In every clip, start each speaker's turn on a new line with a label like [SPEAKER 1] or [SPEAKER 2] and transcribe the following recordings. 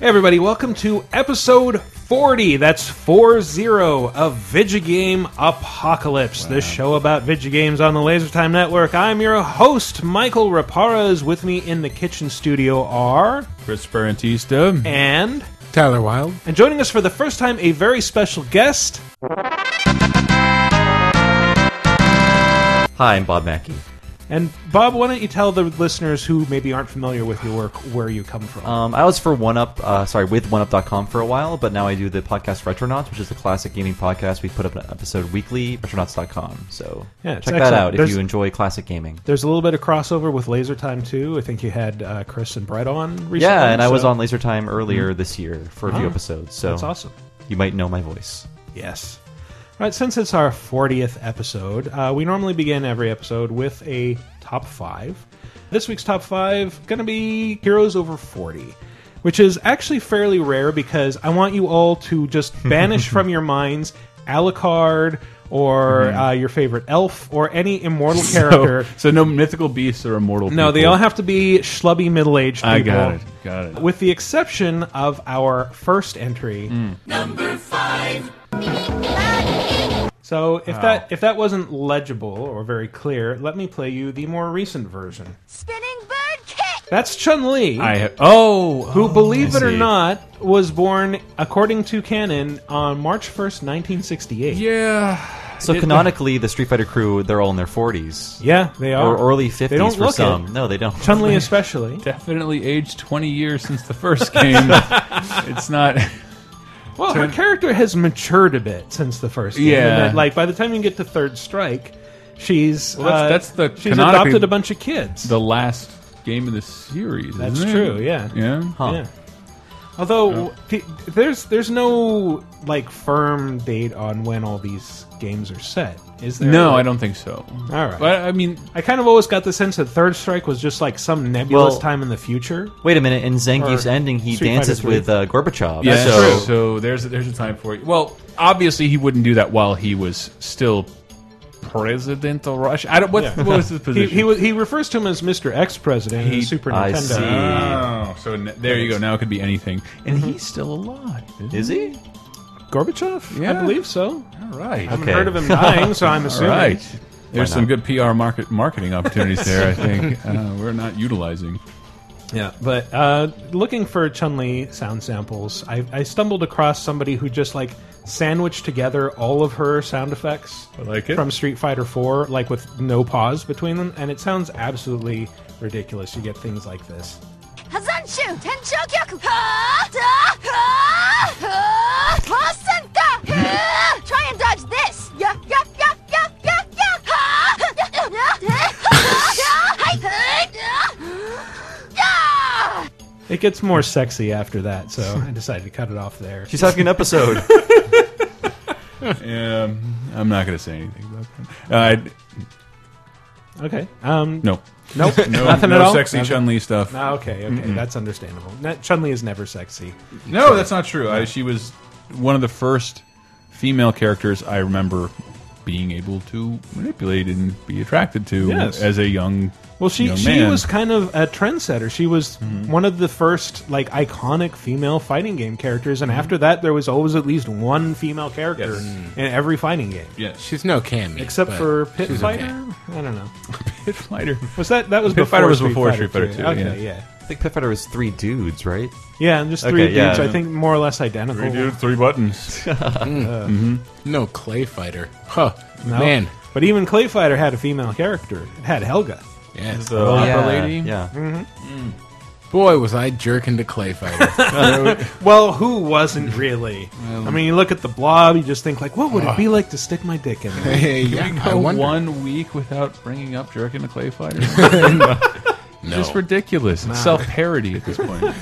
[SPEAKER 1] Hey everybody, welcome to episode 40. That's 40 of Vigigame Apocalypse, this show about Vigigames on the Lasertime Network. I'm your host, Michael Raparas. With me in the kitchen studio are
[SPEAKER 2] Chris Parentista.
[SPEAKER 1] and
[SPEAKER 3] Tyler Wilde.
[SPEAKER 1] and joining us for the first time a very special guest.
[SPEAKER 4] Hi, I'm Bob Mackey.
[SPEAKER 1] And Bob, why don't you tell the listeners who maybe aren't familiar with your work where you come from?
[SPEAKER 4] Um, I was for One Up, uh, sorry, with OneUp.com for a while, but now I do the podcast Retronauts, which is a classic gaming podcast. We put up an episode weekly, retronauts.com. So
[SPEAKER 1] Yeah, it's
[SPEAKER 4] check
[SPEAKER 1] excellent.
[SPEAKER 4] that out if
[SPEAKER 1] There's-
[SPEAKER 4] you enjoy classic gaming.
[SPEAKER 1] There's a little bit of crossover with Laser Time too. I think you had uh, Chris and Brett on recently.
[SPEAKER 4] Yeah, and I was
[SPEAKER 1] so-
[SPEAKER 4] on Laser Time earlier this year for a few episodes, so
[SPEAKER 1] Mm-hmm. Ah, That's awesome.
[SPEAKER 4] you might know my voice.
[SPEAKER 1] Yes. All right, since it's our 40th episode, uh, we normally begin every episode with a top five. This week's top five going to be Heroes Over 40, which is actually fairly rare because I want you all to just banish from your minds Alucard or uh, your favorite elf or any immortal
[SPEAKER 2] Mm-hmm. So,
[SPEAKER 1] character.
[SPEAKER 2] Oh, so no mythical beasts or immortal.
[SPEAKER 1] No, they
[SPEAKER 2] people.
[SPEAKER 1] all have to be schlubby middle aged people.
[SPEAKER 2] I got it. Got it.
[SPEAKER 1] With the exception of our first entry, So if that if that wasn't legible or very clear, let me play you the more recent version.
[SPEAKER 5] Spinning bird kick!
[SPEAKER 1] That's Chun Li,
[SPEAKER 2] I ha- oh,
[SPEAKER 1] who, believe
[SPEAKER 2] I
[SPEAKER 1] it or
[SPEAKER 2] see.
[SPEAKER 1] not, was born according to canon on March first, nineteen sixty-eight.
[SPEAKER 2] yeah.
[SPEAKER 4] So canonically, the Street Fighter crew, they're all in their 40s.
[SPEAKER 1] Yeah, they are
[SPEAKER 4] Or early 50s
[SPEAKER 1] Oh, They don't
[SPEAKER 4] for
[SPEAKER 1] look
[SPEAKER 4] some.
[SPEAKER 1] it.
[SPEAKER 4] No, they don't.
[SPEAKER 1] Chun Li especially.
[SPEAKER 2] Definitely aged twenty years since the first game. it's not.
[SPEAKER 1] Well, her character has matured a bit since the first. Game,
[SPEAKER 2] Yeah.
[SPEAKER 1] and that, like by the time you get to Third Strike, she's
[SPEAKER 2] Well, that's-
[SPEAKER 1] uh,
[SPEAKER 2] that's the
[SPEAKER 1] she's
[SPEAKER 2] canonically-
[SPEAKER 1] adopted a bunch of kids.
[SPEAKER 2] The last game of the series.
[SPEAKER 1] That's
[SPEAKER 2] isn't it?
[SPEAKER 1] true, yeah.
[SPEAKER 2] Yeah.
[SPEAKER 4] Huh.
[SPEAKER 1] Yeah. Although p- there's there's no like firm date on when all these games are set, is there?
[SPEAKER 2] No,
[SPEAKER 1] Like-
[SPEAKER 2] I don't think so.
[SPEAKER 1] All right.
[SPEAKER 2] But I mean,
[SPEAKER 1] I kind of always got the sense that Third Strike was just like some nebulous
[SPEAKER 4] Well-
[SPEAKER 1] time in the future.
[SPEAKER 4] Wait a minute, in Zangief's
[SPEAKER 1] Or
[SPEAKER 4] ending, he
[SPEAKER 1] Street Fighter
[SPEAKER 4] dances
[SPEAKER 1] three.
[SPEAKER 4] with uh, Gorbachev.
[SPEAKER 2] yeah.
[SPEAKER 4] so
[SPEAKER 2] So, so there's there's a time for it. Well, obviously he wouldn't do that while he was still president of Russia. I don't. What,
[SPEAKER 1] Yeah.
[SPEAKER 2] what was his position?
[SPEAKER 1] He, he was- he refers to him as Mr. X President in
[SPEAKER 2] He-
[SPEAKER 1] Super
[SPEAKER 4] I
[SPEAKER 1] Nintendo.
[SPEAKER 4] see.
[SPEAKER 2] Oh, so n- there you go. Now it could be anything, and
[SPEAKER 1] Mm-hmm.
[SPEAKER 2] he's still alive. isn't
[SPEAKER 4] Is he?
[SPEAKER 1] Gorbachev, I
[SPEAKER 2] Yeah.
[SPEAKER 1] believe so.
[SPEAKER 2] he? All right.
[SPEAKER 4] Okay.
[SPEAKER 1] I haven't heard of him dying, so I'm
[SPEAKER 2] All
[SPEAKER 1] assuming.
[SPEAKER 2] right. There's some
[SPEAKER 4] not?
[SPEAKER 2] good PR market marketing opportunities there. I think uh, we're not utilizing.
[SPEAKER 1] Yeah, but uh, looking for Chun Li sound samples, I, I stumbled across somebody who just like sandwiched together all of her sound effects
[SPEAKER 2] like it.
[SPEAKER 1] from Street Fighter Four, like with no pause between them, and it sounds absolutely ridiculous. You get things like this.
[SPEAKER 5] Hazanshu! Tenshokyoku! Ha! Da! Ha! Ha! Klasenka! Ha! Try and dodge this! Ya! Ya! Ya! Ya! Ya! Ya! Ha! Ya! Ya! Ya! Ha! Ya! Hi! Ya! Ya!
[SPEAKER 1] It gets more sexy after that, so I decided to cut it off there.
[SPEAKER 4] She's having an episode.
[SPEAKER 2] Um, I'm not going to say anything about that. Uh,
[SPEAKER 1] Okay. Um,
[SPEAKER 2] no.
[SPEAKER 1] Nope.
[SPEAKER 2] No,
[SPEAKER 1] Nothing
[SPEAKER 2] no
[SPEAKER 1] at all.
[SPEAKER 2] sexy Chun Li stuff.
[SPEAKER 1] Ah, okay. Okay. That's understandable. Chun Li is never sexy.
[SPEAKER 2] No, that's not true. I, she was one of the first female characters I remember being able to manipulate and be attracted to
[SPEAKER 1] Yes.
[SPEAKER 2] as a young.
[SPEAKER 1] Well, she
[SPEAKER 2] young
[SPEAKER 1] she
[SPEAKER 2] man.
[SPEAKER 1] was kind of a trendsetter. She was
[SPEAKER 2] Mm-hmm.
[SPEAKER 1] one of the first like iconic female fighting game characters, and after that, there was always at least one female character
[SPEAKER 2] Mm-hmm. Yes.
[SPEAKER 1] in every fighting game,
[SPEAKER 2] Yes,
[SPEAKER 3] She's no Cammy.
[SPEAKER 1] except
[SPEAKER 3] but
[SPEAKER 1] for Pit
[SPEAKER 3] she's
[SPEAKER 1] Fighter.
[SPEAKER 3] okay.
[SPEAKER 1] I don't know.
[SPEAKER 2] Pit Fighter.
[SPEAKER 1] Was that that was
[SPEAKER 2] Pit
[SPEAKER 1] before
[SPEAKER 2] Fighter was
[SPEAKER 1] Street
[SPEAKER 2] before
[SPEAKER 1] Fighter
[SPEAKER 2] Street Fighter
[SPEAKER 1] 2.
[SPEAKER 2] two,
[SPEAKER 1] Okay, yeah.
[SPEAKER 4] I think Pit Fighter was three dudes, right?
[SPEAKER 1] Yeah, and just
[SPEAKER 4] Okay,
[SPEAKER 1] three
[SPEAKER 4] yeah.
[SPEAKER 1] dudes, I think, more or less identical.
[SPEAKER 2] three buttons. Uh,
[SPEAKER 3] No Clay Fighter. Huh.
[SPEAKER 1] No?
[SPEAKER 3] Man.
[SPEAKER 1] But even Clay Fighter had a female character. It had Helga.
[SPEAKER 3] Yes.
[SPEAKER 2] opera
[SPEAKER 4] yeah.
[SPEAKER 2] lady.
[SPEAKER 4] Yeah.
[SPEAKER 3] Boy, was I jerking to Clay Fighter.
[SPEAKER 1] Well, who wasn't really? I mean, you look at the blob, you just think like, what would
[SPEAKER 2] uh,
[SPEAKER 1] it be like to stick my dick in there?
[SPEAKER 3] yeah,
[SPEAKER 2] Can we
[SPEAKER 3] I
[SPEAKER 2] go
[SPEAKER 3] wonder.
[SPEAKER 2] one week without bringing up jerking the clay fighter?
[SPEAKER 3] no.
[SPEAKER 2] It's ridiculous. It's self parody at this point.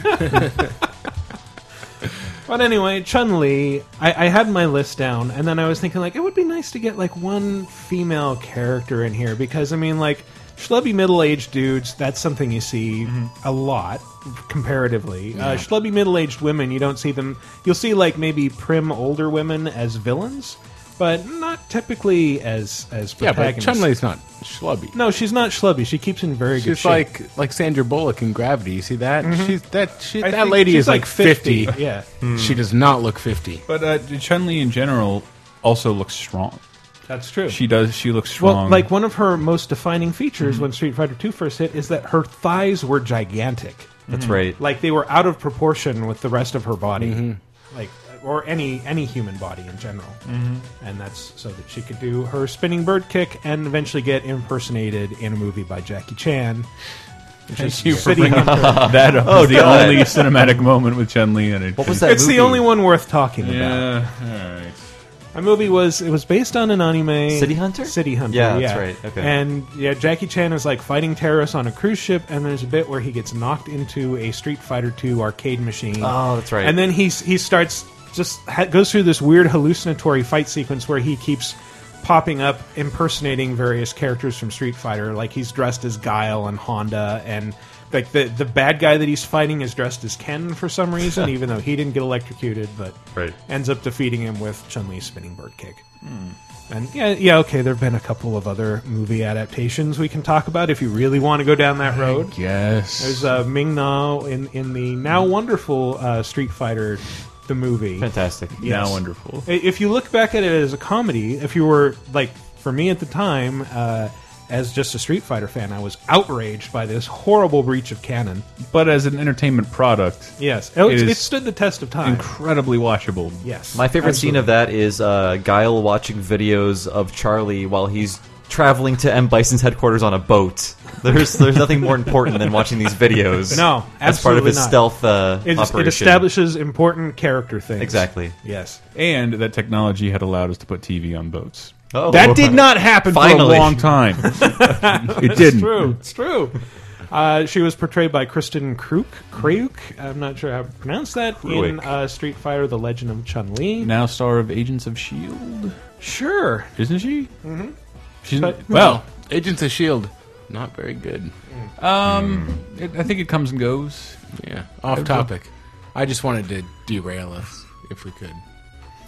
[SPEAKER 1] But anyway, Chun Li, I, I had my list down, and then I was thinking like it would be nice to get like one female character in here because I mean like schlubby middle aged dudes, that's something you see
[SPEAKER 3] Mm-hmm.
[SPEAKER 1] a lot comparatively. Uh, schlubby middle aged women, you don't see them. You'll see like maybe prim older women as villains, but not typically as as
[SPEAKER 3] Yeah, but
[SPEAKER 1] protagonists.
[SPEAKER 3] Chun Li's not schlubby.
[SPEAKER 1] no, she's not schlubby. She keeps in very good
[SPEAKER 3] She's
[SPEAKER 1] shape.
[SPEAKER 3] like like Sandra Bullock in Gravity. You see that? She's that she,
[SPEAKER 1] Mm-hmm. I
[SPEAKER 3] that
[SPEAKER 1] think
[SPEAKER 3] lady
[SPEAKER 1] she's Mm.
[SPEAKER 3] is like fifty.
[SPEAKER 1] Yeah,
[SPEAKER 3] She does not look fifty.
[SPEAKER 2] But uh, Chun Li in general also looks strong.
[SPEAKER 1] that's true.
[SPEAKER 2] She does. She looks
[SPEAKER 1] well,
[SPEAKER 2] strong.
[SPEAKER 1] like one of her most defining features
[SPEAKER 2] Mm-hmm.
[SPEAKER 1] when Street Fighter II first hit is that her thighs were gigantic.
[SPEAKER 4] That's right.
[SPEAKER 1] Mm-hmm. like they were out of proportion with the rest of her body
[SPEAKER 2] Mm-hmm.
[SPEAKER 1] like or any any human body in general and that's so that she could do her spinning bird kick and eventually get impersonated in a movie by jackie chan
[SPEAKER 2] Thank you for
[SPEAKER 1] sitting
[SPEAKER 2] bringing
[SPEAKER 1] in her-
[SPEAKER 2] that up. oh, the
[SPEAKER 4] God.
[SPEAKER 2] only cinematic moment with Chun Li in it.
[SPEAKER 4] What was that
[SPEAKER 1] it's the
[SPEAKER 4] movie?
[SPEAKER 1] only one worth talking about
[SPEAKER 2] Yeah. All right.
[SPEAKER 1] a movie was it was based on an anime
[SPEAKER 4] City Hunter?
[SPEAKER 1] city hunter
[SPEAKER 4] Yeah,
[SPEAKER 1] yeah,
[SPEAKER 4] that's right. Okay.
[SPEAKER 1] and yeah jackie chan is like fighting terrorists on a cruise ship and there's a bit where he gets knocked into a street fighter 2 arcade machine
[SPEAKER 4] Oh, that's right.
[SPEAKER 1] And then he he starts just ha- goes through this weird hallucinatory fight sequence where he keeps popping up impersonating various characters from Street Fighter. Like he's dressed as Guile and Honda, and like the the bad guy that he's fighting is dressed as Ken for some reason, even though he didn't get electrocuted, but
[SPEAKER 4] Right.
[SPEAKER 1] ends up defeating him with Chun Li's spinning bird kick. And yeah, yeah, okay. There have been a couple of other movie adaptations we can talk about if you really want to go down that road.
[SPEAKER 3] Yes.
[SPEAKER 1] There's uh, Ming Na in in the now wonderful uh, Street Fighter, the movie.
[SPEAKER 4] Fantastic.
[SPEAKER 1] Yes.
[SPEAKER 2] Now wonderful.
[SPEAKER 1] I- If you look back at it as a comedy, if you were like for me at the time, uh, as just a Street Fighter fan, I was outraged by this horrible breach of canon.
[SPEAKER 2] But as an entertainment product,
[SPEAKER 1] Yes, it,
[SPEAKER 2] It
[SPEAKER 1] it
[SPEAKER 2] is
[SPEAKER 1] stood the test of time.
[SPEAKER 2] incredibly watchable.
[SPEAKER 1] yes,
[SPEAKER 4] My favorite scene of that is uh, Guile watching videos of Charlie while he's traveling to M. Bison's headquarters on a boat. There's there's nothing more important than watching these videos.
[SPEAKER 1] No,
[SPEAKER 4] that's part of
[SPEAKER 1] absolutely
[SPEAKER 4] his
[SPEAKER 1] not.
[SPEAKER 4] stealth uh,
[SPEAKER 1] It, is- it
[SPEAKER 4] operation.
[SPEAKER 1] establishes important character things.
[SPEAKER 4] Exactly.
[SPEAKER 1] Yes.
[SPEAKER 2] And that technology had allowed us to put TV on boats.
[SPEAKER 4] Oh.
[SPEAKER 1] That did not happen.
[SPEAKER 2] For
[SPEAKER 4] Finally.
[SPEAKER 2] a long time. it didn't.
[SPEAKER 1] It's true. It's true. Uh, she was portrayed by Kristen Kruk. Kruk. I'm not sure how to pronounce that. In
[SPEAKER 4] Kruick.
[SPEAKER 1] uh, Street Fighter: The Legend of Chun Li.
[SPEAKER 2] Now star of Agents of Shield,
[SPEAKER 1] Sure.
[SPEAKER 2] E isn't she? Mm-hmm. She's
[SPEAKER 1] But-
[SPEAKER 2] well.
[SPEAKER 3] Agents of Shield, E not very good.
[SPEAKER 2] Um, it, I think it comes and goes.
[SPEAKER 3] Yeah. Off topic. I just wanted to derail us if we could.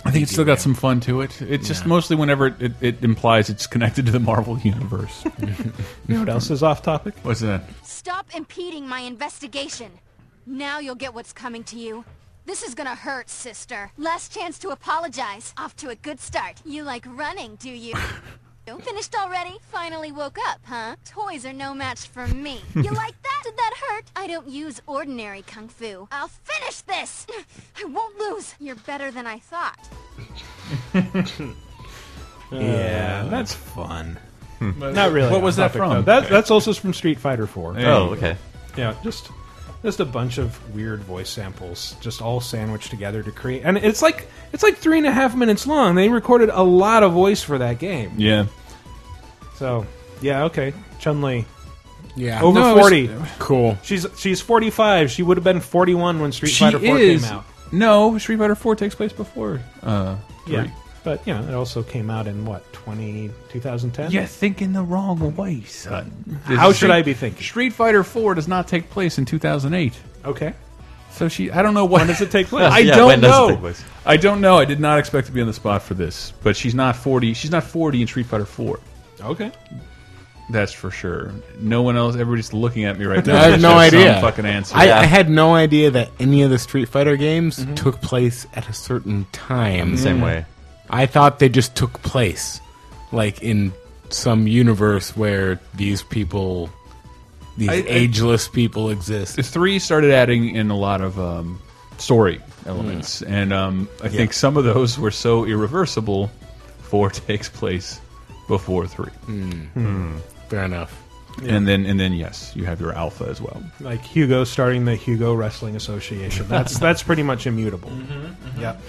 [SPEAKER 2] I think it's still got some fun to it. It's just
[SPEAKER 3] Yeah.
[SPEAKER 2] mostly whenever it, it, it implies it's connected to the Marvel universe.
[SPEAKER 1] You know what else is off topic?
[SPEAKER 2] What's that?
[SPEAKER 5] Stop impeding my investigation. Now you'll get what's coming to you. This is gonna hurt, sister. Last chance to apologize. Off to a good start. You like running, do you? You Finished already? Finally woke up, huh? Toys are no match for me. You like that? Did that hurt? I don't use ordinary kung fu. I'll finish this! I won't lose. You're better than I thought.
[SPEAKER 1] yeah, that's fun. Uh, Not really.
[SPEAKER 2] What was
[SPEAKER 1] on
[SPEAKER 2] that
[SPEAKER 1] topic,
[SPEAKER 2] from?
[SPEAKER 1] though. That, That's also from Street Fighter Four.
[SPEAKER 2] Hey.
[SPEAKER 4] Oh, okay.
[SPEAKER 1] Yeah, just just a bunch of weird voice samples, just all sandwiched together to create. And it's like it's like three and a half minutes long. They recorded a lot of voice for that game.
[SPEAKER 2] Yeah.
[SPEAKER 1] So yeah, okay, Chun Li.
[SPEAKER 3] Yeah.
[SPEAKER 1] Over
[SPEAKER 3] No, it was-
[SPEAKER 1] 40.
[SPEAKER 3] Cool.
[SPEAKER 1] She's she's 45. She would have been 41 when Street
[SPEAKER 2] She
[SPEAKER 1] Fighter 4
[SPEAKER 2] is.
[SPEAKER 1] came out.
[SPEAKER 2] No, Street Fighter 4 takes place before. Uh,
[SPEAKER 1] Yeah.
[SPEAKER 2] three.
[SPEAKER 1] But you know, it also came out in what 20 2010.
[SPEAKER 2] You're thinking the wrong way, son.
[SPEAKER 1] How should I be thinking?
[SPEAKER 2] Uh, Street Fighter 4 does not take place in 2008.
[SPEAKER 1] Okay.
[SPEAKER 2] So she, I don't know what. When
[SPEAKER 1] does it take place?
[SPEAKER 2] I
[SPEAKER 4] Yeah,
[SPEAKER 2] don't
[SPEAKER 4] when
[SPEAKER 2] know.
[SPEAKER 4] does it take place?
[SPEAKER 2] I don't know. I did not expect to be on the spot for this, but she's not 40. She's not 40 in Street Fighter 4.
[SPEAKER 1] Okay.
[SPEAKER 2] That's for sure. No one else. Everybody's looking at me right now.
[SPEAKER 3] I have
[SPEAKER 2] Just
[SPEAKER 3] no
[SPEAKER 2] some
[SPEAKER 3] idea.
[SPEAKER 2] Fucking answer.
[SPEAKER 3] I,
[SPEAKER 4] Yeah.
[SPEAKER 3] I had no idea that any of the Street Fighter games
[SPEAKER 1] Mm-hmm.
[SPEAKER 3] took place at a certain time.
[SPEAKER 4] The same way.
[SPEAKER 3] I thought they just took place, like in some universe where these people, these
[SPEAKER 2] I- I-
[SPEAKER 3] ageless people exist.
[SPEAKER 2] three started adding in a lot of um, story elements, and um, I think some of those were so irreversible. Four takes place before three,
[SPEAKER 3] Fair enough.
[SPEAKER 2] and then and then yes, you have your alpha as well.
[SPEAKER 1] Like Hugo starting the Hugo Wrestling Association. That's that's pretty much immutable. Yep.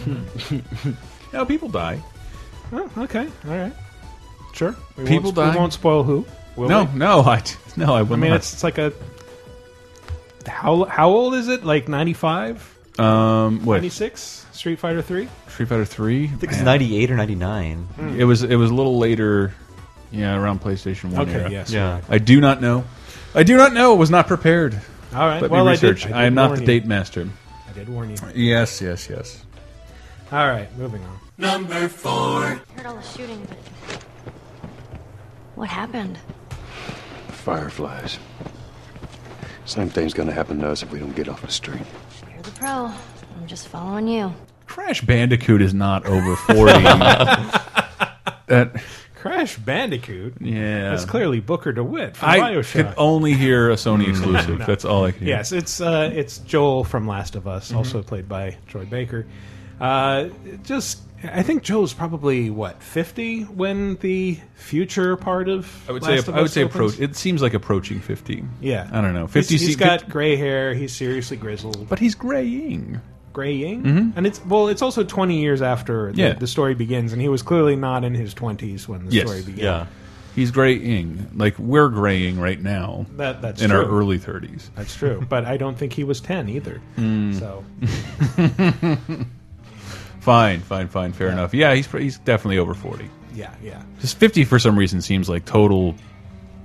[SPEAKER 2] Now people die.
[SPEAKER 1] Oh, okay. All right. Sure. We
[SPEAKER 2] People
[SPEAKER 1] won't,
[SPEAKER 2] die.
[SPEAKER 1] We won't spoil who. Will
[SPEAKER 2] no,
[SPEAKER 1] we?
[SPEAKER 2] no, I d- no, I will
[SPEAKER 1] I mean,
[SPEAKER 2] not.
[SPEAKER 1] it's, it's like a how how old is it? Like 95,
[SPEAKER 2] um, what
[SPEAKER 1] 96? Street Fighter 3?
[SPEAKER 2] Street Fighter Three?
[SPEAKER 4] I think it's 98 or 99.
[SPEAKER 1] Mm.
[SPEAKER 2] It was it was a little later. Yeah, around PlayStation One.
[SPEAKER 1] Okay,
[SPEAKER 2] era.
[SPEAKER 1] yes.
[SPEAKER 4] Yeah.
[SPEAKER 2] I do not know. I do not know. Was not prepared.
[SPEAKER 1] All right.
[SPEAKER 2] Let
[SPEAKER 1] well,
[SPEAKER 2] me
[SPEAKER 1] I did-
[SPEAKER 2] research.
[SPEAKER 1] I, did,
[SPEAKER 2] I am not
[SPEAKER 1] warn
[SPEAKER 2] the
[SPEAKER 1] you.
[SPEAKER 2] date master.
[SPEAKER 1] I did warn you.
[SPEAKER 2] Yes, yes, yes.
[SPEAKER 1] All right, moving on.
[SPEAKER 5] heard all the shooting, but what happened?
[SPEAKER 6] Fireflies. Same thing's gonna happen to us if we don't get off the street.
[SPEAKER 5] You're the pro. I'm just following you.
[SPEAKER 2] Crash Bandicoot is not over forty. that
[SPEAKER 1] Crash Bandicoot.
[SPEAKER 2] yeah,
[SPEAKER 1] That's clearly Booker DeWitt from
[SPEAKER 2] I could
[SPEAKER 1] Bioshock. Mm.
[SPEAKER 2] only hear a Sony exclusive. That's all I could hear.
[SPEAKER 1] Yes, it's uh, it's Joel from Last of
[SPEAKER 2] Mm-hmm.
[SPEAKER 1] Us, also played by Troy Baker. Uh, just, I think Joel's probably what fifty when the future part of
[SPEAKER 2] I would
[SPEAKER 1] Last
[SPEAKER 2] say
[SPEAKER 1] of
[SPEAKER 2] I would
[SPEAKER 1] Us
[SPEAKER 2] say
[SPEAKER 1] opens?
[SPEAKER 2] approach. It seems like approaching fifty.
[SPEAKER 1] Yeah,
[SPEAKER 2] I don't know.
[SPEAKER 1] He's-
[SPEAKER 2] 50
[SPEAKER 1] he's got gray hair. He's seriously grizzled.
[SPEAKER 2] but he's graying.
[SPEAKER 1] graying, and it's well, it's also twenty years after the,
[SPEAKER 2] Mm-hmm. Yeah.
[SPEAKER 1] the story begins, and he was clearly not in his twenties when the
[SPEAKER 2] Yes.
[SPEAKER 1] story began.
[SPEAKER 4] Yeah.
[SPEAKER 2] He's graying. Like we're graying right now
[SPEAKER 1] That- that's
[SPEAKER 2] in our
[SPEAKER 1] true.
[SPEAKER 2] early thirties.
[SPEAKER 1] That's true, but I don't think he was ten either.
[SPEAKER 2] Mm.
[SPEAKER 1] So
[SPEAKER 2] Fine, fine, fine. Fair enough. Yeah, he's pr- he's definitely over forty.
[SPEAKER 1] yeah, yeah.
[SPEAKER 2] Just fifty for some reason seems like total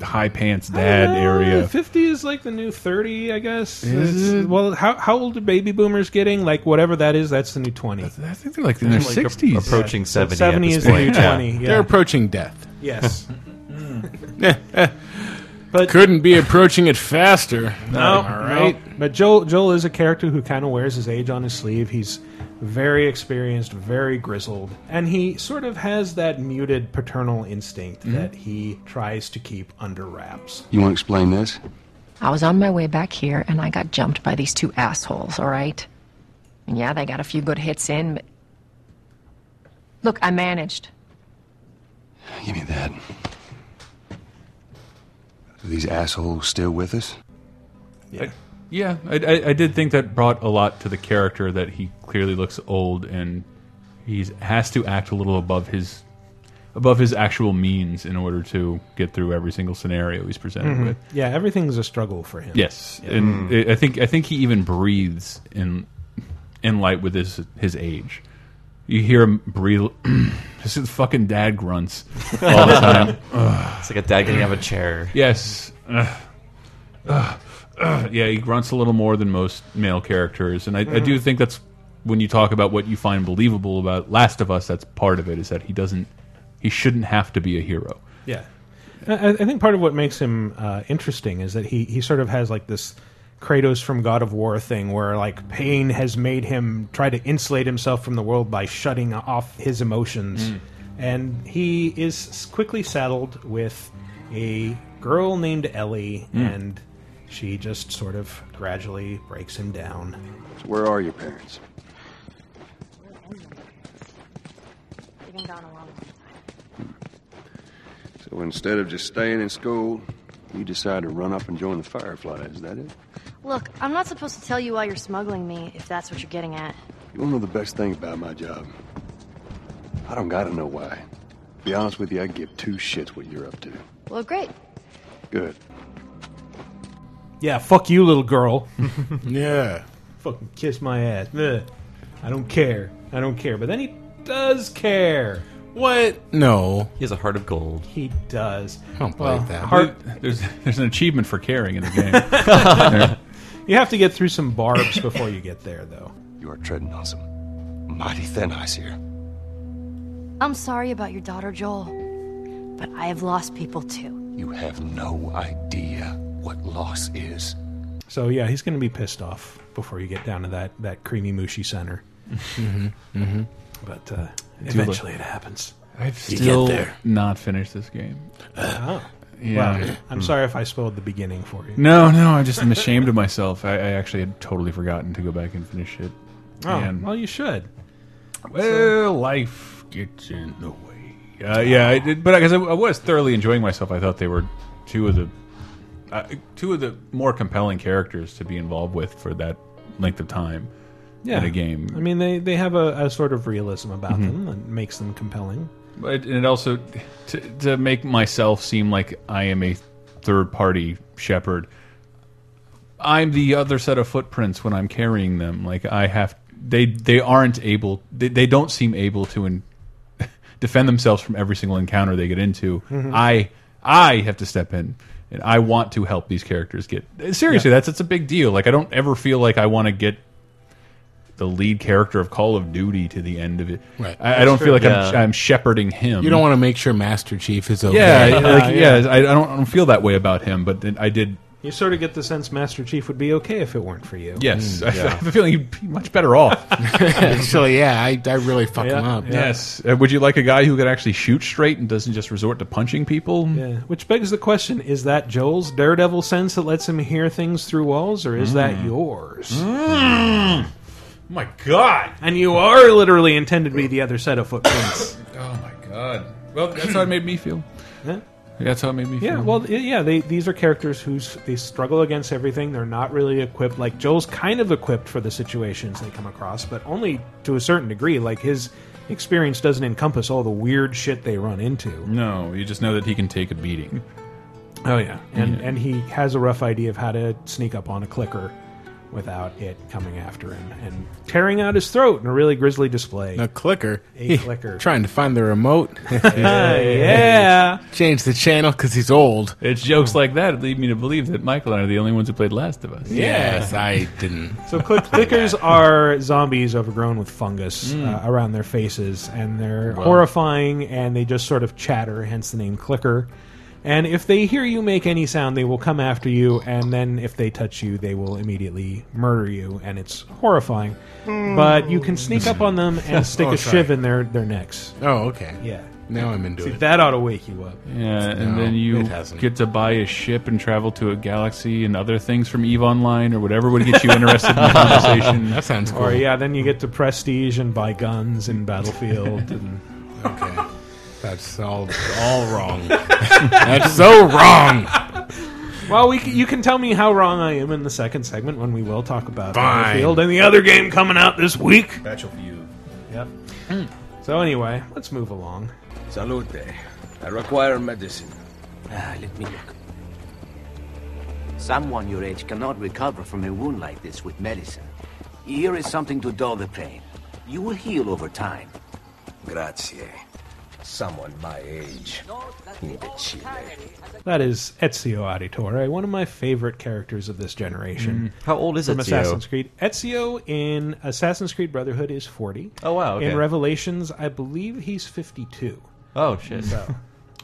[SPEAKER 2] high pants dad
[SPEAKER 1] Uh,
[SPEAKER 2] area.
[SPEAKER 1] Fifty is like the new thirty, I guess.
[SPEAKER 2] Is
[SPEAKER 1] It's-
[SPEAKER 2] it?
[SPEAKER 1] Well, how how old are baby boomers getting? Like whatever that is, that's the new twenty.
[SPEAKER 2] I think they're like in their
[SPEAKER 4] Like a-
[SPEAKER 2] sixties.
[SPEAKER 4] approaching seventy.
[SPEAKER 1] Seventy
[SPEAKER 4] at this
[SPEAKER 1] is the
[SPEAKER 4] point.
[SPEAKER 1] new
[SPEAKER 4] Yeah.
[SPEAKER 1] twenty. Yeah.
[SPEAKER 3] They're approaching death.
[SPEAKER 1] yes.
[SPEAKER 3] Couldn't be approaching it faster.
[SPEAKER 1] No,
[SPEAKER 3] All right.
[SPEAKER 1] no. But Joel Joel is a character who kind of wears his age on his sleeve. He's very experienced, very grizzled, and he sort of has that muted paternal instinct that he tries to keep under wraps.
[SPEAKER 6] You wanna explain this?
[SPEAKER 7] I was on my way back here and I got jumped by these two assholes, all right? And yeah, they got a few good hits in, but. Look, I managed.
[SPEAKER 6] Give me that. Are these assholes still with us?
[SPEAKER 2] Yeah, I, I, I did think that brought a lot to the character that he clearly looks old and he has to act a little above his above his actual means in order to get through every single scenario he's presented with.
[SPEAKER 1] Yeah, everything's a struggle for him.
[SPEAKER 2] Yes, and I I think I think he even breathes in in light with his his age. You hear him breathe. this is fucking dad grunts all the time.
[SPEAKER 4] It's like a dad getting out of a chair.
[SPEAKER 2] Yes. Ugh. Ugh. Ugh. Yeah, he grunts a little more than most male characters, and I, I do think that's when you talk about what you find believable about Last of Us. That's part of it is that he doesn't, he shouldn't have to be a hero.
[SPEAKER 1] Yeah, I, I- I think part of what makes him uh, interesting is that he he sort of has like this Kratos from God of War thing, where like pain has made him try to insulate himself from the world by shutting off his emotions, and he is quickly saddled with a girl named Ellie, and she just sort of gradually breaks him down.
[SPEAKER 6] Where are your parents?
[SPEAKER 5] They've been gone a long time.
[SPEAKER 6] So instead of just staying in school, you decide to run up and join the Fireflies, is that it?
[SPEAKER 5] Look, I'm not supposed to tell you why you're smuggling me, if that's what you're getting at.
[SPEAKER 6] You wanna know the best thing about my job? I don't gotta know why. To be honest with you, I give two shits what you're up to.
[SPEAKER 5] Well, great.
[SPEAKER 6] Good.
[SPEAKER 1] Yeah, fuck you, little girl.
[SPEAKER 3] Yeah.
[SPEAKER 1] Fucking kiss my ass. Ugh. I don't care. I don't care. But then he does care.
[SPEAKER 3] What? No.
[SPEAKER 4] He has a heart of gold.
[SPEAKER 1] He does.
[SPEAKER 3] I don't believe that.
[SPEAKER 1] Heart,
[SPEAKER 2] There's there's an achievement for caring in the game.
[SPEAKER 1] you have to get through some barbs before you get there, though.
[SPEAKER 6] You are treading on some mighty thin ice here.
[SPEAKER 5] I'm sorry about your daughter, Joel, but I have lost people too.
[SPEAKER 6] You have no idea what loss is.
[SPEAKER 1] So yeah, he's going to be pissed off before you get down to that that creamy mushy center. mm-hmm. But uh, eventually, it happens.
[SPEAKER 2] I've
[SPEAKER 3] get
[SPEAKER 2] still
[SPEAKER 3] there.
[SPEAKER 2] not finished this game.
[SPEAKER 1] Oh.
[SPEAKER 2] Yeah. Mm-hmm.
[SPEAKER 1] Well, I'm sorry if I spoiled the beginning for you.
[SPEAKER 2] No, no, I just am ashamed of myself. I, I actually had totally forgotten to go back and finish it.
[SPEAKER 1] Oh,
[SPEAKER 2] And-
[SPEAKER 1] well, you should.
[SPEAKER 2] Well, life gets in the way. Uh, yeah, I did, but because I, I was thoroughly enjoying myself, I thought they were two of the uh, two of the more compelling characters to be involved with for that length of time
[SPEAKER 1] Yeah,
[SPEAKER 2] in a game. Mm-hmm.
[SPEAKER 1] I mean, they they have a, a sort of realism about them that makes them compelling.
[SPEAKER 2] But and it also to, to make myself seem like I am a third party shepherd. I'm the other set of footprints when I'm carrying them. Like I have, they they aren't able. They, they don't seem able to in, defend themselves from every single encounter they get into. I I have to step in, and I want to help these characters get. Seriously, that's it's a big deal. Like I don't ever feel like I want to get the lead character of Call of Duty to the end of it.
[SPEAKER 3] Right.
[SPEAKER 2] I, I don't feel like I'm,
[SPEAKER 4] Yeah.
[SPEAKER 2] I'm shepherding him.
[SPEAKER 3] You don't want to make sure Master Chief is okay.
[SPEAKER 2] Yeah, like, yeah. I, I don't, I don't feel that way about him, but then I did.
[SPEAKER 1] You sort of get the sense Master Chief would be okay if it weren't for you.
[SPEAKER 2] Yes, I, have a feeling he'd be much better off.
[SPEAKER 3] Actually, yeah, I, I really fuck him
[SPEAKER 1] Yeah,
[SPEAKER 3] up.
[SPEAKER 1] yeah.
[SPEAKER 2] yes. Uh, would you like a guy who could actually shoot straight and doesn't just resort to punching people?
[SPEAKER 1] Yeah. Which begs the question: Is that Joel's daredevil sense that lets him hear things through walls, or is
[SPEAKER 2] Mm.
[SPEAKER 1] that yours?
[SPEAKER 2] my god.
[SPEAKER 1] And you are literally intended to be the other set of footprints.
[SPEAKER 2] Oh my god. Well, that's how it made me feel.
[SPEAKER 1] Yeah.
[SPEAKER 2] That's how it made me feel.
[SPEAKER 1] Yeah, well, i- yeah. They, these are characters who s- they struggle against everything. They're not really equipped. Like Joel's kind of equipped for the situations they come across, but only to a certain degree. Like his experience doesn't encompass all the weird shit they run into.
[SPEAKER 2] No, you just know that he can take a beating.
[SPEAKER 1] Oh yeah, and and he has a rough idea of how to sneak up on a clicker without it coming after him and tearing out his throat in a really grisly display.
[SPEAKER 3] A clicker.
[SPEAKER 1] A clicker.
[SPEAKER 3] Trying to find the remote.
[SPEAKER 1] Yeah.
[SPEAKER 3] Change the channel because he's old.
[SPEAKER 2] It's jokes like that that lead me to believe that Michael and I are the only ones who played Last of Us.
[SPEAKER 3] Yes, I didn't.
[SPEAKER 1] So click- clickers are zombies overgrown with fungus uh, around their faces, and they're horrifying, and they just sort of chatter, hence the name clicker. And if they hear you make any sound, they will come after you, and then if they touch you, they will immediately murder you, and it's horrifying. But you can sneak up on them and stick
[SPEAKER 3] Oh,
[SPEAKER 1] a
[SPEAKER 3] sorry.
[SPEAKER 1] shiv in their, their necks.
[SPEAKER 3] Oh, okay.
[SPEAKER 1] Yeah.
[SPEAKER 3] Now I'm into
[SPEAKER 1] See,
[SPEAKER 3] it.
[SPEAKER 1] that ought to wake you up.
[SPEAKER 2] Yeah, and
[SPEAKER 3] No,
[SPEAKER 2] then you
[SPEAKER 3] it hasn't.
[SPEAKER 2] get to buy a ship and travel to a galaxy and other things from EVE Online or whatever would get you interested in the conversation.
[SPEAKER 3] That sounds cool.
[SPEAKER 1] Or, yeah, then you get to prestige and buy guns in Battlefield. and
[SPEAKER 3] Okay. That's all, all wrong. That's so wrong.
[SPEAKER 1] Well, we c- you can tell me how wrong I am in the second segment when we will talk about
[SPEAKER 3] Fine.
[SPEAKER 1] Battlefield and the other game coming out this week.
[SPEAKER 8] Battlefield.
[SPEAKER 1] Yep. So anyway, let's move along.
[SPEAKER 8] Salute. I require medicine. Ah, let me look.
[SPEAKER 9] Someone your age cannot recover from a wound like this with medicine. Here is something to dull the pain. You will heal over time.
[SPEAKER 8] Grazie. Someone my age. Imbecile.
[SPEAKER 1] That is Ezio Auditore, one of my favorite characters of this generation
[SPEAKER 4] How old is
[SPEAKER 1] from
[SPEAKER 4] Mm. Ezio?
[SPEAKER 1] Assassin's Creed. Ezio in Assassin's Creed Brotherhood is forty.
[SPEAKER 4] Oh, wow, okay.
[SPEAKER 1] In Revelations, I believe he's fifty-two.
[SPEAKER 4] Oh shit!
[SPEAKER 1] So.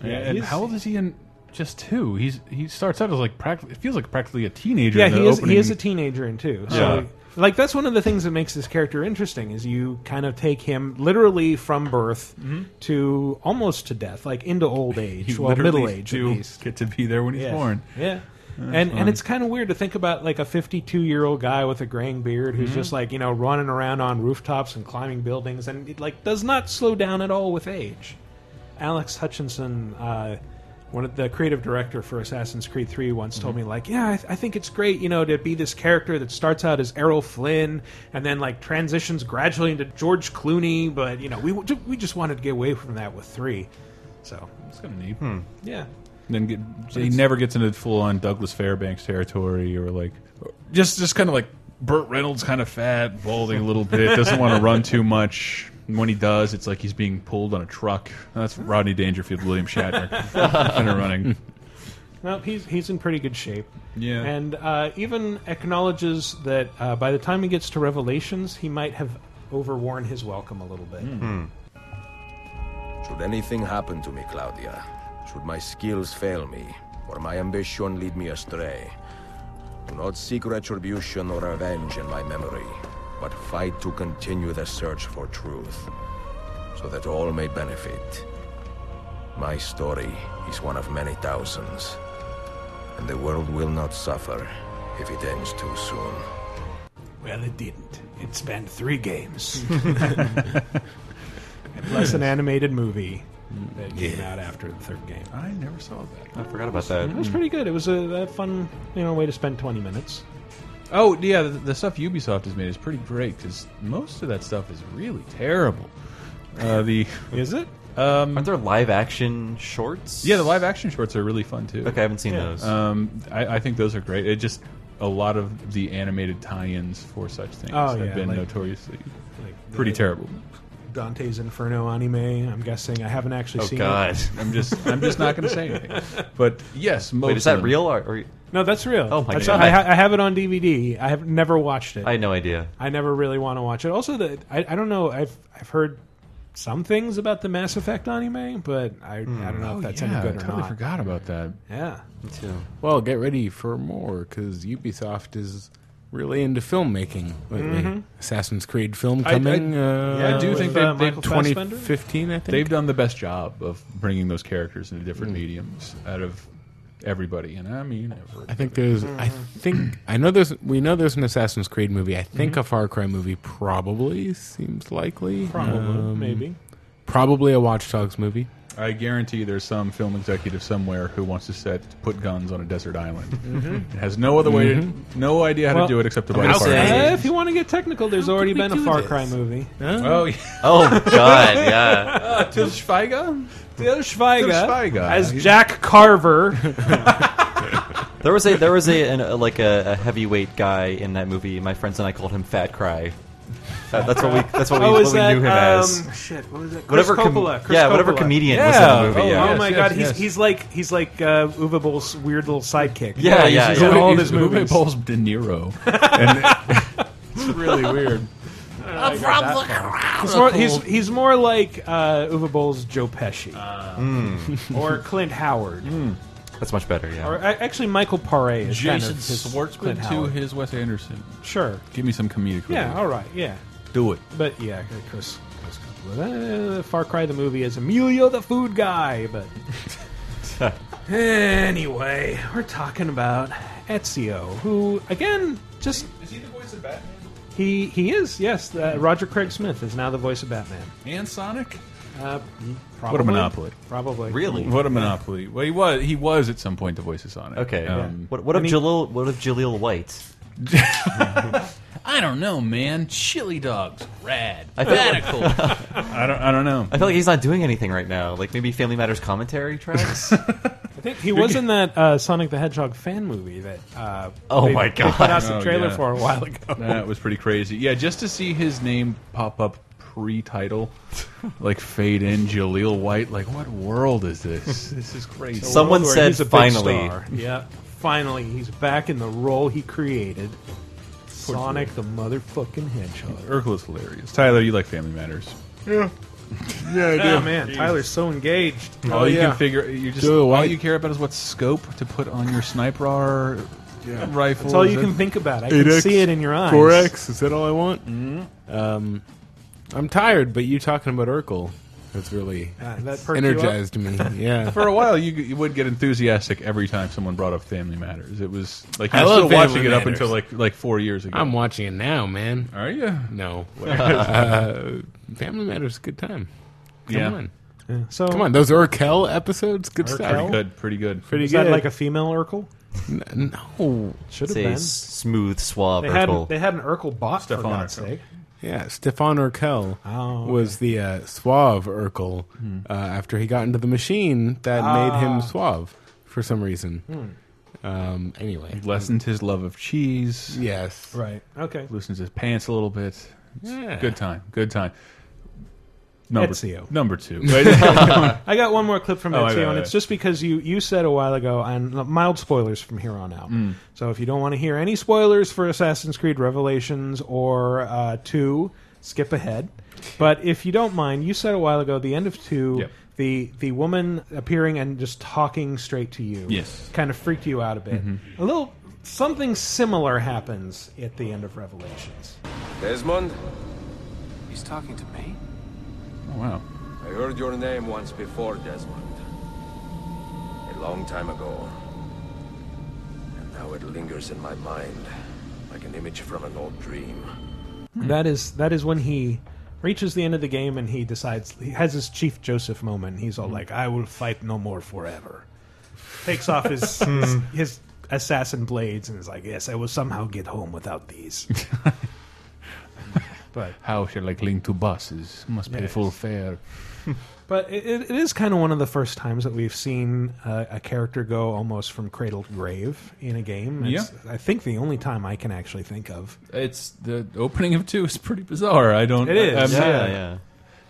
[SPEAKER 1] Yeah,
[SPEAKER 2] and
[SPEAKER 1] he's-
[SPEAKER 2] how old is he in just two? He's he starts out as like practically it feels like practically a teenager.
[SPEAKER 1] yeah
[SPEAKER 2] in the
[SPEAKER 1] he is,
[SPEAKER 2] opening.
[SPEAKER 1] he is a teenager in two so
[SPEAKER 2] Yeah.
[SPEAKER 1] like, like, that's one of the things that makes this character interesting is you kind of take him literally from birth
[SPEAKER 2] Mm-hmm.
[SPEAKER 1] to almost to death like into old age
[SPEAKER 2] You
[SPEAKER 1] well
[SPEAKER 2] literally
[SPEAKER 1] middle age at
[SPEAKER 2] do
[SPEAKER 1] least
[SPEAKER 2] get to be there when he's
[SPEAKER 1] yeah.
[SPEAKER 2] born.
[SPEAKER 1] yeah and and it's kind of weird to think about like a 52 year old guy with a graying beard who's just like you know running around on rooftops and climbing buildings and it like does not slow down at all with age Alex Hutchinson, uh, one of the creative director for Assassin's Creed Three, once told me like, yeah, I, th- I think it's great, you know, to be this character that starts out as Errol Flynn and then like transitions gradually into George Clooney, but you know, we w- ju- we just wanted to get away from that with three, so
[SPEAKER 2] It's kind of neat.
[SPEAKER 1] Hmm. yeah.
[SPEAKER 2] Then get, he never gets into full on Douglas Fairbanks territory or like just just kind of like Burt Reynolds kind of fat, balding a little bit, doesn't want to run too much. And when he does, it's like he's being pulled on a truck. That's Rodney Dangerfield, William Shatner, kind of running.
[SPEAKER 1] No, he's he's in pretty good shape.
[SPEAKER 2] Yeah.
[SPEAKER 1] and uh, even acknowledges that uh, by the time he gets to Revelations, he might have overworn his welcome a little bit.
[SPEAKER 4] Hmm.
[SPEAKER 8] Should anything happen to me, Claudia, should my skills fail me, or my ambition lead me astray, do not seek retribution or revenge in my memory, but fight to continue the search for truth, so that all may benefit. My story is one of many thousands, and the world will not suffer if it ends too soon.
[SPEAKER 1] Well, it didn't. It spanned three games. Plus an animated movie
[SPEAKER 4] Hmm.
[SPEAKER 1] that came out after the third game.
[SPEAKER 2] I never saw that.
[SPEAKER 4] I forgot about that.
[SPEAKER 1] It was pretty good. It was a, a fun, you know, way to spend twenty minutes.
[SPEAKER 2] Oh yeah, the, the stuff Ubisoft has made is pretty great because most of that stuff is really terrible. Uh, the
[SPEAKER 1] Is it?
[SPEAKER 4] Aren't there live action shorts?
[SPEAKER 2] yeah, the live action shorts are really fun too.
[SPEAKER 4] Okay, I haven't seen
[SPEAKER 1] Yeah.
[SPEAKER 4] those.
[SPEAKER 2] Um, I, I think those are great. It just a lot of the animated tie-ins for such things
[SPEAKER 1] Oh,
[SPEAKER 2] have
[SPEAKER 1] yeah,
[SPEAKER 2] been
[SPEAKER 1] like-
[SPEAKER 2] notoriously
[SPEAKER 1] Like the
[SPEAKER 2] pretty terrible.
[SPEAKER 1] Dante's Inferno anime. I'm guessing I haven't actually
[SPEAKER 4] Oh
[SPEAKER 1] seen
[SPEAKER 4] God.
[SPEAKER 1] it.
[SPEAKER 2] I'm just I'm just not going to say anything. But yes, most
[SPEAKER 4] Wait, is
[SPEAKER 2] of
[SPEAKER 4] that
[SPEAKER 2] them.
[SPEAKER 4] real? Or, or
[SPEAKER 1] No, that's real.
[SPEAKER 4] Oh, my
[SPEAKER 1] That's-
[SPEAKER 4] God.
[SPEAKER 1] I, ha- I have it on DVD. I have never watched it.
[SPEAKER 4] I had no idea.
[SPEAKER 1] I never really want to watch it. Also, that I, I don't know. I've I've heard some things about the Mass Effect anime, but I I don't know if that's
[SPEAKER 2] yeah,
[SPEAKER 1] any
[SPEAKER 2] I
[SPEAKER 1] good or
[SPEAKER 2] totally
[SPEAKER 1] not.
[SPEAKER 2] forgot about that.
[SPEAKER 1] Yeah.
[SPEAKER 3] Well, get ready for more because Ubisoft is really into filmmaking lately. Assassin's Creed film
[SPEAKER 2] Mm-hmm. I-
[SPEAKER 3] coming. uh,
[SPEAKER 2] I do
[SPEAKER 1] with,
[SPEAKER 2] think
[SPEAKER 1] uh,
[SPEAKER 2] they've, they've
[SPEAKER 1] Michael
[SPEAKER 2] twenty.
[SPEAKER 1] Fassbender?
[SPEAKER 3] 2015, I think.
[SPEAKER 2] They've done the best job of bringing those characters into different
[SPEAKER 1] Mm.
[SPEAKER 2] mediums out of everybody, and I mean, everybody.
[SPEAKER 3] I think there's. I
[SPEAKER 1] Mm-hmm.
[SPEAKER 3] think I know there's. We know there's an Assassin's Creed movie. I think
[SPEAKER 2] Mm-hmm.
[SPEAKER 3] a Far Cry movie probably seems likely.
[SPEAKER 1] Probably,
[SPEAKER 3] Um,
[SPEAKER 1] maybe.
[SPEAKER 3] Probably a Watch Dogs movie.
[SPEAKER 2] I guarantee there's some film executive somewhere who wants to set put guns on a desert island. It has no other way, to, no idea how
[SPEAKER 1] Mm-hmm. Well,
[SPEAKER 2] to do it except to
[SPEAKER 4] I'm
[SPEAKER 2] buy a
[SPEAKER 4] gonna
[SPEAKER 2] car.
[SPEAKER 4] say-
[SPEAKER 1] Uh, if you want to get technical, there's already
[SPEAKER 3] we
[SPEAKER 1] been a
[SPEAKER 3] do
[SPEAKER 1] Far
[SPEAKER 3] this?
[SPEAKER 1] Cry movie.
[SPEAKER 2] Oh, yeah.
[SPEAKER 4] Oh God, yeah.
[SPEAKER 2] Til Schweiger?
[SPEAKER 1] Till Schweiger,
[SPEAKER 2] Til Schweiger.
[SPEAKER 1] as Jack Carver.
[SPEAKER 4] There was a there was a an, a- like a, a heavyweight guy in that movie. My friends and I called him Fat Cry. That- that's what we that's what we,
[SPEAKER 1] oh,
[SPEAKER 4] what
[SPEAKER 1] is
[SPEAKER 4] we
[SPEAKER 1] that
[SPEAKER 4] knew him
[SPEAKER 1] um,
[SPEAKER 4] as.
[SPEAKER 1] shit? What was that? Chris
[SPEAKER 4] Whatever com-
[SPEAKER 1] Coppola. Chris
[SPEAKER 4] yeah, whatever
[SPEAKER 1] Coppola.
[SPEAKER 4] comedian
[SPEAKER 2] Yeah.
[SPEAKER 4] was in the movie.
[SPEAKER 2] Oh,
[SPEAKER 4] yeah.
[SPEAKER 1] Oh my
[SPEAKER 2] Yes,
[SPEAKER 1] god,
[SPEAKER 2] yes,
[SPEAKER 1] he's
[SPEAKER 2] yes.
[SPEAKER 1] he's like he's like uh, Uwe Boll's weird little sidekick.
[SPEAKER 4] Yeah, yeah,
[SPEAKER 2] he's
[SPEAKER 4] yeah.
[SPEAKER 2] in
[SPEAKER 1] all of
[SPEAKER 2] he's-
[SPEAKER 1] his movies.
[SPEAKER 2] Uwe Boll's De Niro. And it's really weird.
[SPEAKER 1] He's more, he's, he's more like uh, Uwe Boll's Joe Pesci,
[SPEAKER 2] Hmm.
[SPEAKER 1] or Clint Howard,
[SPEAKER 4] That's much better. Yeah.
[SPEAKER 1] or uh, actually Michael Paré is
[SPEAKER 2] Jason
[SPEAKER 1] kind of his Clint
[SPEAKER 2] Schwartzman to
[SPEAKER 1] Howard.
[SPEAKER 2] his Wes Anderson.
[SPEAKER 1] Sure,
[SPEAKER 2] Give me some comedic.
[SPEAKER 1] yeah,
[SPEAKER 2] relief.
[SPEAKER 1] all right, yeah,
[SPEAKER 2] do it.
[SPEAKER 1] but yeah, Chris, Chris Coppola. Uh, Far Cry the movie is Emilio the food guy, but anyway, we're talking about Ezio, who again just
[SPEAKER 2] Is he the voice of Batman
[SPEAKER 1] he he is yes, uh, Roger Craig Smith is now the voice of Batman.
[SPEAKER 2] and Sonic?
[SPEAKER 1] Uh, probably,
[SPEAKER 2] What a monopoly!
[SPEAKER 1] Probably
[SPEAKER 4] Really?
[SPEAKER 2] What a monopoly! Well, he was he was at some point the voice of Sonic.
[SPEAKER 4] Okay.
[SPEAKER 2] Um,
[SPEAKER 4] what what if
[SPEAKER 1] and he-
[SPEAKER 4] Jalil what if Jaleel White?
[SPEAKER 2] I don't know, man. Chili dogs, rad,
[SPEAKER 4] I feel like-
[SPEAKER 2] radical. I don't. I don't know.
[SPEAKER 4] I feel like he's not doing anything right now. Like maybe Family Matters commentary tracks.
[SPEAKER 1] I think he was in that uh, Sonic the Hedgehog fan movie that. Uh,
[SPEAKER 4] Oh
[SPEAKER 1] they-
[SPEAKER 4] my
[SPEAKER 1] They put
[SPEAKER 4] God.
[SPEAKER 1] out the
[SPEAKER 2] Oh,
[SPEAKER 1] trailer
[SPEAKER 2] yeah.
[SPEAKER 1] for a while ago.
[SPEAKER 2] That was pretty crazy. Yeah, just to see his name pop up pre-title, like fade in Jaleel White. Like, what world is this? This is crazy.
[SPEAKER 4] So- Someone
[SPEAKER 1] Where
[SPEAKER 4] said
[SPEAKER 1] he's a big
[SPEAKER 4] finally.
[SPEAKER 1] star. Yeah, finally he's back in the role he created. Sonic the motherfucking Hedgehog.
[SPEAKER 2] Urkela's hilarious. Tyler, you like Family Matters.
[SPEAKER 3] Ah,
[SPEAKER 1] Oh man, Tyler's so engaged.
[SPEAKER 2] all you
[SPEAKER 3] Oh, yeah.
[SPEAKER 2] can figure, you just
[SPEAKER 3] Jaleel
[SPEAKER 2] all
[SPEAKER 3] White.
[SPEAKER 2] you care about is what scope to put on your sniper rifle.
[SPEAKER 1] That's all
[SPEAKER 2] Oh,
[SPEAKER 1] you
[SPEAKER 2] Is
[SPEAKER 1] can
[SPEAKER 2] it-
[SPEAKER 1] think about. I can see it in your eyes.
[SPEAKER 3] 4X, is that all I want? Um, I'm tired, but you talking about Urkel has really
[SPEAKER 1] Uh, that perked you up?
[SPEAKER 3] energized me. Yeah.
[SPEAKER 2] for a while, you, you would get enthusiastic every time someone brought up Family Matters. It was like you
[SPEAKER 3] I
[SPEAKER 2] were
[SPEAKER 3] love
[SPEAKER 2] still
[SPEAKER 3] Family
[SPEAKER 2] watching it up
[SPEAKER 3] Matters.
[SPEAKER 2] until like like four years ago.
[SPEAKER 3] I'm watching it now, man.
[SPEAKER 2] Are you?
[SPEAKER 3] No. uh, Family Matters is a good time. Come
[SPEAKER 2] Yeah.
[SPEAKER 3] on.
[SPEAKER 1] Yeah, So
[SPEAKER 3] Come on. Those Urkel episodes, good
[SPEAKER 2] Pretty
[SPEAKER 3] stuff.
[SPEAKER 2] good. Pretty good.
[SPEAKER 1] is that like a female Urkel?
[SPEAKER 3] N- No.
[SPEAKER 1] Should
[SPEAKER 4] It's
[SPEAKER 1] have
[SPEAKER 4] a
[SPEAKER 1] been.
[SPEAKER 4] s- smooth, suave
[SPEAKER 1] They
[SPEAKER 4] Urkel.
[SPEAKER 1] had they had an Urkel bot for
[SPEAKER 2] Stefan
[SPEAKER 1] God's
[SPEAKER 2] Urkel.
[SPEAKER 1] sake.
[SPEAKER 3] Yeah, Stefan Urkel
[SPEAKER 1] Oh, okay. Hmm.
[SPEAKER 3] was the uh, suave Urkel uh, after he got into the machine that made
[SPEAKER 1] Ah.
[SPEAKER 3] him suave for some reason.
[SPEAKER 1] Hmm.
[SPEAKER 3] Um, anyway,
[SPEAKER 2] Lessened his love of cheese.
[SPEAKER 3] yes,
[SPEAKER 1] Right. Okay.
[SPEAKER 2] Loosens his pants a little bit. It's
[SPEAKER 3] Yeah.
[SPEAKER 2] Good time. Good time. Number
[SPEAKER 1] Ezio.
[SPEAKER 2] Number two.
[SPEAKER 1] I got one more clip from
[SPEAKER 2] Oh,
[SPEAKER 1] Ezio,
[SPEAKER 2] I know,
[SPEAKER 1] and
[SPEAKER 2] I
[SPEAKER 1] it's
[SPEAKER 2] know.
[SPEAKER 1] just because you, you said a while ago, and mild spoilers from here on out.
[SPEAKER 2] Mm.
[SPEAKER 1] So if you don't want to hear any spoilers for Assassin's Creed Revelations or uh, 2, skip ahead. But if you don't mind, you said a while ago, the end of 2,
[SPEAKER 2] Yep.
[SPEAKER 1] the, the woman appearing and just talking straight to you
[SPEAKER 2] Yes. Mm-hmm.
[SPEAKER 1] kind of freaked you out a bit. A little something similar happens at the end of Revelations.
[SPEAKER 8] Desmond,
[SPEAKER 9] He's talking to me?
[SPEAKER 2] Oh, wow.
[SPEAKER 8] I heard your name once before, Desmond. A long time ago. And now it lingers in my mind, like an image from an old dream.
[SPEAKER 1] That is that is when he reaches the end of the game and he decides he has his Chief Joseph moment. He's all like, "I will fight no more forever." Takes off his his, his assassin blades and is like, "Yes, I will somehow get home without these." but
[SPEAKER 2] How shall I cling to buses? Must pay
[SPEAKER 1] Yes.
[SPEAKER 2] full fare.
[SPEAKER 1] but it, it is kind of one of the first times that we've seen a, a character go almost from cradle to grave in a game. It's, I think the only time I can actually think of.
[SPEAKER 2] It's the opening of two is pretty bizarre. I don't.
[SPEAKER 1] It is.
[SPEAKER 2] I'm
[SPEAKER 4] yeah,
[SPEAKER 2] not-
[SPEAKER 4] yeah.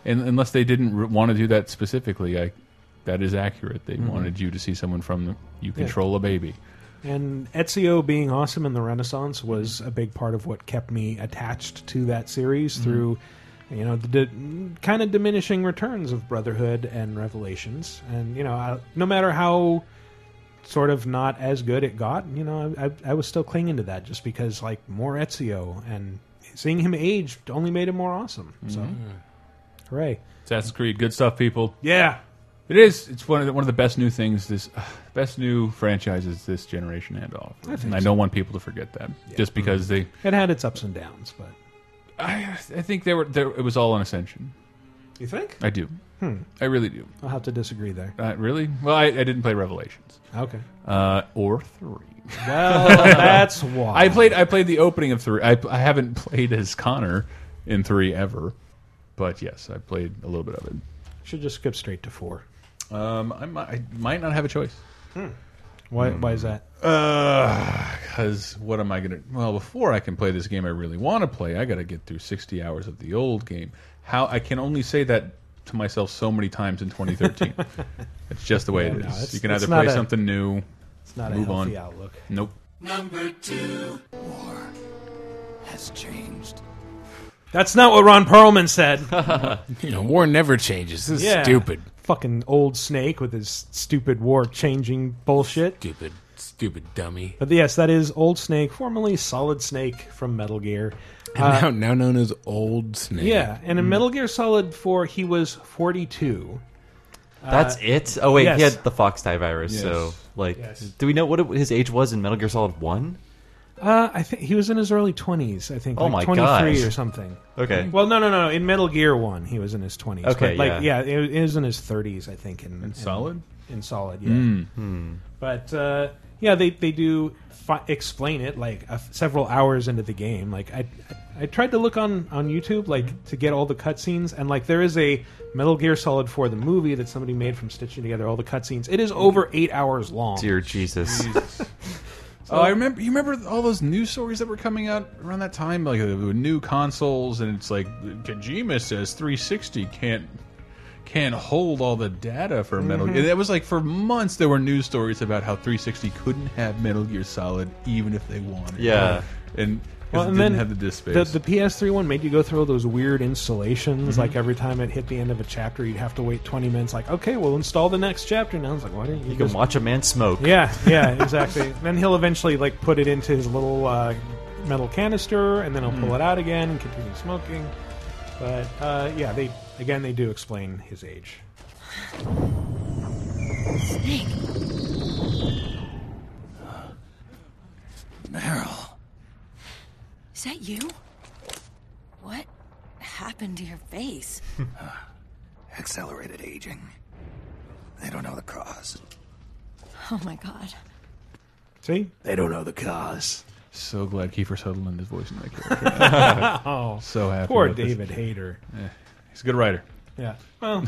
[SPEAKER 2] and unless they didn't r want to do that specifically, I, that is accurate. They
[SPEAKER 1] Mm-hmm.
[SPEAKER 2] wanted you to see someone from the, you control a baby.
[SPEAKER 1] And Ezio being awesome in the Renaissance was a big part of what kept me attached to that series through, you know, the di- kind of diminishing returns of Brotherhood and Revelations. And you know, I, no matter how sort of not as good it got, you know, I, I, I was still clinging to that just because like more Ezio and seeing him age only made him more awesome. So, hooray!
[SPEAKER 2] Assassin's Creed, good stuff, people.
[SPEAKER 1] Mm-hmm. Yeah,
[SPEAKER 2] It is. It's one of the, one of the best new things. This uh, best new franchises this generation had to offer, and I don't want people to forget that. Just because they,
[SPEAKER 1] it had its ups and downs, but
[SPEAKER 2] I, I think they were. There, it was all an ascension.
[SPEAKER 1] you think
[SPEAKER 2] I do. I really do.
[SPEAKER 1] I'll have to disagree there.
[SPEAKER 2] Uh, really? Well, I, I didn't play Revelations
[SPEAKER 1] Okay.
[SPEAKER 2] uh, or three.
[SPEAKER 1] Well, that's why.
[SPEAKER 2] I played. I played the opening of three. I, I haven't played as Connor in three ever, but yes, I played a little bit of it.
[SPEAKER 1] should just skip straight to four.
[SPEAKER 2] Um, I, might, I might not have a choice
[SPEAKER 1] Why? Why is that?
[SPEAKER 2] because Uh, what am I gonna? Well, before I can play this game, I really want to play. I got to get through sixty hours of the old game. How I can only say that to myself so many times in 2013. it's just the way it
[SPEAKER 1] no,
[SPEAKER 2] is.
[SPEAKER 1] it's-
[SPEAKER 2] you can
[SPEAKER 1] it's
[SPEAKER 2] either
[SPEAKER 1] not
[SPEAKER 2] play
[SPEAKER 1] a-
[SPEAKER 2] something new,
[SPEAKER 1] It's not
[SPEAKER 2] move
[SPEAKER 1] a
[SPEAKER 2] on.
[SPEAKER 1] healthy outlook.
[SPEAKER 2] Nope.
[SPEAKER 9] Has changed.
[SPEAKER 1] That's not what Ron Perlman said.
[SPEAKER 3] You know, war never changes. This is
[SPEAKER 1] Yeah.
[SPEAKER 3] stupid.
[SPEAKER 1] Fucking old snake with his stupid war changing bullshit.
[SPEAKER 3] Stupid, stupid dummy.
[SPEAKER 1] But yes, that is Old Snake, formerly Solid Snake from Metal Gear.
[SPEAKER 3] And now, now known as Old Snake.
[SPEAKER 1] Uh, Yeah, and in Metal Gear Solid 4, he was 42.
[SPEAKER 4] That's it. Oh wait, he
[SPEAKER 1] yes.
[SPEAKER 4] had the fox tie virus. So
[SPEAKER 2] Yes.
[SPEAKER 4] like, do we know what it, his age was in Metal Gear Solid One?
[SPEAKER 1] Uh, I think he was in his early 20s, I think.
[SPEAKER 4] Oh
[SPEAKER 1] like
[SPEAKER 4] my
[SPEAKER 1] 23
[SPEAKER 4] gosh.
[SPEAKER 1] or something.
[SPEAKER 4] Okay.
[SPEAKER 1] Well, no, no, no. In Metal Gear 1, he was in his 20s.
[SPEAKER 4] Okay,
[SPEAKER 1] but, like,
[SPEAKER 4] yeah.
[SPEAKER 1] yeah. it he was in his 30s, I think. In, in
[SPEAKER 2] Solid?
[SPEAKER 1] in solid yeah but uh, yeah they, they do fi- explain it like a f several hours into the game like i i tried to look on on youtube like to get all the cutscenes and like there is a metal gear solid 4 the movie that somebody made from stitching together all the cutscenes it is over eight hours long
[SPEAKER 4] Dear Jesus.
[SPEAKER 2] Oh, I remember. You remember all those news stories that were coming out around that time, like uh, new consoles, and it's like Kojima says 360 can't can't hold all the data for Metal. Gear. That was like for months there were news stories about how 360 couldn't have Metal Gear Solid even if they wanted.
[SPEAKER 4] Yeah.
[SPEAKER 2] and 'cause
[SPEAKER 1] Well,
[SPEAKER 2] it
[SPEAKER 1] and
[SPEAKER 2] didn't
[SPEAKER 1] then
[SPEAKER 2] have the disc space.
[SPEAKER 1] The, the PS3 one made you go through all those weird installations. Like every time it hit the end of a chapter, you'd have to wait 20 minutes. Like, okay, we'll install the next chapter. Now it's like, why didn't you,
[SPEAKER 4] You can
[SPEAKER 1] just
[SPEAKER 4] watch a man smoke.
[SPEAKER 1] Yeah, yeah, exactly. then he'll eventually like put it into his little uh, metal canister, and then he'll pull it out again and continue smoking. But uh, yeah, they again they do explain his age.
[SPEAKER 5] Snake.
[SPEAKER 9] Meryl.
[SPEAKER 5] Is that you? What happened to your face?
[SPEAKER 9] Accelerated aging. They don't know the cause.
[SPEAKER 5] Oh my god.
[SPEAKER 1] See,
[SPEAKER 9] They don't know the cause.
[SPEAKER 2] so glad Kiefer Sutherland is voicing that character. oh, so happy.
[SPEAKER 1] poor
[SPEAKER 2] about this.
[SPEAKER 1] David Hayter.
[SPEAKER 2] He's a good writer.
[SPEAKER 1] Yeah. Well,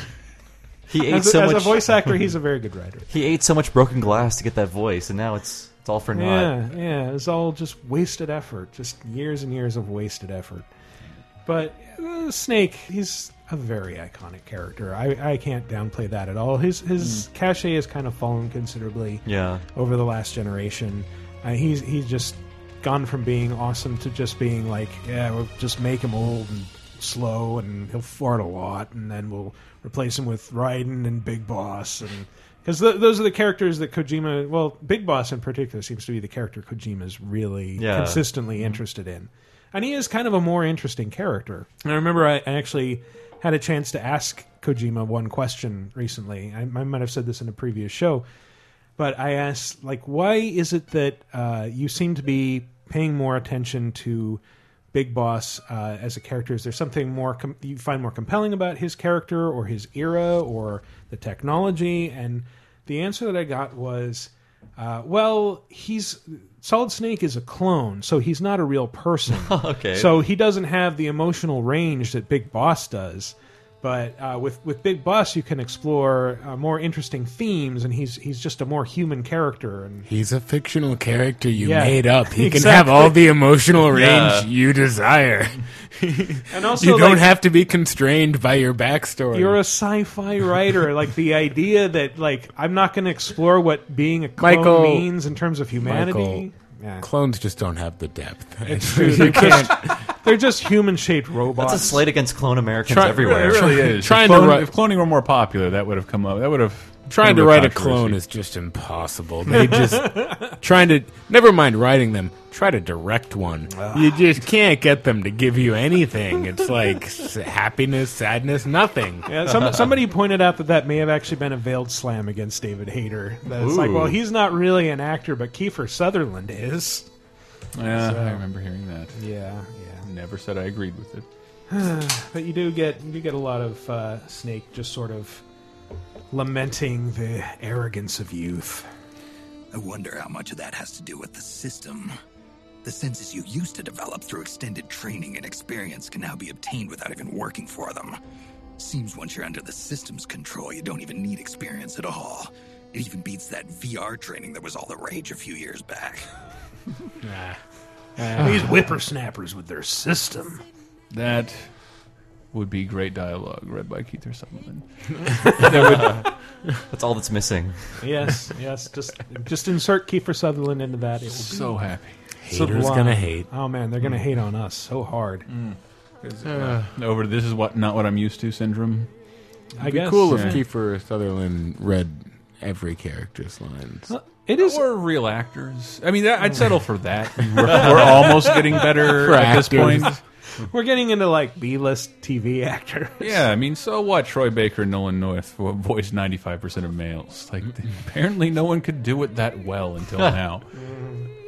[SPEAKER 4] He ate
[SPEAKER 1] as, a,
[SPEAKER 4] so
[SPEAKER 1] as a
[SPEAKER 4] much.
[SPEAKER 1] voice actor, he's a very good writer.
[SPEAKER 4] He ate so much broken glass to get that voice, and now it's it's all for naught.
[SPEAKER 1] Yeah, yeah. It's all just wasted effort. Just years and years of wasted effort. But uh, Snake, he's a very iconic character. I, I can't downplay that at all. His
[SPEAKER 4] Hmm.
[SPEAKER 1] his cachet has kind of fallen considerably
[SPEAKER 4] Yeah.
[SPEAKER 1] over the last generation. Uh, he's he's just gone from being awesome to just being like, yeah, we'll just make him old and slow, and he'll fart a lot, and then we'll replace him with Raiden and Big Boss, and because th- those are the characters that Kojima, well, Big Boss in particular, seems to be the character Kojima's really
[SPEAKER 4] Yeah.
[SPEAKER 1] consistently interested in, and he is kind of a more interesting character. And I remember I, I actually had a chance to ask Kojima one question recently. I, I might have said this in a previous show but I asked, like, why is it that uh, you seem to be paying more attention to Big Boss uh, as a character? Is there something more com- you find more compelling about his character or his era or the technology? And the answer that I got was, uh, well, he's Solid Snake is a clone, so he's not a real person.
[SPEAKER 4] Okay.
[SPEAKER 1] So he doesn't have the emotional range that Big Boss does. But uh, with with Big Bus, you can explore uh, more interesting themes, and he's he's just a more human character. And
[SPEAKER 3] He's a fictional character you
[SPEAKER 1] Yeah.
[SPEAKER 3] made up. He can
[SPEAKER 1] Exactly.
[SPEAKER 3] have all the emotional range
[SPEAKER 4] Yeah.
[SPEAKER 3] you desire.
[SPEAKER 1] and also
[SPEAKER 3] you don't
[SPEAKER 1] like,
[SPEAKER 3] have to be constrained by your backstory.
[SPEAKER 1] You're a sci-fi writer. like the idea that like I'm not going to explore what being a clone
[SPEAKER 3] Michael-
[SPEAKER 1] means in terms of humanity.
[SPEAKER 3] Michael,
[SPEAKER 1] Yeah.
[SPEAKER 3] Clones just don't have the depth.
[SPEAKER 1] Dude, they're, just, they're just human-shaped robots.
[SPEAKER 4] That's a slate against clone Americans
[SPEAKER 2] Try-
[SPEAKER 4] everywhere.
[SPEAKER 2] It really is.
[SPEAKER 3] Trying
[SPEAKER 2] If
[SPEAKER 3] to
[SPEAKER 2] clone-
[SPEAKER 3] write-
[SPEAKER 2] if cloning were more popular, that would have come up. That would have
[SPEAKER 3] trying to
[SPEAKER 2] been
[SPEAKER 3] write a
[SPEAKER 2] controversy.
[SPEAKER 3] clone is just impossible. They just trying to never mind writing them. Try to direct one. You just can't get them to give you anything. It's like s- happiness, sadness, nothing.
[SPEAKER 1] Yeah, some, somebody pointed out that that may have actually been a veiled slam against David Hayter. That it's like, well, he's not really an actor, but Kiefer Sutherland is.
[SPEAKER 2] Yeah, I remember hearing that.
[SPEAKER 1] Yeah, yeah.
[SPEAKER 2] Never said I agreed with it.
[SPEAKER 1] But you do get you do get a lot of uh, Snake just sort of lamenting the arrogance of youth.
[SPEAKER 10] I wonder how much of that has to do with the system. The senses you used to develop through extended training and experience can now be obtained without even working for them. Seems once you're under the system's control, you don't even need experience at all. It even beats that VR training that was all the rage a few years back.
[SPEAKER 1] These whippersnappers with their system.
[SPEAKER 2] That would be great dialogue read by Keith or Sutherland. That would-
[SPEAKER 4] That's all that's missing.
[SPEAKER 1] Yes, yes. Just just insert Kiefer Sutherland into that. It will be
[SPEAKER 2] so happy.
[SPEAKER 3] Haters
[SPEAKER 1] sublime.
[SPEAKER 3] gonna hate.
[SPEAKER 1] Oh man, they're gonna hate on us so hard.
[SPEAKER 2] Over to this is what not what I'm used to syndrome.
[SPEAKER 1] I
[SPEAKER 3] It'd
[SPEAKER 1] guess
[SPEAKER 3] be cool if
[SPEAKER 2] yeah.
[SPEAKER 3] Kiefer Sutherland read every character's lines.
[SPEAKER 1] it is.
[SPEAKER 2] Or real actors. I mean, that, I'd settle for that. We're, we're almost getting better
[SPEAKER 3] For
[SPEAKER 2] at this
[SPEAKER 3] actors.
[SPEAKER 2] point.
[SPEAKER 1] We're getting into like B-list TV actors.
[SPEAKER 2] Yeah, I mean, so what? Troy Baker and Nolan North vo- voiced 95% of males. Like, apparently no one could do it that well until now.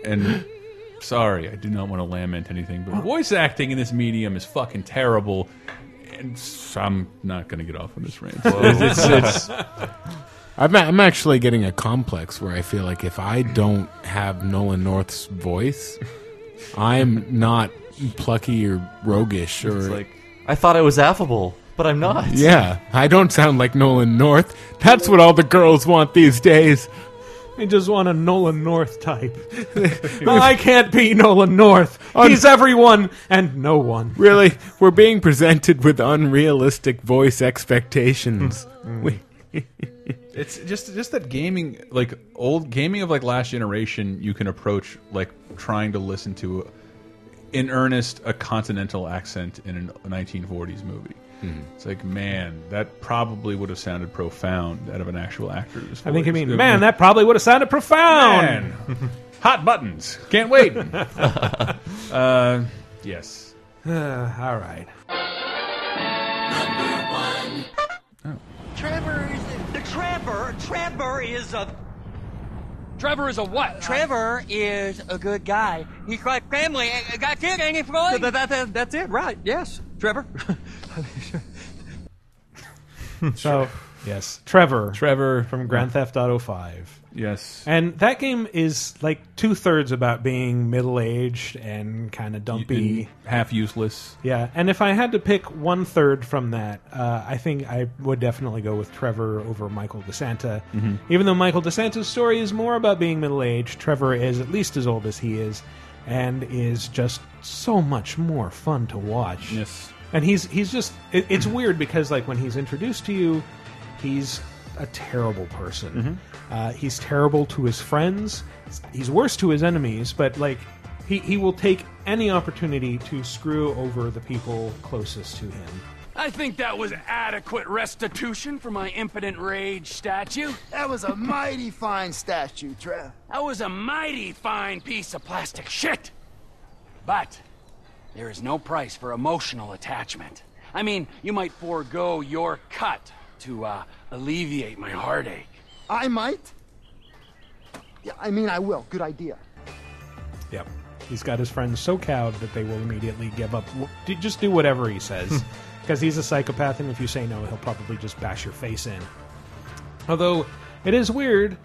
[SPEAKER 2] And sorry, I do not want to lament anything, but voice acting in this medium is fucking terrible. And s- I'm not going to get off on this rant. It's- it's- it's-
[SPEAKER 3] I'm, a- I'm actually getting a complex where I feel like if I don't have Nolan North's voice, I'm not plucky or roguish or
[SPEAKER 2] it's like,
[SPEAKER 4] I thought I was affable, but I'm not.
[SPEAKER 3] Yeah, I don't sound like Nolan North. That's what all the girls want these days.
[SPEAKER 1] I just want a Nolan North type. No, I can't be Nolan North. He's everyone and no one.
[SPEAKER 3] Really, we're being presented with unrealistic voice expectations.
[SPEAKER 11] Mm-hmm.
[SPEAKER 3] We-
[SPEAKER 2] It's just just that gaming, like old gaming of like last generation, you can approach like trying to listen to, in earnest, a continental accent in a 1940s movie. It's like, man, that probably would have sounded profound out of an actual actor's.
[SPEAKER 1] I think you
[SPEAKER 2] voice.
[SPEAKER 1] mean, man, that probably would have sounded profound.
[SPEAKER 2] Man. hot buttons. Can't wait. uh, yes.
[SPEAKER 1] Uh, all right.
[SPEAKER 10] Trevor is. Trevor! Trevor is a.
[SPEAKER 11] Trevor is a what?
[SPEAKER 10] Trevor is a good guy. He's like family. That's it, ain't it, Floyd?
[SPEAKER 11] that's it, right? Yes, Trevor.
[SPEAKER 1] So, yes, Trevor
[SPEAKER 2] Trevor
[SPEAKER 1] from Grand Theft Auto 5.
[SPEAKER 2] Yes.
[SPEAKER 1] And that game is like two thirds about being middle aged and kind of dumpy.
[SPEAKER 2] half useless.
[SPEAKER 1] Yeah, and if I had to pick one third from that, uh, I think I would definitely go with Trevor over Michael DeSanta. Even though Michael DeSanta's story is more about being middle aged, Trevor is at least as old as he is, and is just so much more fun to watch.
[SPEAKER 2] Yes.
[SPEAKER 1] And he's he's just it, it's weird because like when he's introduced to you, he's a terrible person. Uh, he's terrible to his friends. He's worse to his enemies. But like he he will take any opportunity to screw over the people closest to him.
[SPEAKER 11] I think that was adequate restitution for my impotent rage statue.
[SPEAKER 10] That was a mighty fine statue, Trev.
[SPEAKER 11] That was a mighty fine piece of plastic shit. But there is no price for emotional attachment. I mean, you might forego your cut to uh, alleviate my heartache.
[SPEAKER 10] I might. Yeah, I mean, I will. Good idea.
[SPEAKER 1] Yep. He's got his friends so cowed that they will immediately give up. Do- Just do whatever he says.
[SPEAKER 2] Hmm.
[SPEAKER 1] Because he's a psychopath, and if you say no, he'll probably just bash your face in. Although, it is weird.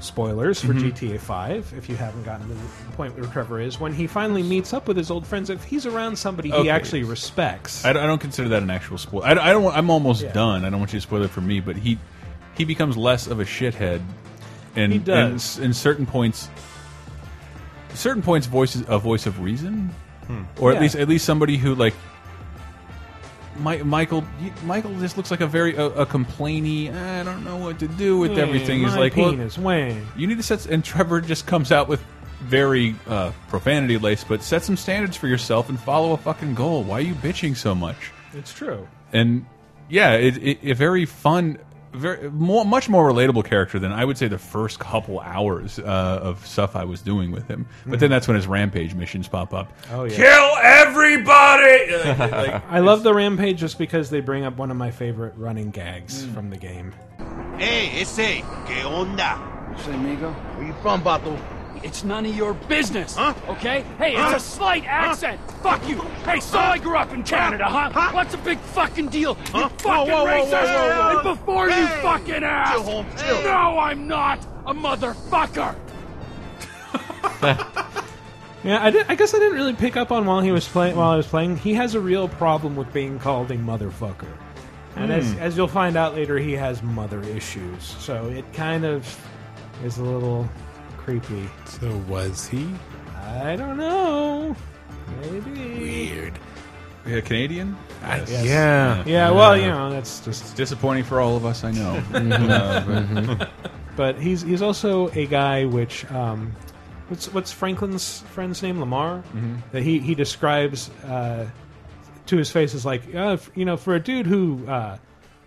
[SPEAKER 1] spoilers
[SPEAKER 2] Mm-hmm.
[SPEAKER 1] for
[SPEAKER 12] Mhm.
[SPEAKER 1] GTA 5 if you haven't gotten to the point where Trevor is when he finally meets up with his old friends if he's around somebody
[SPEAKER 2] Okay.
[SPEAKER 1] he actually respects
[SPEAKER 2] I, I don't consider that an actual spoil. I, I don't. want- I'm almost
[SPEAKER 1] Yeah.
[SPEAKER 2] done. I don't want you to spoil it for me, but he he becomes less of a shithead, and
[SPEAKER 1] He does.
[SPEAKER 2] and s- in certain points, certain points, voices a voice of reason,
[SPEAKER 12] Hmm.
[SPEAKER 2] or at
[SPEAKER 12] Yeah.
[SPEAKER 2] least at least somebody who like. Mi Michael, you- Michael just looks like a very a, a complainy. I don't know what to do with
[SPEAKER 1] Yeah,
[SPEAKER 2] everything. He's
[SPEAKER 1] Hmm, my
[SPEAKER 2] like,
[SPEAKER 1] penis,
[SPEAKER 2] well, you need to set. And Trevor just comes out with very uh, profanity laced, but set some standards for yourself and follow a fucking goal. Why are you bitching so much?
[SPEAKER 1] it's true
[SPEAKER 2] and yeah, it, it, a very fun, very more, much more relatable character than I would say the first couple hours uh, of stuff I was doing with him. But then
[SPEAKER 1] Mhm.
[SPEAKER 2] that's when his rampage missions pop up.
[SPEAKER 1] Oh yeah.
[SPEAKER 2] Kill everybody! Like-
[SPEAKER 1] I love the rampage just because they bring up one of my favorite running gags
[SPEAKER 2] Hmm.
[SPEAKER 13] Mm.
[SPEAKER 1] from the game.
[SPEAKER 13] Hey, ese, ¿qué onda?
[SPEAKER 11] Say, amigo.
[SPEAKER 13] Where you from, Bato?
[SPEAKER 11] It's none of your business, huh? Okay? Hey, it's a slight accent. Fuck you. Hey, so I grew up in Canada, huh? What's the big fucking deal? You fucking
[SPEAKER 13] Whoa, whoa, whoa,
[SPEAKER 11] racist!
[SPEAKER 13] whoa, whoa, whoa.
[SPEAKER 11] And before you
[SPEAKER 13] Hey,
[SPEAKER 11] fucking ask,
[SPEAKER 13] chill, home, chill.
[SPEAKER 11] no, I'm not a motherfucker.
[SPEAKER 1] Yeah, I, did, I guess I didn't really pick up on while he was playing. While I was playing, he has a real problem with being called a motherfucker, and as,
[SPEAKER 12] Hmm.
[SPEAKER 1] as you'll find out later, he has mother issues. So it kind of is a little creepy.
[SPEAKER 3] So was he?
[SPEAKER 1] I don't know. Maybe weird.
[SPEAKER 2] Yeah, Canadian?
[SPEAKER 1] Yes. Yeah. Yeah, well, you know, that's just
[SPEAKER 2] It's disappointing for all of us, I know.
[SPEAKER 1] Mhm.
[SPEAKER 2] Uh, but-
[SPEAKER 1] Mhm. but he's he's also a guy which um, what's what's Franklin's friend's name Lamar
[SPEAKER 12] Mhm.
[SPEAKER 1] that he he describes uh, to his face is like uh, f- you know for a dude who uh,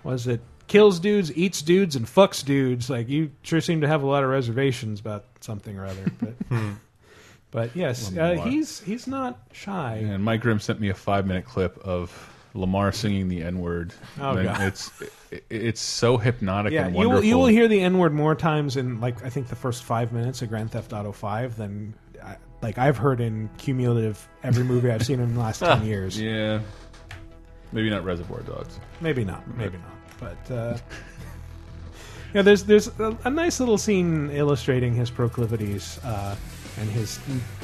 [SPEAKER 1] was it kills dudes eats dudes and fucks dudes like you sure seem to have a lot of reservations about something or other but but yes uh,
[SPEAKER 2] Lamar.
[SPEAKER 1] he's he's not shy
[SPEAKER 2] And Mike Grimm sent me a five minute clip of Lamar singing the N word.
[SPEAKER 1] Oh, God.
[SPEAKER 2] It's it, it's so hypnotic
[SPEAKER 1] yeah
[SPEAKER 2] and
[SPEAKER 1] you
[SPEAKER 2] wonderful.
[SPEAKER 1] will, you will hear the n word more times in like I think the first five minutes of Grand Theft Auto Five than I, like I've heard in cumulative every movie I've seen in the last ten years.
[SPEAKER 2] Yeah. Maybe not Reservoir Dogs.
[SPEAKER 1] Maybe not. Maybe not. But uh, yeah, there's there's a, a nice little scene illustrating his proclivities uh, and his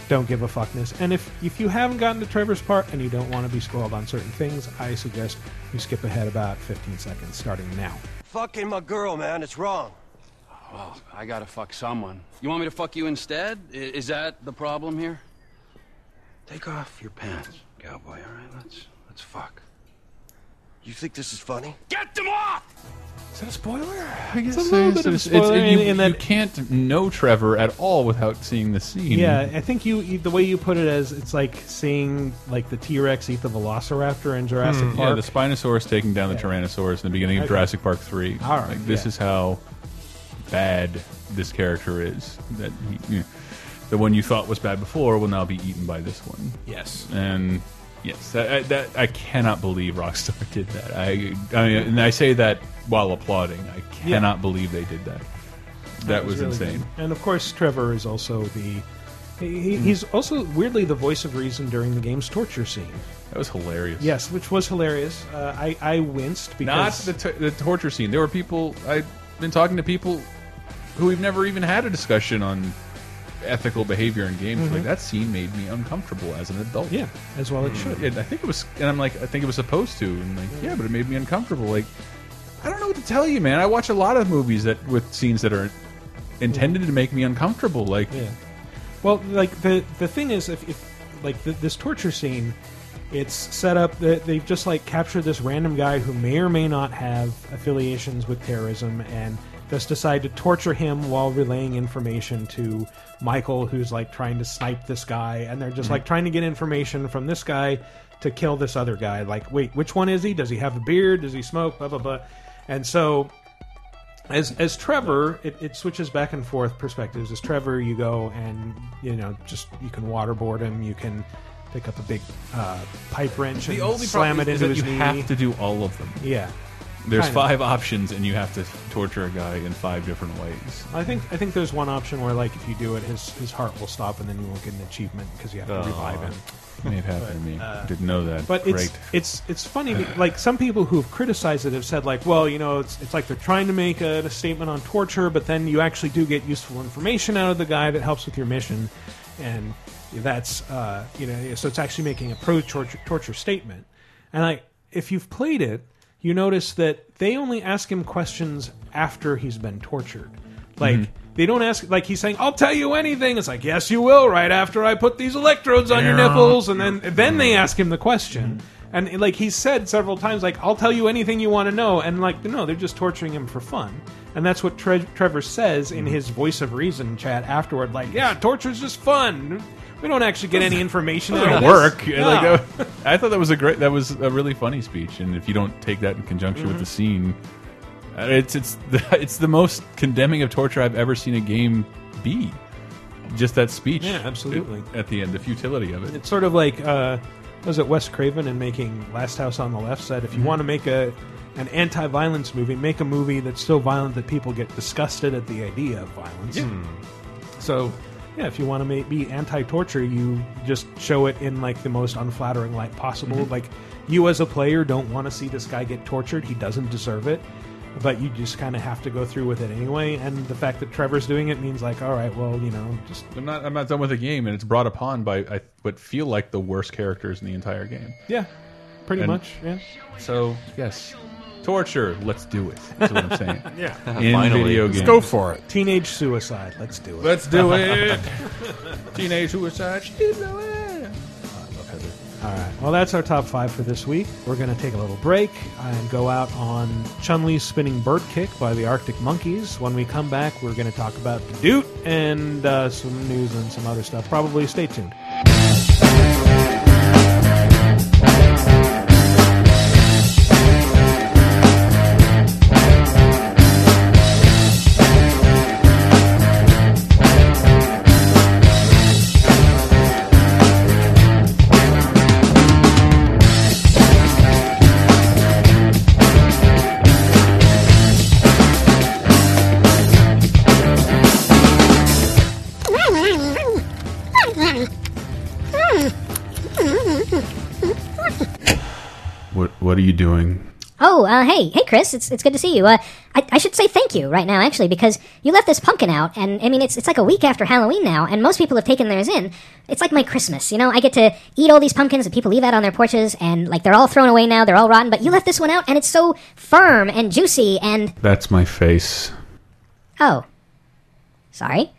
[SPEAKER 1] don't give a fuckness. And if if you haven't gotten to Trevor's part and you don't want to be spoiled on certain things, I suggest you skip ahead about 15 seconds starting now.
[SPEAKER 11] Fucking my girl, man. It's wrong. Well, I gotta fuck someone. You want me to fuck you instead? I- is that the problem here? Take off your pants, cowboy. All right, let's let's fuck.
[SPEAKER 13] You think this is funny?
[SPEAKER 11] Get them off!
[SPEAKER 1] Is that a spoiler?
[SPEAKER 2] I guess
[SPEAKER 1] it's a little bit of a spoiler
[SPEAKER 2] you,
[SPEAKER 1] in- in that
[SPEAKER 2] you can't know Trevor at all without seeing the scene.
[SPEAKER 1] Yeah, I think you, you the way you put it as it's like seeing like the T Rex eat the Velociraptor in Jurassic
[SPEAKER 2] Hmm.
[SPEAKER 1] Park.
[SPEAKER 2] Yeah, the Spinosaurus taking down the
[SPEAKER 1] Yeah.
[SPEAKER 2] Tyrannosaurus in the beginning of
[SPEAKER 1] Okay.
[SPEAKER 2] Jurassic Park 3.
[SPEAKER 1] All right,
[SPEAKER 2] like, this
[SPEAKER 1] yeah.
[SPEAKER 2] is how bad this character is. That he, you know, The one you thought was bad before will now be eaten by this one.
[SPEAKER 1] Yes.
[SPEAKER 2] And yes, that, I, that, I cannot believe Rockstar did that. I, I mean, and I say that while applauding. I
[SPEAKER 1] Yeah.
[SPEAKER 2] cannot believe they did that. That, was,
[SPEAKER 1] really
[SPEAKER 2] insane.
[SPEAKER 1] good. And of course, Trevor is also the. He,
[SPEAKER 2] Hmm.
[SPEAKER 1] he- He's also weirdly the voice of reason during the game's torture scene.
[SPEAKER 2] That was hilarious.
[SPEAKER 1] Yes, which was hilarious. Uh, I I winced because
[SPEAKER 2] Not the, t the torture scene. There were people. I've been talking to people who we've never even had a discussion on ethical behavior in games.
[SPEAKER 1] Mhm.
[SPEAKER 2] Like that scene made me uncomfortable as an adult.
[SPEAKER 1] Yeah, as well it should.
[SPEAKER 2] And I think it was. And I'm like, I think it was supposed to. And like, yeah, but it made me uncomfortable. Like, I don't know what to tell you, man. I watch a lot of movies that with scenes that are intended to make me uncomfortable. Like,
[SPEAKER 1] Yeah. Well, like the the thing is, if, if like th this torture scene, it's set up that they've just like captured this random guy who may or may not have affiliations with terrorism, and just decide to torture him while relaying information to Michael, who's like trying to snipe this guy, and they're just
[SPEAKER 12] Mhm.
[SPEAKER 1] like trying to get information from this guy to kill this other guy. Like, wait, which one is he? Does he have a beard? Does he smoke? Blah blah blah. And so as as Trevor, it, it switches back and forth perspectives. As Trevor, you go and you know just you can waterboard him. You can pick up a big uh, pipe wrench
[SPEAKER 2] The
[SPEAKER 1] and
[SPEAKER 2] only
[SPEAKER 1] slam
[SPEAKER 2] problem
[SPEAKER 1] it
[SPEAKER 2] is
[SPEAKER 1] into
[SPEAKER 2] that
[SPEAKER 1] his
[SPEAKER 2] you
[SPEAKER 1] knee.
[SPEAKER 2] have to do all of them.
[SPEAKER 1] Yeah,
[SPEAKER 2] There's
[SPEAKER 1] Kind of.
[SPEAKER 2] five options, and you have to torture a guy in five different ways.
[SPEAKER 1] I think I think there's one option where like if you do it, his his heart will stop, and then you won't get an achievement because you have to
[SPEAKER 2] Oh.
[SPEAKER 1] revive him.
[SPEAKER 2] May have happened to me. Didn't know that.
[SPEAKER 1] uh, But
[SPEAKER 2] Great.
[SPEAKER 1] it's it's it's funny. be- Like some people who've criticized it have said like, well, you know, it's it's like they're trying to make a, a statement on torture, but then you actually do get useful information out of the guy that helps with your mission, and that's uh, you know, so it's actually making a pro torture torture statement. And like, if you've played it, you notice that they only ask him questions after he's been tortured. Like
[SPEAKER 2] Mhm.
[SPEAKER 1] they don't ask like he's saying, "I'll tell you anything." It's like, "Yes, you will." Right after I put these electrodes on your nipples, and then then they ask him the
[SPEAKER 2] Mm-hmm.
[SPEAKER 1] question. And like he said several times, like, "I'll tell you anything you want to know," and like, no, they're just torturing him for fun. And that's what Tre- Trevor says
[SPEAKER 2] Mm-hmm.
[SPEAKER 1] in his voice of reason chat afterward. Like, yeah, torture's just fun. We don't actually get any information.
[SPEAKER 2] Doesn't
[SPEAKER 1] out of this."
[SPEAKER 2] work.
[SPEAKER 1] No.
[SPEAKER 2] Like, that- I thought that was a great. That was a really funny speech, and if you don't take that in conjunction
[SPEAKER 1] Mhm.
[SPEAKER 2] with the scene, uh, it's it's the, it's the most condemning of torture I've ever seen a game be. Just that speech,
[SPEAKER 1] Yeah, absolutely.
[SPEAKER 2] at- At the end, the futility of it.
[SPEAKER 1] It's sort of like uh, was it Wes Craven in making Last House on the Left said, if you
[SPEAKER 2] Mhm.
[SPEAKER 1] want to make a an anti-violence movie, make a movie that's so violent that people get disgusted at the idea of violence.
[SPEAKER 2] Yeah.
[SPEAKER 1] So, yeah, if you want to make, be anti-torture, you just show it in like the most unflattering light possible.
[SPEAKER 2] Mhm.
[SPEAKER 1] Like you as a player don't want to see this guy get tortured; he doesn't deserve it. But you just kind of have to go through with it anyway. And the fact that Trevor's doing it means like, all right, well, you know, just
[SPEAKER 2] I'm not I'm not done with the game, and it's brought upon by I, what feel like the worst characters in the entire game.
[SPEAKER 1] yeah, pretty
[SPEAKER 2] And-
[SPEAKER 1] much, yeah.
[SPEAKER 2] So yes, torture. Let's do it. That's what I'm saying.
[SPEAKER 1] Yeah.
[SPEAKER 2] in
[SPEAKER 1] Finally.
[SPEAKER 2] video
[SPEAKER 1] Let's
[SPEAKER 2] games.
[SPEAKER 1] go for it. Teenage suicide. Let's do it.
[SPEAKER 2] Let's do it. Teenage suicide.
[SPEAKER 1] All right. Well, that's our top five for this week. We're going to take a little break and go out on Chun Li's Spinning Bird Kick by the Arctic Monkeys. When we come back, we're going to talk about the Doot and uh, some news and some other stuff. Probably stay tuned.
[SPEAKER 2] What What are you doing?
[SPEAKER 12] Oh, uh, hey, hey, Chris. It's, it's good to see you. Uh, I, I should say thank you right now, actually, because you left this pumpkin out, and I mean, it's, it's like a week after Halloween now, and most people have taken theirs in. It's like my Christmas, you know? I get to eat all these pumpkins that people leave out on their porches, and like they're all thrown away now, they're all rotten, but you left this one out, and it's so firm and juicy, and
[SPEAKER 2] That's my face.
[SPEAKER 12] oh. Sorry.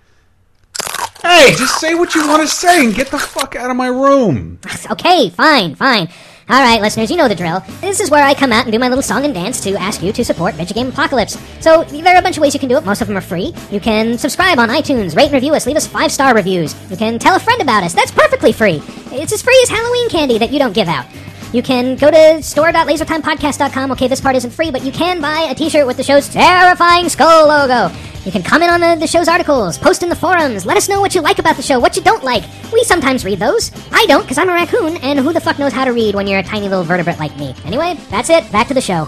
[SPEAKER 2] Hey, just say what you want to say and get the fuck out of my room.
[SPEAKER 12] okay, fine, fine. All right, listeners, you know the drill. This is where I come out and do my little song and dance to ask you to support Video Game Apocalypse. So there are a bunch of ways you can do it. Most of them are free. You can subscribe on iTunes, rate and review us, leave us five star reviews. You can tell a friend about us. That's perfectly free. It's as free as Halloween candy that you don't give out. You can go to store.lasertimepodcast.com. Okay, this part isn't free, but you can buy a t-shirt with the show's terrifying skull logo. You can comment on the, the show's articles, post in the forums, let us know what you like about the show, what you don't like. We sometimes read those. I don't, because I'm a raccoon, and who the fuck knows how to read when you're a tiny little vertebrate like me. Anyway, that's it. Back to the show.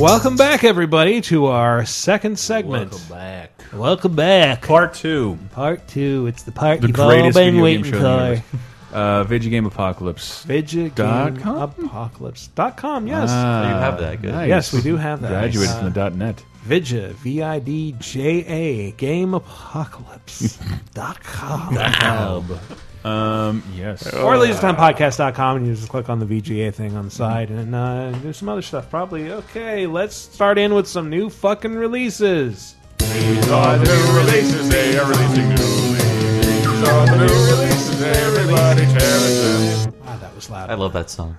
[SPEAKER 1] Welcome back, everybody, to our second segment. Welcome back. Welcome back.
[SPEAKER 2] Part two.
[SPEAKER 1] Part two. It's the part
[SPEAKER 2] The
[SPEAKER 1] you've all
[SPEAKER 2] greatest
[SPEAKER 1] been
[SPEAKER 2] video
[SPEAKER 1] waiting
[SPEAKER 2] game show. in the
[SPEAKER 1] for.
[SPEAKER 2] universe. Uh, video game apocalypse.
[SPEAKER 1] Video
[SPEAKER 2] Dot
[SPEAKER 1] Game Apocalypse. Dot com, yes.
[SPEAKER 2] Ah, You have that, good. nice.
[SPEAKER 1] Yes, we do have that.
[SPEAKER 2] Graduated
[SPEAKER 1] Uh,
[SPEAKER 2] from the dot net.
[SPEAKER 1] Vidja, V I D J A, Game Apocalypse. dot com.
[SPEAKER 2] Um, yes.
[SPEAKER 1] Or lasertimepodcast.com and you just click on the VGA thing on the side and uh, there's some other stuff probably. Okay, let's start in with some new fucking releases. These
[SPEAKER 2] are new releases, they are releasing newly. These are the new releases, everybody cherish them.
[SPEAKER 1] Wow, that was loud.
[SPEAKER 4] I love that song.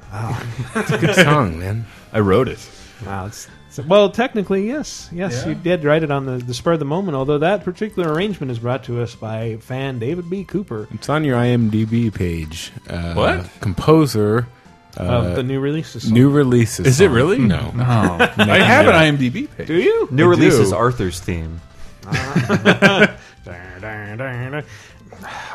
[SPEAKER 1] It's a good song,
[SPEAKER 4] man.
[SPEAKER 2] I wrote it.
[SPEAKER 1] Wow, it's, it's- well, technically, yes. Yes,
[SPEAKER 2] Yeah.
[SPEAKER 1] you did write it on the, the spur of the moment, although that particular arrangement is brought to us by fan David B. Cooper.
[SPEAKER 3] It's on your IMDb page. Uh,
[SPEAKER 1] What?
[SPEAKER 3] Composer
[SPEAKER 1] Of
[SPEAKER 3] Uh,
[SPEAKER 1] the new releases.
[SPEAKER 3] New releases.
[SPEAKER 1] Is it
[SPEAKER 3] song.
[SPEAKER 1] really?
[SPEAKER 3] No.
[SPEAKER 2] Oh,
[SPEAKER 1] No. I have an IMDb page. Do you? New release is
[SPEAKER 4] Arthur's theme.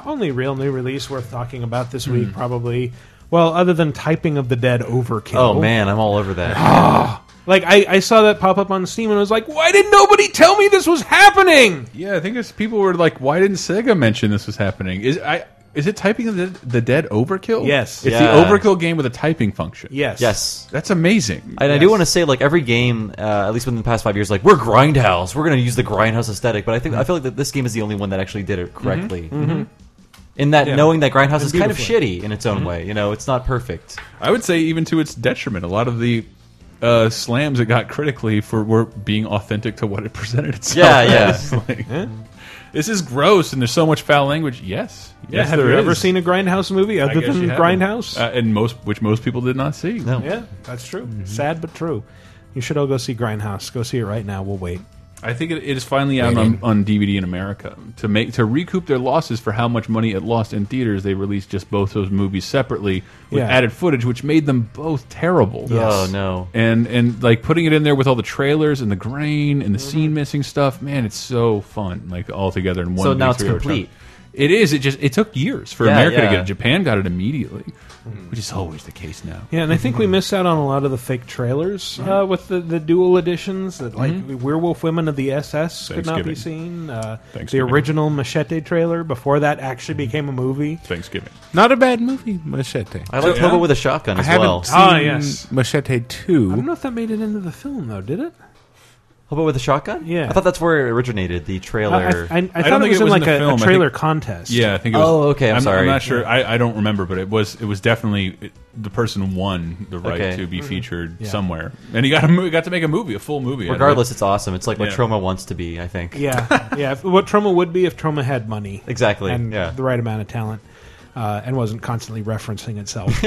[SPEAKER 1] Only real new release worth talking about
[SPEAKER 4] Hmm.
[SPEAKER 1] this week, probably. Well, other than Typing of the Dead Overkill.
[SPEAKER 4] Oh man, I'm all over that.
[SPEAKER 1] Like I, I saw that pop up on Steam and I was like, why didn't nobody tell me this was happening?
[SPEAKER 2] Yeah, I think it's people were like, "Why didn't Sega mention this was happening?" Is I is it typing of the, the dead overkill?
[SPEAKER 1] Yes.
[SPEAKER 2] it's
[SPEAKER 4] Yeah.
[SPEAKER 2] the overkill game with a typing function.
[SPEAKER 1] Yes,
[SPEAKER 4] Yes.
[SPEAKER 2] that's amazing.
[SPEAKER 4] And I do want to say, like every game, uh, at least within the past five years, like we're grindhouse. We're going to use the grindhouse aesthetic. But I think I feel like that this game is the only one that actually did it correctly.
[SPEAKER 1] Mm-hmm.
[SPEAKER 2] Mhm.
[SPEAKER 4] In that,
[SPEAKER 2] Yeah.
[SPEAKER 4] knowing that grindhouse
[SPEAKER 2] And
[SPEAKER 4] is kind of
[SPEAKER 2] beautifully.
[SPEAKER 4] shitty in its own
[SPEAKER 1] Mm-hmm.
[SPEAKER 2] Mhm.
[SPEAKER 4] way. You know, it's not perfect.
[SPEAKER 2] I would say even to its detriment, a lot of the uh, slams it got critically for were being authentic to what it presented itself.
[SPEAKER 4] Yeah, yeah.
[SPEAKER 2] as. Like, this is gross, and there's so much foul language. Yes,
[SPEAKER 1] Yeah,
[SPEAKER 2] yes.
[SPEAKER 1] have
[SPEAKER 2] there
[SPEAKER 1] you ever
[SPEAKER 2] is.
[SPEAKER 1] seen a Grindhouse movie
[SPEAKER 2] I
[SPEAKER 1] other
[SPEAKER 2] guess
[SPEAKER 1] than
[SPEAKER 2] you haven't.
[SPEAKER 1] Grindhouse?
[SPEAKER 2] uh, and most which most people did not see. No,
[SPEAKER 1] Yeah, that's true.
[SPEAKER 4] Mm-hmm.
[SPEAKER 1] Sad but true. You should all go see Grindhouse. Go see it right now. We'll wait.
[SPEAKER 2] I think it, it is finally out on, on DVD in America to make to recoup their losses for how much money it lost in theaters. They released just both those movies separately with
[SPEAKER 1] Yeah.
[SPEAKER 2] added footage, which made them both terrible.
[SPEAKER 4] Yes. Oh, no.
[SPEAKER 2] And and like putting it in there with all the trailers and the grain and the scene missing stuff. Man, it's so fun. Like all together in one.
[SPEAKER 4] So
[SPEAKER 2] big
[SPEAKER 4] now it's
[SPEAKER 2] three-hour
[SPEAKER 4] complete.
[SPEAKER 2] chunk. It is. It just it took years for
[SPEAKER 4] Yeah,
[SPEAKER 2] America to
[SPEAKER 4] yeah. Mm-hmm.
[SPEAKER 2] get it. Japan got it immediately, which is always the case now.
[SPEAKER 1] Yeah, and I think we missed out on a lot of the fake trailers uh, with the, the dual editions that, like, Werewolf Women of the SS could not be
[SPEAKER 2] Thanksgiving.
[SPEAKER 1] seen. Uh, the
[SPEAKER 2] Thanksgiving.
[SPEAKER 1] original Machete trailer before that actually became a movie.
[SPEAKER 2] Thanksgiving.
[SPEAKER 3] Not a bad movie, Machete.
[SPEAKER 1] I like Hobo with a Shotgun
[SPEAKER 3] I
[SPEAKER 1] as
[SPEAKER 3] haven't
[SPEAKER 1] well.
[SPEAKER 3] Seen
[SPEAKER 1] Ah, yes.
[SPEAKER 3] Machete
[SPEAKER 1] I don't
[SPEAKER 3] Two.
[SPEAKER 1] know if that made it into the film though. Did it?
[SPEAKER 4] How about with a shotgun?
[SPEAKER 1] Yeah.
[SPEAKER 4] I thought that's where it originated. The trailer.
[SPEAKER 1] I- I- I I thought don't it think was it in, was in like, the a- a film. I trailer think- contest.
[SPEAKER 2] Yeah, I think. It was,
[SPEAKER 4] oh, okay. I'm,
[SPEAKER 2] I'm
[SPEAKER 4] sorry.
[SPEAKER 2] I'm not sure. I, I don't remember, but it was it was definitely it- the person won the right
[SPEAKER 4] Okay.
[SPEAKER 2] to be
[SPEAKER 4] Mhm.
[SPEAKER 2] featured
[SPEAKER 4] Yeah.
[SPEAKER 2] somewhere, and he got a mo- got to make a movie, a full movie. out of
[SPEAKER 4] Regardless,
[SPEAKER 2] it.
[SPEAKER 4] it's awesome. It's like what
[SPEAKER 2] Yeah.
[SPEAKER 4] Troma wants to be. I think.
[SPEAKER 1] Yeah, yeah. if- What Troma would be if Troma had money,
[SPEAKER 4] Exactly,
[SPEAKER 1] and
[SPEAKER 4] yeah.
[SPEAKER 1] the right amount of talent, uh, and wasn't constantly referencing itself.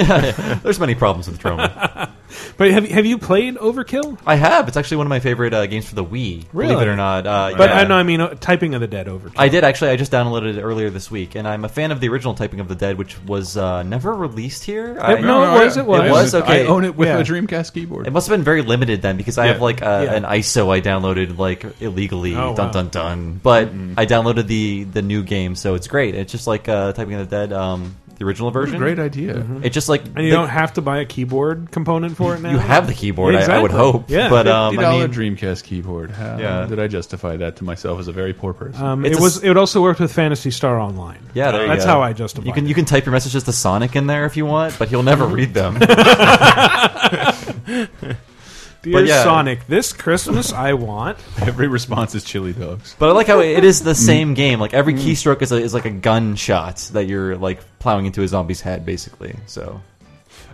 [SPEAKER 4] There's many problems with Troma.
[SPEAKER 1] but have have you played Overkill?
[SPEAKER 4] I have. It's actually one of my favorite uh, games for the Wii. Believe
[SPEAKER 1] Really?
[SPEAKER 4] it or not. Uh,
[SPEAKER 1] but
[SPEAKER 4] yeah.
[SPEAKER 1] I know, I mean, uh, Typing of the Dead Overkill.
[SPEAKER 4] I did actually. I just downloaded it earlier this week, and I'm a fan of the original Typing of the Dead, which was uh, never released here. I,
[SPEAKER 1] no, it was, it was.
[SPEAKER 4] It was okay.
[SPEAKER 2] I own it with a Dreamcast keyboard.
[SPEAKER 4] It must have been very limited then, because I
[SPEAKER 2] Yeah.
[SPEAKER 4] have like a,
[SPEAKER 2] Yeah.
[SPEAKER 4] an ISO I downloaded like illegally.
[SPEAKER 2] Oh,
[SPEAKER 4] dun
[SPEAKER 2] wow.
[SPEAKER 4] dun dun. But I downloaded the the new game, so it's great. It's just like uh, Typing of the Dead, um, the original
[SPEAKER 2] What a
[SPEAKER 4] version.
[SPEAKER 2] great idea.
[SPEAKER 1] Mhm.
[SPEAKER 4] It's just like
[SPEAKER 1] and you
[SPEAKER 4] they-
[SPEAKER 1] don't have to buy a keyboard component for it now.
[SPEAKER 4] You have the keyboard, I- I would
[SPEAKER 1] Exactly.
[SPEAKER 4] hope,
[SPEAKER 1] Yeah,
[SPEAKER 4] but, um, I mean-
[SPEAKER 2] Dreamcast keyboard. How
[SPEAKER 4] Yeah.
[SPEAKER 2] did I justify that to myself as a very poor person?
[SPEAKER 1] Um, it was. it also worked with Fantasy Star Online.
[SPEAKER 4] Yeah, there you
[SPEAKER 1] that's
[SPEAKER 4] go.
[SPEAKER 1] how I justified.
[SPEAKER 4] You can you can type your messages to Sonic in there if you want, but he'll never read them.
[SPEAKER 1] Dear
[SPEAKER 4] But yeah.
[SPEAKER 1] Sonic, this Christmas I want.
[SPEAKER 2] Every response is chili dogs.
[SPEAKER 4] But I like how it
[SPEAKER 3] Mm-hmm.
[SPEAKER 4] is the same
[SPEAKER 2] Mm.
[SPEAKER 4] game. Like every
[SPEAKER 2] Mm.
[SPEAKER 4] keystroke is, a, is like a gunshot that you're like plowing into a zombie's head, basically. So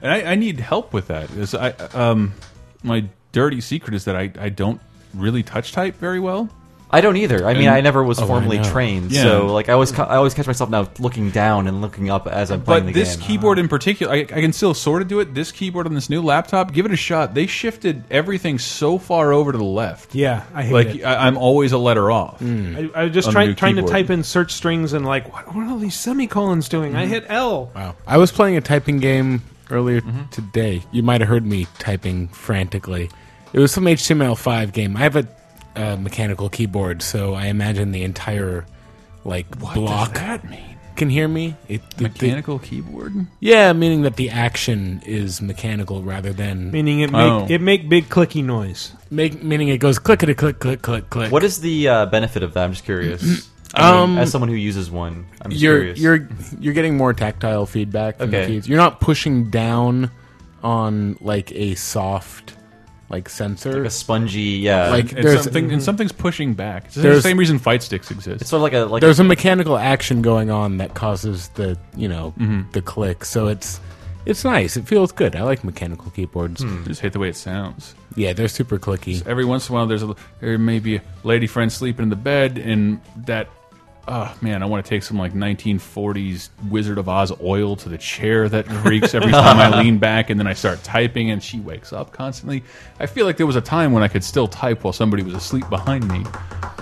[SPEAKER 2] and I, I need help with that. 'cause I, um, my dirty secret is that I, I don't really touch type very well.
[SPEAKER 4] I don't either. I mean, I never
[SPEAKER 3] Oh,
[SPEAKER 4] was formally trained,
[SPEAKER 2] Yeah.
[SPEAKER 4] so like I always ca- I always catch myself now looking down and looking up as I'm playing the
[SPEAKER 2] but this
[SPEAKER 4] game.
[SPEAKER 2] keyboard in particular, I, I can still sort of do it. This keyboard on this new laptop, give it a shot. They shifted everything so far over to the left.
[SPEAKER 1] Yeah, Hmm. I hate
[SPEAKER 2] like
[SPEAKER 1] it.
[SPEAKER 2] I, I'm always a letter off.
[SPEAKER 1] I, I was just
[SPEAKER 2] on the
[SPEAKER 1] trying
[SPEAKER 2] new
[SPEAKER 1] trying to
[SPEAKER 2] keyboard.
[SPEAKER 1] type in search strings and like what, what are all these semicolons doing?
[SPEAKER 2] Mm-hmm.
[SPEAKER 1] I hit L.
[SPEAKER 3] Wow. I was playing a typing game earlier
[SPEAKER 1] Mm-hmm.
[SPEAKER 3] today. You might have heard me typing frantically. It was some HTML5 game. I have a uh, mechanical keyboard, so I imagine the entire like block.
[SPEAKER 2] that mean?
[SPEAKER 3] Can hear me? It, the- the-
[SPEAKER 2] Mechanical keyboard.
[SPEAKER 3] yeah, meaning that the action is mechanical rather than
[SPEAKER 1] Meaning it make
[SPEAKER 2] Oh.
[SPEAKER 1] it make big clicky noise.
[SPEAKER 3] Make meaning it goes clickety click click click click.
[SPEAKER 4] What is the uh, benefit of that? I'm just curious. I
[SPEAKER 3] Um,
[SPEAKER 4] mean, as someone who uses one, I'm just
[SPEAKER 3] you're
[SPEAKER 4] curious.
[SPEAKER 3] you're you're getting more tactile feedback from
[SPEAKER 4] Okay.
[SPEAKER 3] the keys. You're not pushing down on like a soft like sensor,
[SPEAKER 4] Like a spongy, yeah.
[SPEAKER 3] Like
[SPEAKER 2] And
[SPEAKER 3] there's
[SPEAKER 2] something- and something's pushing back. It's the same reason fight sticks exist. It's
[SPEAKER 4] sort of like a like
[SPEAKER 3] there's a mechanical action going on that causes the you know
[SPEAKER 4] Mm-hmm.
[SPEAKER 3] the click. So it's it's nice. It feels good. I like mechanical keyboards.
[SPEAKER 4] Hmm.
[SPEAKER 2] I Just hate the way it sounds.
[SPEAKER 3] Yeah, they're super clicky.
[SPEAKER 2] Just every once in a while, there's a there may be a lady friend sleeping in the bed, and that. Oh man, I want to take some like 1940s Wizard of Oz oil to the chair that creaks every time I lean back, and then I start typing, and she wakes up constantly. I feel like there was a time when I could still type while somebody was asleep behind me.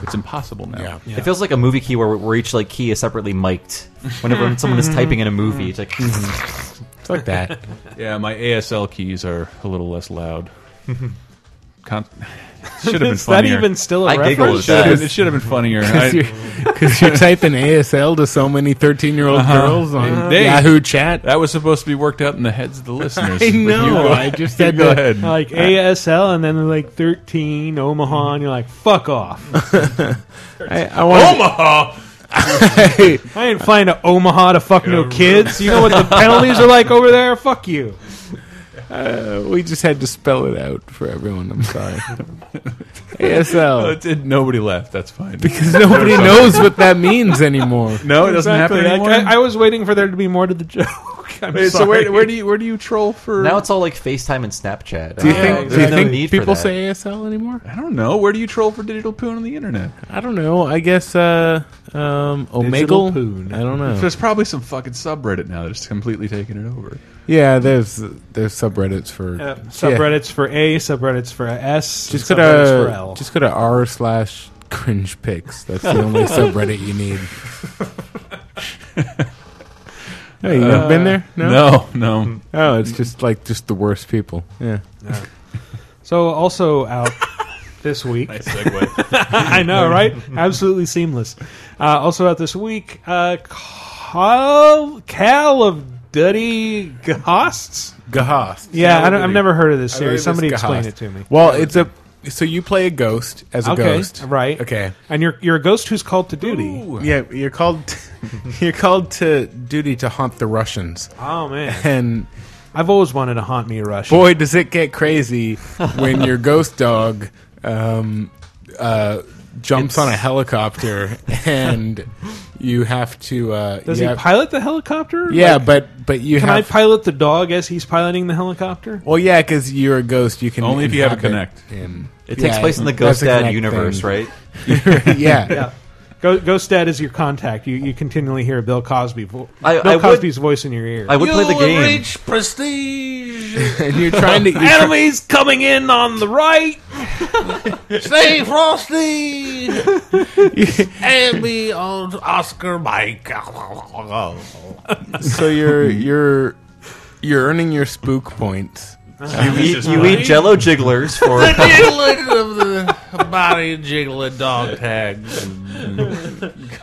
[SPEAKER 2] It's impossible now.
[SPEAKER 4] It feels like a movie
[SPEAKER 3] Mm-hmm.
[SPEAKER 4] key where, where each like key is separately mic'd. Whenever someone is typing in a movie, it's like
[SPEAKER 3] It's like that.
[SPEAKER 2] yeah, my ASL keys are a little less loud. Con- should have been
[SPEAKER 1] Is that
[SPEAKER 2] funnier.
[SPEAKER 1] even still a
[SPEAKER 2] I giggle
[SPEAKER 1] reference?
[SPEAKER 2] at Should have been- it should have been funnier.
[SPEAKER 3] Because
[SPEAKER 2] I-
[SPEAKER 3] you're, 'cause you're typing ASL to so many 13 year old
[SPEAKER 2] Uh-huh.
[SPEAKER 3] girls on
[SPEAKER 2] They-
[SPEAKER 3] Yahoo chat.
[SPEAKER 2] That was supposed to be worked out in the heads of the listeners.
[SPEAKER 3] I
[SPEAKER 2] but you
[SPEAKER 3] know,
[SPEAKER 2] go-
[SPEAKER 3] I just
[SPEAKER 2] you
[SPEAKER 3] had
[SPEAKER 2] go
[SPEAKER 3] to-
[SPEAKER 2] ahead.
[SPEAKER 1] Like ASL, and then they're like 13, Omaha, and you're like, fuck off.
[SPEAKER 3] I, I wanted- Omaha?
[SPEAKER 1] I didn't find an Omaha to fuck no kids. You know what the penalties are like over there? Fuck you.
[SPEAKER 3] Uh, we just had to spell it out for everyone. I'm sorry. ASL.
[SPEAKER 2] Oh, it did- nobody left. That's fine.
[SPEAKER 3] Because nobody knows what that means anymore.
[SPEAKER 2] No, it doesn't happen
[SPEAKER 1] Exactly.
[SPEAKER 2] anymore.
[SPEAKER 1] Like, I, I was waiting for there to be more to the joke. I'm
[SPEAKER 2] Wait, so
[SPEAKER 1] sorry.
[SPEAKER 2] where, where do you where do you troll for?
[SPEAKER 4] Now it's all like FaceTime and Snapchat.
[SPEAKER 2] Do you
[SPEAKER 4] Uh,
[SPEAKER 2] think-
[SPEAKER 4] there's
[SPEAKER 2] do you
[SPEAKER 4] no
[SPEAKER 2] think
[SPEAKER 4] need
[SPEAKER 3] People
[SPEAKER 4] for that.
[SPEAKER 3] say ASL anymore?
[SPEAKER 2] I don't know. Where do you troll for digital poon on the internet?
[SPEAKER 3] I don't know. I guess uh, um, Omegle. I don't know.
[SPEAKER 2] There's probably some fucking subreddit now that's completely taking it over.
[SPEAKER 3] Yeah, there's there's subreddits for
[SPEAKER 1] Uh,
[SPEAKER 3] yeah.
[SPEAKER 1] subreddits for A, subreddits for S,
[SPEAKER 3] Just
[SPEAKER 1] and
[SPEAKER 3] go
[SPEAKER 1] subreddits for
[SPEAKER 3] to
[SPEAKER 1] L.
[SPEAKER 3] just go to r slash cringe pics. That's the only subreddit you need. Hey, you have been there? No,
[SPEAKER 2] No, no.
[SPEAKER 3] Oh, it's just like just the worst people. Yeah.
[SPEAKER 1] So also out this week.
[SPEAKER 2] Nice segue.
[SPEAKER 1] I know, right? Absolutely seamless. Uh, also out this week, uh, Cal, Cal of Duddy Gahosts.
[SPEAKER 3] Gahost.
[SPEAKER 1] Yeah, I don't, I've never heard of this series. Somebody explain it to me.
[SPEAKER 3] Well, it's a so you play a ghost as a
[SPEAKER 1] okay,
[SPEAKER 3] ghost.
[SPEAKER 1] right?
[SPEAKER 3] Okay.
[SPEAKER 1] and you're you're a ghost who's called to duty.
[SPEAKER 3] Yeah, you're called you're called to duty to haunt the Russians.
[SPEAKER 1] Oh man,
[SPEAKER 3] And
[SPEAKER 1] I've always wanted to haunt me a Russian.
[SPEAKER 3] boy does it get crazy when your ghost dog um, uh, jumps on a helicopter and you have to uh,
[SPEAKER 1] Does
[SPEAKER 3] you
[SPEAKER 1] he
[SPEAKER 3] have-
[SPEAKER 1] pilot the helicopter?
[SPEAKER 3] yeah
[SPEAKER 1] Like,
[SPEAKER 3] but but you
[SPEAKER 1] can
[SPEAKER 3] have
[SPEAKER 1] I pilot the dog as he's piloting the helicopter?
[SPEAKER 3] well yeah because you're a ghost you can
[SPEAKER 2] Only if you have a
[SPEAKER 3] inhabit
[SPEAKER 2] Kinect.
[SPEAKER 3] in-
[SPEAKER 4] It takes
[SPEAKER 3] yeah,
[SPEAKER 4] place in the
[SPEAKER 3] that's
[SPEAKER 4] Ghost
[SPEAKER 3] a
[SPEAKER 4] Dad
[SPEAKER 3] Kinect
[SPEAKER 4] universe,
[SPEAKER 3] thing.
[SPEAKER 4] right?
[SPEAKER 3] yeah.
[SPEAKER 1] Yeah. Go- Ghost Dad is your contact. You you continually hear Bill Cosby, vo-
[SPEAKER 4] I-
[SPEAKER 1] Bill
[SPEAKER 4] I would-
[SPEAKER 1] Cosby's voice in your ear.
[SPEAKER 4] I would play the game.
[SPEAKER 13] prestige.
[SPEAKER 3] and you're trying to you're
[SPEAKER 1] Enemies coming in on the right.
[SPEAKER 13] Stay frosty. and me on Oscar Mike.
[SPEAKER 3] so you're you're you're earning your spook points.
[SPEAKER 4] You eat, you eat Jello jigglers for
[SPEAKER 13] jiggling of the body, jiggling dog tags.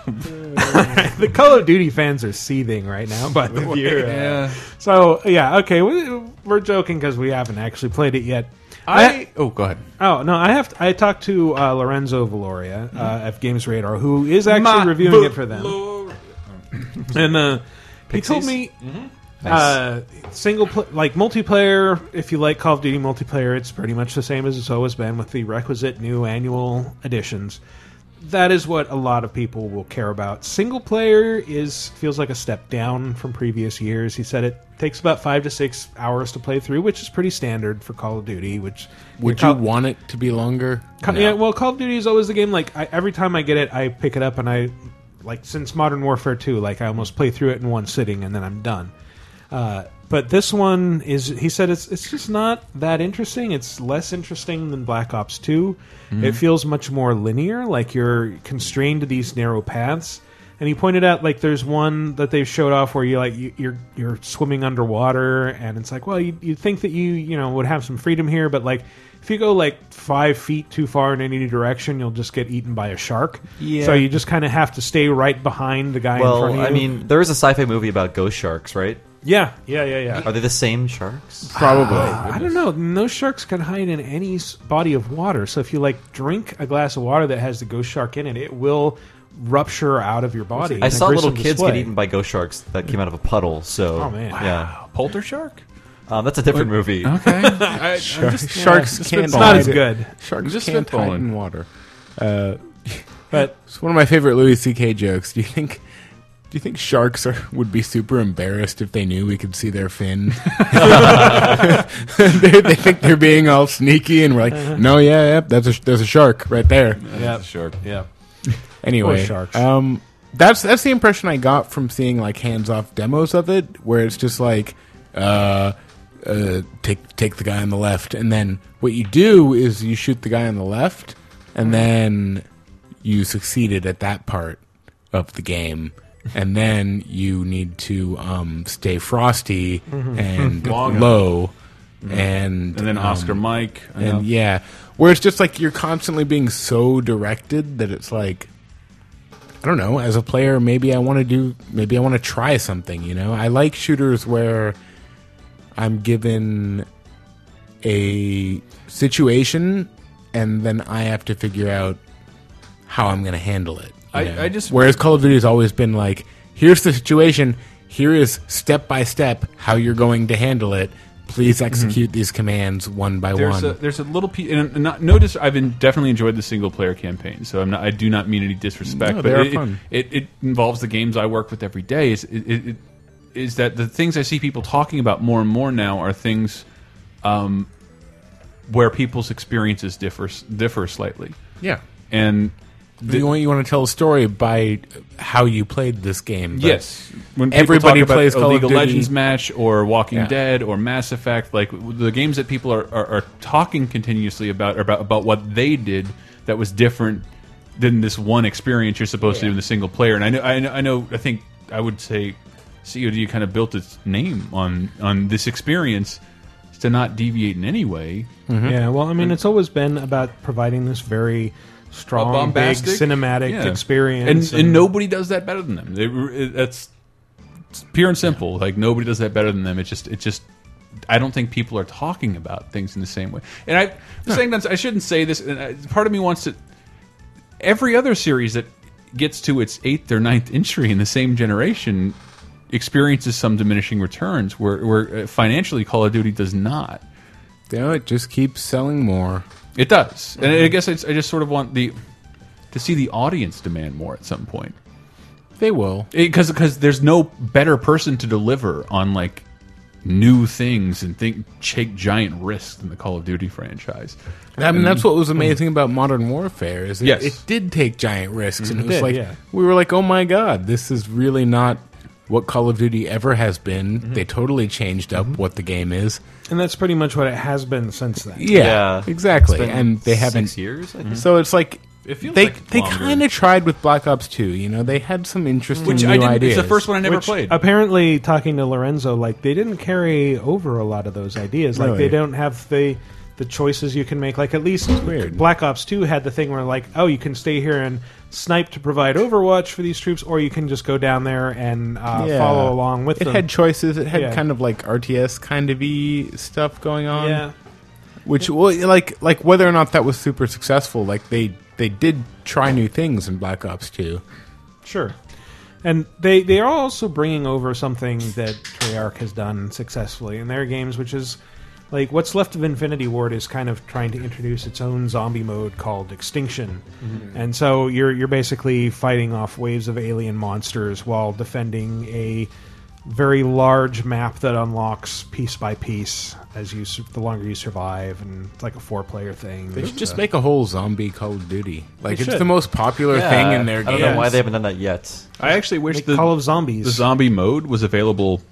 [SPEAKER 1] the Call of Duty fans are seething right now. By the way,
[SPEAKER 2] Yeah.
[SPEAKER 1] so yeah, okay, we, we're joking because we haven't actually played it yet.
[SPEAKER 2] I oh go ahead.
[SPEAKER 1] Oh no, I have. To, I talked to uh, Lorenzo Valoria
[SPEAKER 3] Mm-hmm.
[SPEAKER 1] uh, at Games Radar, who is actually
[SPEAKER 2] My
[SPEAKER 1] reviewing
[SPEAKER 2] book,
[SPEAKER 1] it for them,
[SPEAKER 2] Lord.
[SPEAKER 1] and uh, he told
[SPEAKER 4] Pixies?
[SPEAKER 1] me
[SPEAKER 3] Mm-hmm.
[SPEAKER 1] uh, single pl- like multiplayer. If you like Call of Duty multiplayer, it's pretty much the same as it's always been, with the requisite new annual additions. That is what a lot of people will care about. Single player is feels like a step down from previous years. He said it takes about five to six hours to play through, which is pretty standard for Call of Duty. Which
[SPEAKER 3] Would you
[SPEAKER 1] Call-
[SPEAKER 3] want it to be longer?
[SPEAKER 1] Ca- Yeah, well, Call of Duty is always the game. Like I, every time I get it, I pick it up and I like since Modern Warfare two, like I almost play through it in one sitting and then I'm done. Uh, but this one is, he said, it's it's just not that interesting. It's less interesting than Black Ops two. It feels much more linear. Like you're constrained to these narrow paths. And he pointed out like there's one that they've showed off where you like you, you're you're swimming underwater and it's like well you you think that you you know would have some freedom here but like if you go like five feet too far in any direction you'll just get eaten by a shark
[SPEAKER 3] Yeah.
[SPEAKER 1] so you just kind of have to stay right behind the guy in front
[SPEAKER 4] Well,
[SPEAKER 1] of you
[SPEAKER 4] I mean, there is a sci-fi movie about ghost sharks, right?
[SPEAKER 1] yeah yeah yeah yeah
[SPEAKER 4] Are they the same sharks?
[SPEAKER 3] Probably.
[SPEAKER 1] I don't know. And Those sharks can hide in any s- body of water. So if you like drink a glass of water that has the ghost shark in it, it will rupture out of your body. in
[SPEAKER 4] I
[SPEAKER 1] a
[SPEAKER 4] saw little
[SPEAKER 1] gruesome
[SPEAKER 4] kids
[SPEAKER 1] display.
[SPEAKER 4] get eaten by ghost sharks that came out of a puddle. So,
[SPEAKER 1] Oh, man.
[SPEAKER 4] yeah,
[SPEAKER 2] Polter shark.
[SPEAKER 4] um, that's a different movie.
[SPEAKER 2] Okay. I, I'm just- yeah,
[SPEAKER 3] Sharks
[SPEAKER 2] just
[SPEAKER 3] can't.
[SPEAKER 1] It's not
[SPEAKER 3] hide
[SPEAKER 1] as
[SPEAKER 3] it.
[SPEAKER 1] good.
[SPEAKER 3] Sharks
[SPEAKER 2] Just
[SPEAKER 3] can't hide
[SPEAKER 2] spitballing.
[SPEAKER 3] in water. Uh,
[SPEAKER 1] But
[SPEAKER 3] it's one of my favorite Louis C.K. jokes. Do you think? Do you think sharks are, would be super embarrassed if they knew we could see their fin? they, they think they're being all sneaky, and we're like, "No, yeah, yeah that's a, there's a shark right there."
[SPEAKER 1] yeah,
[SPEAKER 2] Shark.
[SPEAKER 1] yeah.
[SPEAKER 3] Anyway,
[SPEAKER 1] Or sharks.
[SPEAKER 3] Um, that's that's the impression I got from seeing like hands off demos of it, where it's just like, uh, uh, take take the guy on the left, and then what you do is you shoot the guy on the left, and then you succeeded at that part of the game, and then you need to um, stay frosty
[SPEAKER 2] Mhm.
[SPEAKER 3] and
[SPEAKER 2] Long.
[SPEAKER 3] low,
[SPEAKER 2] Mhm.
[SPEAKER 3] and um,
[SPEAKER 2] And then Oscar Mike,
[SPEAKER 3] and
[SPEAKER 2] enough.
[SPEAKER 3] yeah, where it's just like you're constantly being so directed that it's like. I don't know. As a player, maybe I want to do. Maybe I want to try something. You know, I like shooters where I'm given a situation, and then I have to figure out how I'm going to handle it. you
[SPEAKER 2] I-
[SPEAKER 3] know?
[SPEAKER 2] I just-
[SPEAKER 3] whereas Call of Duty has always been like, here's the situation, here is step by step how you're going to handle it. Please execute these commands one by
[SPEAKER 2] Mm-hmm. there's
[SPEAKER 3] one.
[SPEAKER 2] A, there's a little piece, and and not, no dis- I've been, definitely enjoyed the single player campaign, so I'm not, I do not mean any disrespect.
[SPEAKER 3] No,
[SPEAKER 2] but
[SPEAKER 3] they are
[SPEAKER 2] it,
[SPEAKER 3] fun.
[SPEAKER 2] It, it, it involves the games I work with every day. Is it, it, it, is that the things I see people talking about more and more now are things um, where people's experiences differ differ slightly.
[SPEAKER 3] Yeah.
[SPEAKER 2] and
[SPEAKER 3] you want you want to tell a story by how you played this game. but
[SPEAKER 2] yes, when people
[SPEAKER 3] everybody
[SPEAKER 2] talk about
[SPEAKER 3] plays
[SPEAKER 2] a
[SPEAKER 3] Call
[SPEAKER 2] League
[SPEAKER 3] of
[SPEAKER 2] of
[SPEAKER 3] Duty,
[SPEAKER 2] Legends match or Walking
[SPEAKER 3] Yeah.
[SPEAKER 2] Dead or Mass Effect, like w- the games that people are, are, are talking continuously about are about about what they did that was different than this one experience you're supposed to do in the single player. And I know, I know, I know, I think I would say COD kind of built its name on on this experience to not deviate in any way.
[SPEAKER 3] Mm-hmm.
[SPEAKER 1] Yeah, well, I mean, it's always been about providing this very strong, big
[SPEAKER 2] bombastic-
[SPEAKER 1] cinematic
[SPEAKER 2] yeah.
[SPEAKER 1] experience.
[SPEAKER 2] and, and nobody does that better than them. They, it, that's it's pure and simple. Like nobody does that better than them. It just, it just, I don't think people are talking about things in the same way. And I, saying that I shouldn't say this. And I, part of me wants to. Every other series that gets to its eighth or ninth entry in the same generation experiences some diminishing returns. Where, where uh, financially, Call of Duty does not.
[SPEAKER 3] You know, it just keeps selling more.
[SPEAKER 2] It does, and I guess it's, I just sort of want the to see the audience demand more at some point
[SPEAKER 3] They will.
[SPEAKER 2] because because there's no better person to deliver on like new things and think take giant risks than the Call of Duty franchise.
[SPEAKER 3] I mean, that's what was amazing about Modern Warfare is it,
[SPEAKER 2] Mm. Yes.
[SPEAKER 3] it did take giant risks, and
[SPEAKER 2] Mhm.
[SPEAKER 3] it was
[SPEAKER 2] It did,
[SPEAKER 3] like
[SPEAKER 2] yeah.
[SPEAKER 3] we were like, oh my god, this is really not what Call of Duty ever has been.
[SPEAKER 2] Mm-hmm.
[SPEAKER 3] They totally changed up what the game is.
[SPEAKER 1] And that's pretty much what it has been since then.
[SPEAKER 3] Yeah, exactly. And they haven't
[SPEAKER 1] Mm-hmm.
[SPEAKER 3] So it's like.
[SPEAKER 2] It feels
[SPEAKER 3] they
[SPEAKER 2] like
[SPEAKER 3] they
[SPEAKER 2] longer.
[SPEAKER 3] kind of tried with Black Ops 2, you know. They had some interesting new ideas.
[SPEAKER 1] Which, Apparently, talking to Lorenzo, like they didn't carry over a lot of those ideas. Like
[SPEAKER 3] Really?
[SPEAKER 1] they don't have the the choices you can make. Like at least Black Ops Two had the thing where like, oh, you can stay here and snipe to provide Overwatch for these troops, or you can just go down there and uh,
[SPEAKER 3] Yeah.
[SPEAKER 1] follow along with
[SPEAKER 3] it
[SPEAKER 1] them.
[SPEAKER 3] had choices. It had
[SPEAKER 1] Yeah.
[SPEAKER 3] kind of like RTS kind of e stuff going on.
[SPEAKER 1] Yeah.
[SPEAKER 3] Which well, like like whether or not that was super successful, like they they did try new things in Black Ops 2.
[SPEAKER 1] Sure. And they, they are also bringing over something that Treyarch has done successfully in their games, which is like what's left of Infinity Ward is kind of trying to introduce its own zombie mode called Extinction.
[SPEAKER 14] Mhm.
[SPEAKER 1] And so you're you're basically fighting off waves of alien monsters while defending a very large map that unlocks piece by piece as you su- the longer you survive and it's like a four player thing.
[SPEAKER 3] They should
[SPEAKER 1] It's,
[SPEAKER 3] just
[SPEAKER 1] uh,
[SPEAKER 3] make a whole zombie Call of Duty. Like
[SPEAKER 1] They
[SPEAKER 3] it's
[SPEAKER 1] should.
[SPEAKER 3] the most popular
[SPEAKER 1] Yeah.
[SPEAKER 3] thing in their
[SPEAKER 1] I
[SPEAKER 3] game.
[SPEAKER 1] don't know why they
[SPEAKER 4] haven't done that yet.
[SPEAKER 2] I actually wish
[SPEAKER 1] Make
[SPEAKER 2] the
[SPEAKER 1] Call of Zombies.
[SPEAKER 2] the zombie mode was available.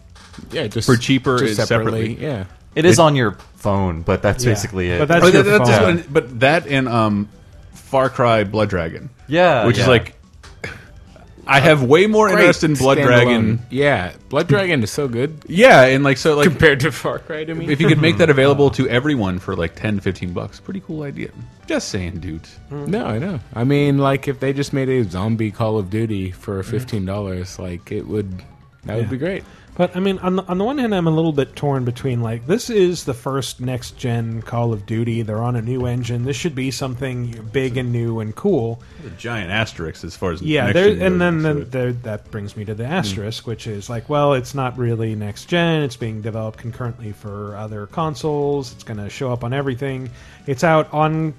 [SPEAKER 3] Yeah, just-
[SPEAKER 2] for cheaper
[SPEAKER 3] just
[SPEAKER 2] separately.
[SPEAKER 3] separately, yeah.
[SPEAKER 4] It is on your phone, but that's Yeah. basically it. But that's your phone.
[SPEAKER 2] but that and um, Far Cry Blood Dragon.
[SPEAKER 4] Yeah,
[SPEAKER 2] which is
[SPEAKER 4] yeah.
[SPEAKER 2] like. I have way more
[SPEAKER 3] Great
[SPEAKER 2] interest in Blood
[SPEAKER 3] standalone.
[SPEAKER 2] Dragon
[SPEAKER 3] Yeah, Blood Dragon is so good.
[SPEAKER 2] Yeah, and like so like
[SPEAKER 3] compared to Far Cry to me.
[SPEAKER 2] If you could make that available to everyone for like 10 15 bucks, pretty cool idea. Just saying, dude.
[SPEAKER 3] No, I know. I mean, like if they just made a zombie Call of Duty for fifteen dollars, like it would, that would
[SPEAKER 1] Yeah.
[SPEAKER 3] be great.
[SPEAKER 1] But I mean, on the, on the one hand, I'm a little bit torn between like this is the first next gen Call of Duty. They're on a new engine. This should be something big and new and cool.
[SPEAKER 2] A giant asterisk as far as
[SPEAKER 1] Yeah,
[SPEAKER 2] next
[SPEAKER 1] there,
[SPEAKER 2] gen
[SPEAKER 1] and
[SPEAKER 2] goes.
[SPEAKER 1] then, then there, that brings me to the asterisk, which is like, well, it's not really next gen. It's being developed concurrently for other consoles. It's going to show up on everything. It's out on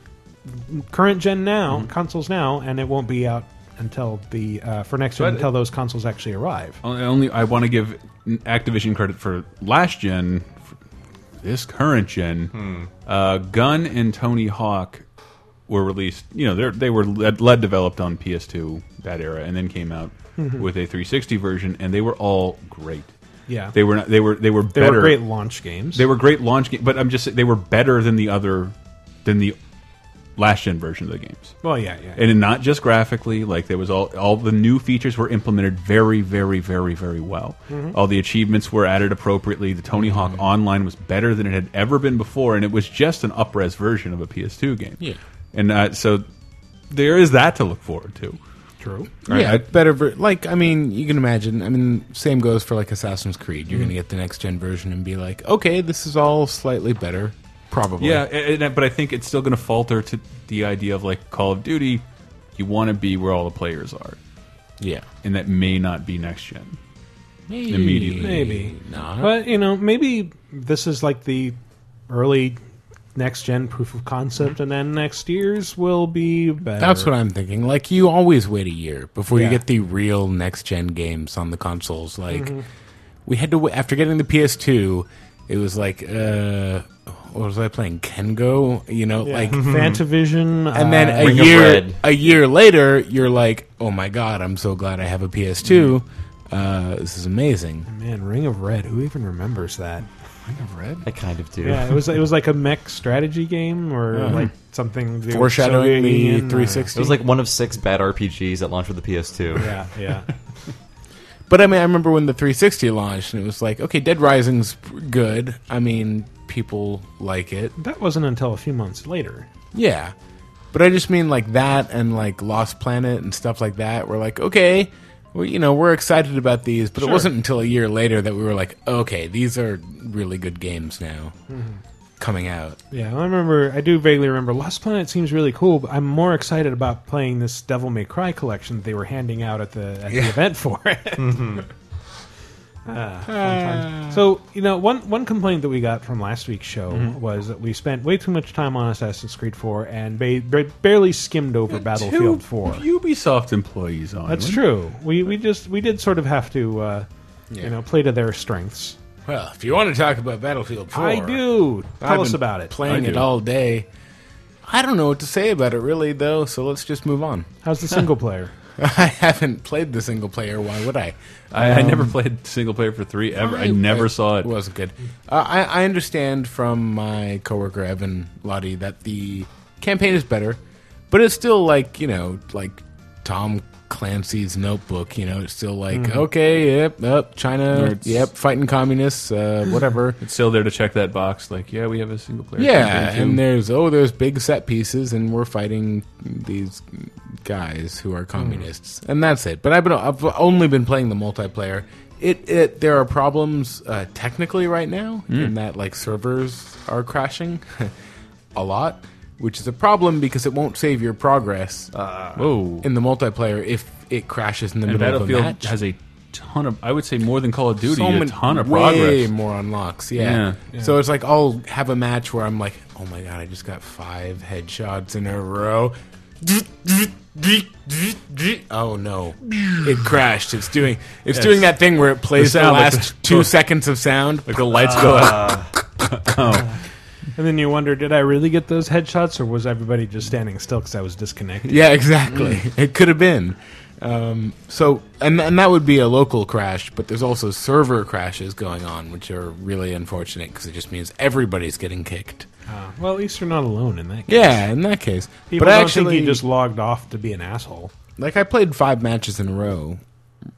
[SPEAKER 1] current gen now, consoles now, and it won't be out until the uh, for next gen
[SPEAKER 2] But-
[SPEAKER 1] until those consoles actually arrive.
[SPEAKER 2] Only, only I want to give Activision credit for last gen, for this current gen.
[SPEAKER 1] Hmm.
[SPEAKER 2] Uh, Gun and Tony Hawk were released. You know, they they were led, led developed on PS2 that era, and then came out
[SPEAKER 1] Mhm.
[SPEAKER 2] with a 360 version, and they were all great.
[SPEAKER 1] Yeah.
[SPEAKER 2] they were not, they were they were
[SPEAKER 1] They were
[SPEAKER 2] better.
[SPEAKER 1] great launch games.
[SPEAKER 2] They were great launch games, but I'm just saying they were better than the other than the last gen versions of the games.
[SPEAKER 1] Well, yeah, yeah.
[SPEAKER 2] and not just graphically. Like there was all all the new features were implemented very, very, very, very well.
[SPEAKER 1] Mhm.
[SPEAKER 2] All the achievements were added appropriately. The Tony Hawk Online was better than it had ever been before, and it was just an upres version of a PS2 game.
[SPEAKER 3] Yeah.
[SPEAKER 2] and uh, so there is that to look forward to.
[SPEAKER 1] True.
[SPEAKER 3] yeah, better. Ver- like, I mean, you can imagine. I mean, same goes for like Assassin's Creed. You're
[SPEAKER 2] Mhm.
[SPEAKER 3] going to get the next gen version and be like, okay, this is all slightly better, probably.
[SPEAKER 2] Yeah, and, and- but I think it's still going to falter to the idea of like Call of Duty. You want to be where all the players are.
[SPEAKER 3] Yeah,
[SPEAKER 2] and that may not be next gen.
[SPEAKER 3] Maybe.
[SPEAKER 2] Immediately,
[SPEAKER 1] Maybe. But, you know, maybe this is like the early next gen proof of concept, and then next year's will be better.
[SPEAKER 3] That's what I'm thinking. Like, you always wait a year before
[SPEAKER 1] Yeah.
[SPEAKER 3] you get the real next gen games on the consoles. Like,
[SPEAKER 1] Mhm.
[SPEAKER 3] we had to wait after getting the PS2. It was like, uh, what was I playing? Kengo, you know,
[SPEAKER 1] Yeah.
[SPEAKER 3] like
[SPEAKER 1] Fantavision,
[SPEAKER 3] and then
[SPEAKER 1] uh,
[SPEAKER 3] a
[SPEAKER 1] Ring of
[SPEAKER 3] year,
[SPEAKER 1] Red.
[SPEAKER 3] a year later, you're like, oh my god, I'm so glad I have a PS2.
[SPEAKER 1] Mm-hmm.
[SPEAKER 3] Uh, this is amazing.
[SPEAKER 1] Man, Ring of Red. Who even remembers that? Ring of Red.
[SPEAKER 4] I kind of do.
[SPEAKER 1] Yeah, it was it was like a mech strategy game or
[SPEAKER 4] Yeah.
[SPEAKER 1] like something uh, they were
[SPEAKER 4] Foreshadowing
[SPEAKER 1] Soviet
[SPEAKER 4] the
[SPEAKER 1] Union or-
[SPEAKER 4] 360. It was like one of six bad RPGs that launched with the PS2.
[SPEAKER 1] Yeah, yeah.
[SPEAKER 3] But I mean, I remember when the 360 launched, and it was like, okay, Dead Rising's good. I mean, people like it.
[SPEAKER 1] That wasn't until a few months later.
[SPEAKER 3] Yeah. But I just mean like that and like Lost Planet and stuff like that. We're like, okay, we, you know, we're excited about these, but
[SPEAKER 1] Sure.
[SPEAKER 3] it wasn't until a year later that we were like, okay, these are really good games now
[SPEAKER 1] Mhm.
[SPEAKER 3] coming out.
[SPEAKER 1] Yeah, I remember. I do vaguely remember. Lost Planet seems really cool, but I'm more excited about playing this Devil May Cry collection that they were handing out at the at the
[SPEAKER 13] Yeah.
[SPEAKER 1] event for it.
[SPEAKER 3] Mm-hmm.
[SPEAKER 13] Mhm.
[SPEAKER 1] Ah, fun times. So you know, one one complaint that we got from last week's show
[SPEAKER 3] Mm-hmm.
[SPEAKER 13] Mhm.
[SPEAKER 1] was that we spent way too much time on Assassin's Creed 4 and ba- ba- barely skimmed over Battlefield 4.
[SPEAKER 2] Ubisoft employees on.
[SPEAKER 1] That's true. We we just we did sort of have to uh, you know play to their strengths.
[SPEAKER 3] Well, if you want to talk about Battlefield 4,
[SPEAKER 1] I do. Tell
[SPEAKER 3] I've
[SPEAKER 1] us
[SPEAKER 3] been
[SPEAKER 1] about it.
[SPEAKER 3] Playing
[SPEAKER 1] I
[SPEAKER 3] it
[SPEAKER 1] do.
[SPEAKER 3] all day. I don't know what to say about it really though, so let's just move on.
[SPEAKER 1] How's the single player?
[SPEAKER 3] I haven't played the single player. Why would I?
[SPEAKER 2] I, I never
[SPEAKER 3] Um,
[SPEAKER 2] played single player for three ever. I,
[SPEAKER 3] I-
[SPEAKER 2] never
[SPEAKER 3] I-
[SPEAKER 2] saw it.
[SPEAKER 3] It wasn't good. Uh, I, I understand from my coworker Evan Lottie that the campaign is better, but it's still like you know, like Tom Clancy's Notebook. You know, it's still like
[SPEAKER 2] Mhm.
[SPEAKER 3] okay, yep, up China,
[SPEAKER 2] Or it's-
[SPEAKER 3] yep, fighting communists, uh, whatever.
[SPEAKER 2] It's still there to check that box. Like, yeah, we have a single player.
[SPEAKER 3] Yeah,
[SPEAKER 2] campaign,
[SPEAKER 3] and
[SPEAKER 2] too.
[SPEAKER 3] there's oh, there's big set pieces, and we're fighting these guys who are communists,
[SPEAKER 2] Hmm.
[SPEAKER 3] and that's it. But I've been I've only been playing the multiplayer. It it there are problems uh, technically right now
[SPEAKER 2] Mm.
[SPEAKER 3] in that like servers are crashing a lot, which is a problem because it won't save your progress. uh,
[SPEAKER 2] Whoa.
[SPEAKER 3] in the multiplayer if it crashes in the
[SPEAKER 2] and
[SPEAKER 3] middle
[SPEAKER 2] Battlefield
[SPEAKER 3] of a match.
[SPEAKER 2] has a ton of. I would say more than Call of Duty.
[SPEAKER 3] So
[SPEAKER 2] a
[SPEAKER 3] many-
[SPEAKER 2] ton of
[SPEAKER 3] way
[SPEAKER 2] progress.
[SPEAKER 3] more unlocks. Yeah.
[SPEAKER 2] Yeah.
[SPEAKER 3] So it's like I'll have a match where I'm like, oh my god, I just got five headshots in a row. Oh no, it crashed. It's doing it's
[SPEAKER 2] Yes.
[SPEAKER 3] doing that thing where it plays
[SPEAKER 2] The
[SPEAKER 3] the,
[SPEAKER 2] sound like
[SPEAKER 3] last
[SPEAKER 2] the-
[SPEAKER 3] two seconds of sound.
[SPEAKER 2] Like the lights go out.
[SPEAKER 1] And then you wonder, did I really get those headshots, or was everybody just standing still because I was disconnected?
[SPEAKER 3] Yeah, exactly.
[SPEAKER 2] mm.
[SPEAKER 3] It could have been. Um, so, and and that would be a local crash, but there's also server crashes going on, which are really unfortunate because it just means everybody's getting kicked.
[SPEAKER 1] Ah, well, at least you're not alone in that. case.
[SPEAKER 3] Yeah, in that case.
[SPEAKER 1] People
[SPEAKER 3] but I
[SPEAKER 1] don't
[SPEAKER 3] actually
[SPEAKER 1] think you just logged off to be an asshole.
[SPEAKER 3] like I played five matches in a row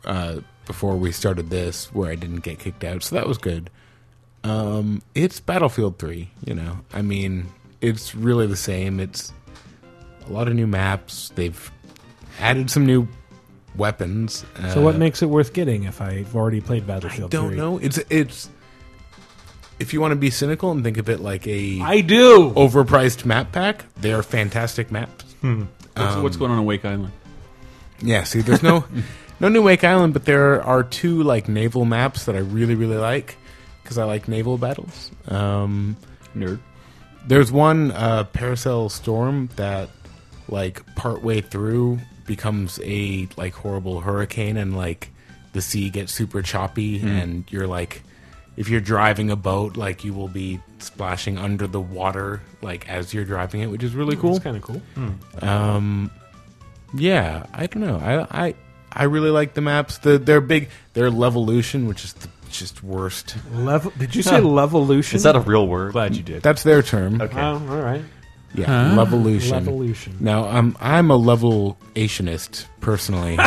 [SPEAKER 3] uh, before we started this, where I didn't get kicked out, so that was good. Um, it's Battlefield Three, you know. I mean, it's really the same. It's a lot of new maps. They've added some new weapons.
[SPEAKER 1] So what
[SPEAKER 3] uh,
[SPEAKER 1] makes it worth getting if I've already played Battlefield?
[SPEAKER 3] don't
[SPEAKER 1] 3?
[SPEAKER 3] know. It's it's if you want to be cynical and think of it like a
[SPEAKER 1] I do
[SPEAKER 3] Oh, overpriced map pack. They're fantastic maps.
[SPEAKER 2] What's,
[SPEAKER 3] Um,
[SPEAKER 2] what's going on in Wake Island?
[SPEAKER 3] Yeah, see, there's no no New Wake Island, but there are two like naval maps that I really really like because I like naval battles. Um,
[SPEAKER 2] Nerd.
[SPEAKER 3] There's one uh, Paracel Storm that like partway through becomes a like horrible hurricane and like the sea gets super choppy
[SPEAKER 2] Hmm.
[SPEAKER 3] and you're like if you're driving a boat like you will be splashing under the water like as you're driving it which is really
[SPEAKER 1] Hmm,
[SPEAKER 3] cool
[SPEAKER 1] that's kinda cool. Hmm.
[SPEAKER 3] um yeah i don't know i i i really like the maps the they're big they're levolution which is the just worst
[SPEAKER 1] Level? Did you say levolution?
[SPEAKER 3] That's their term
[SPEAKER 1] Oh, all right.
[SPEAKER 3] Yeah,
[SPEAKER 1] Huh?
[SPEAKER 3] levolution.
[SPEAKER 1] Levolution.
[SPEAKER 3] Now, I'm I'm a levelationist personally.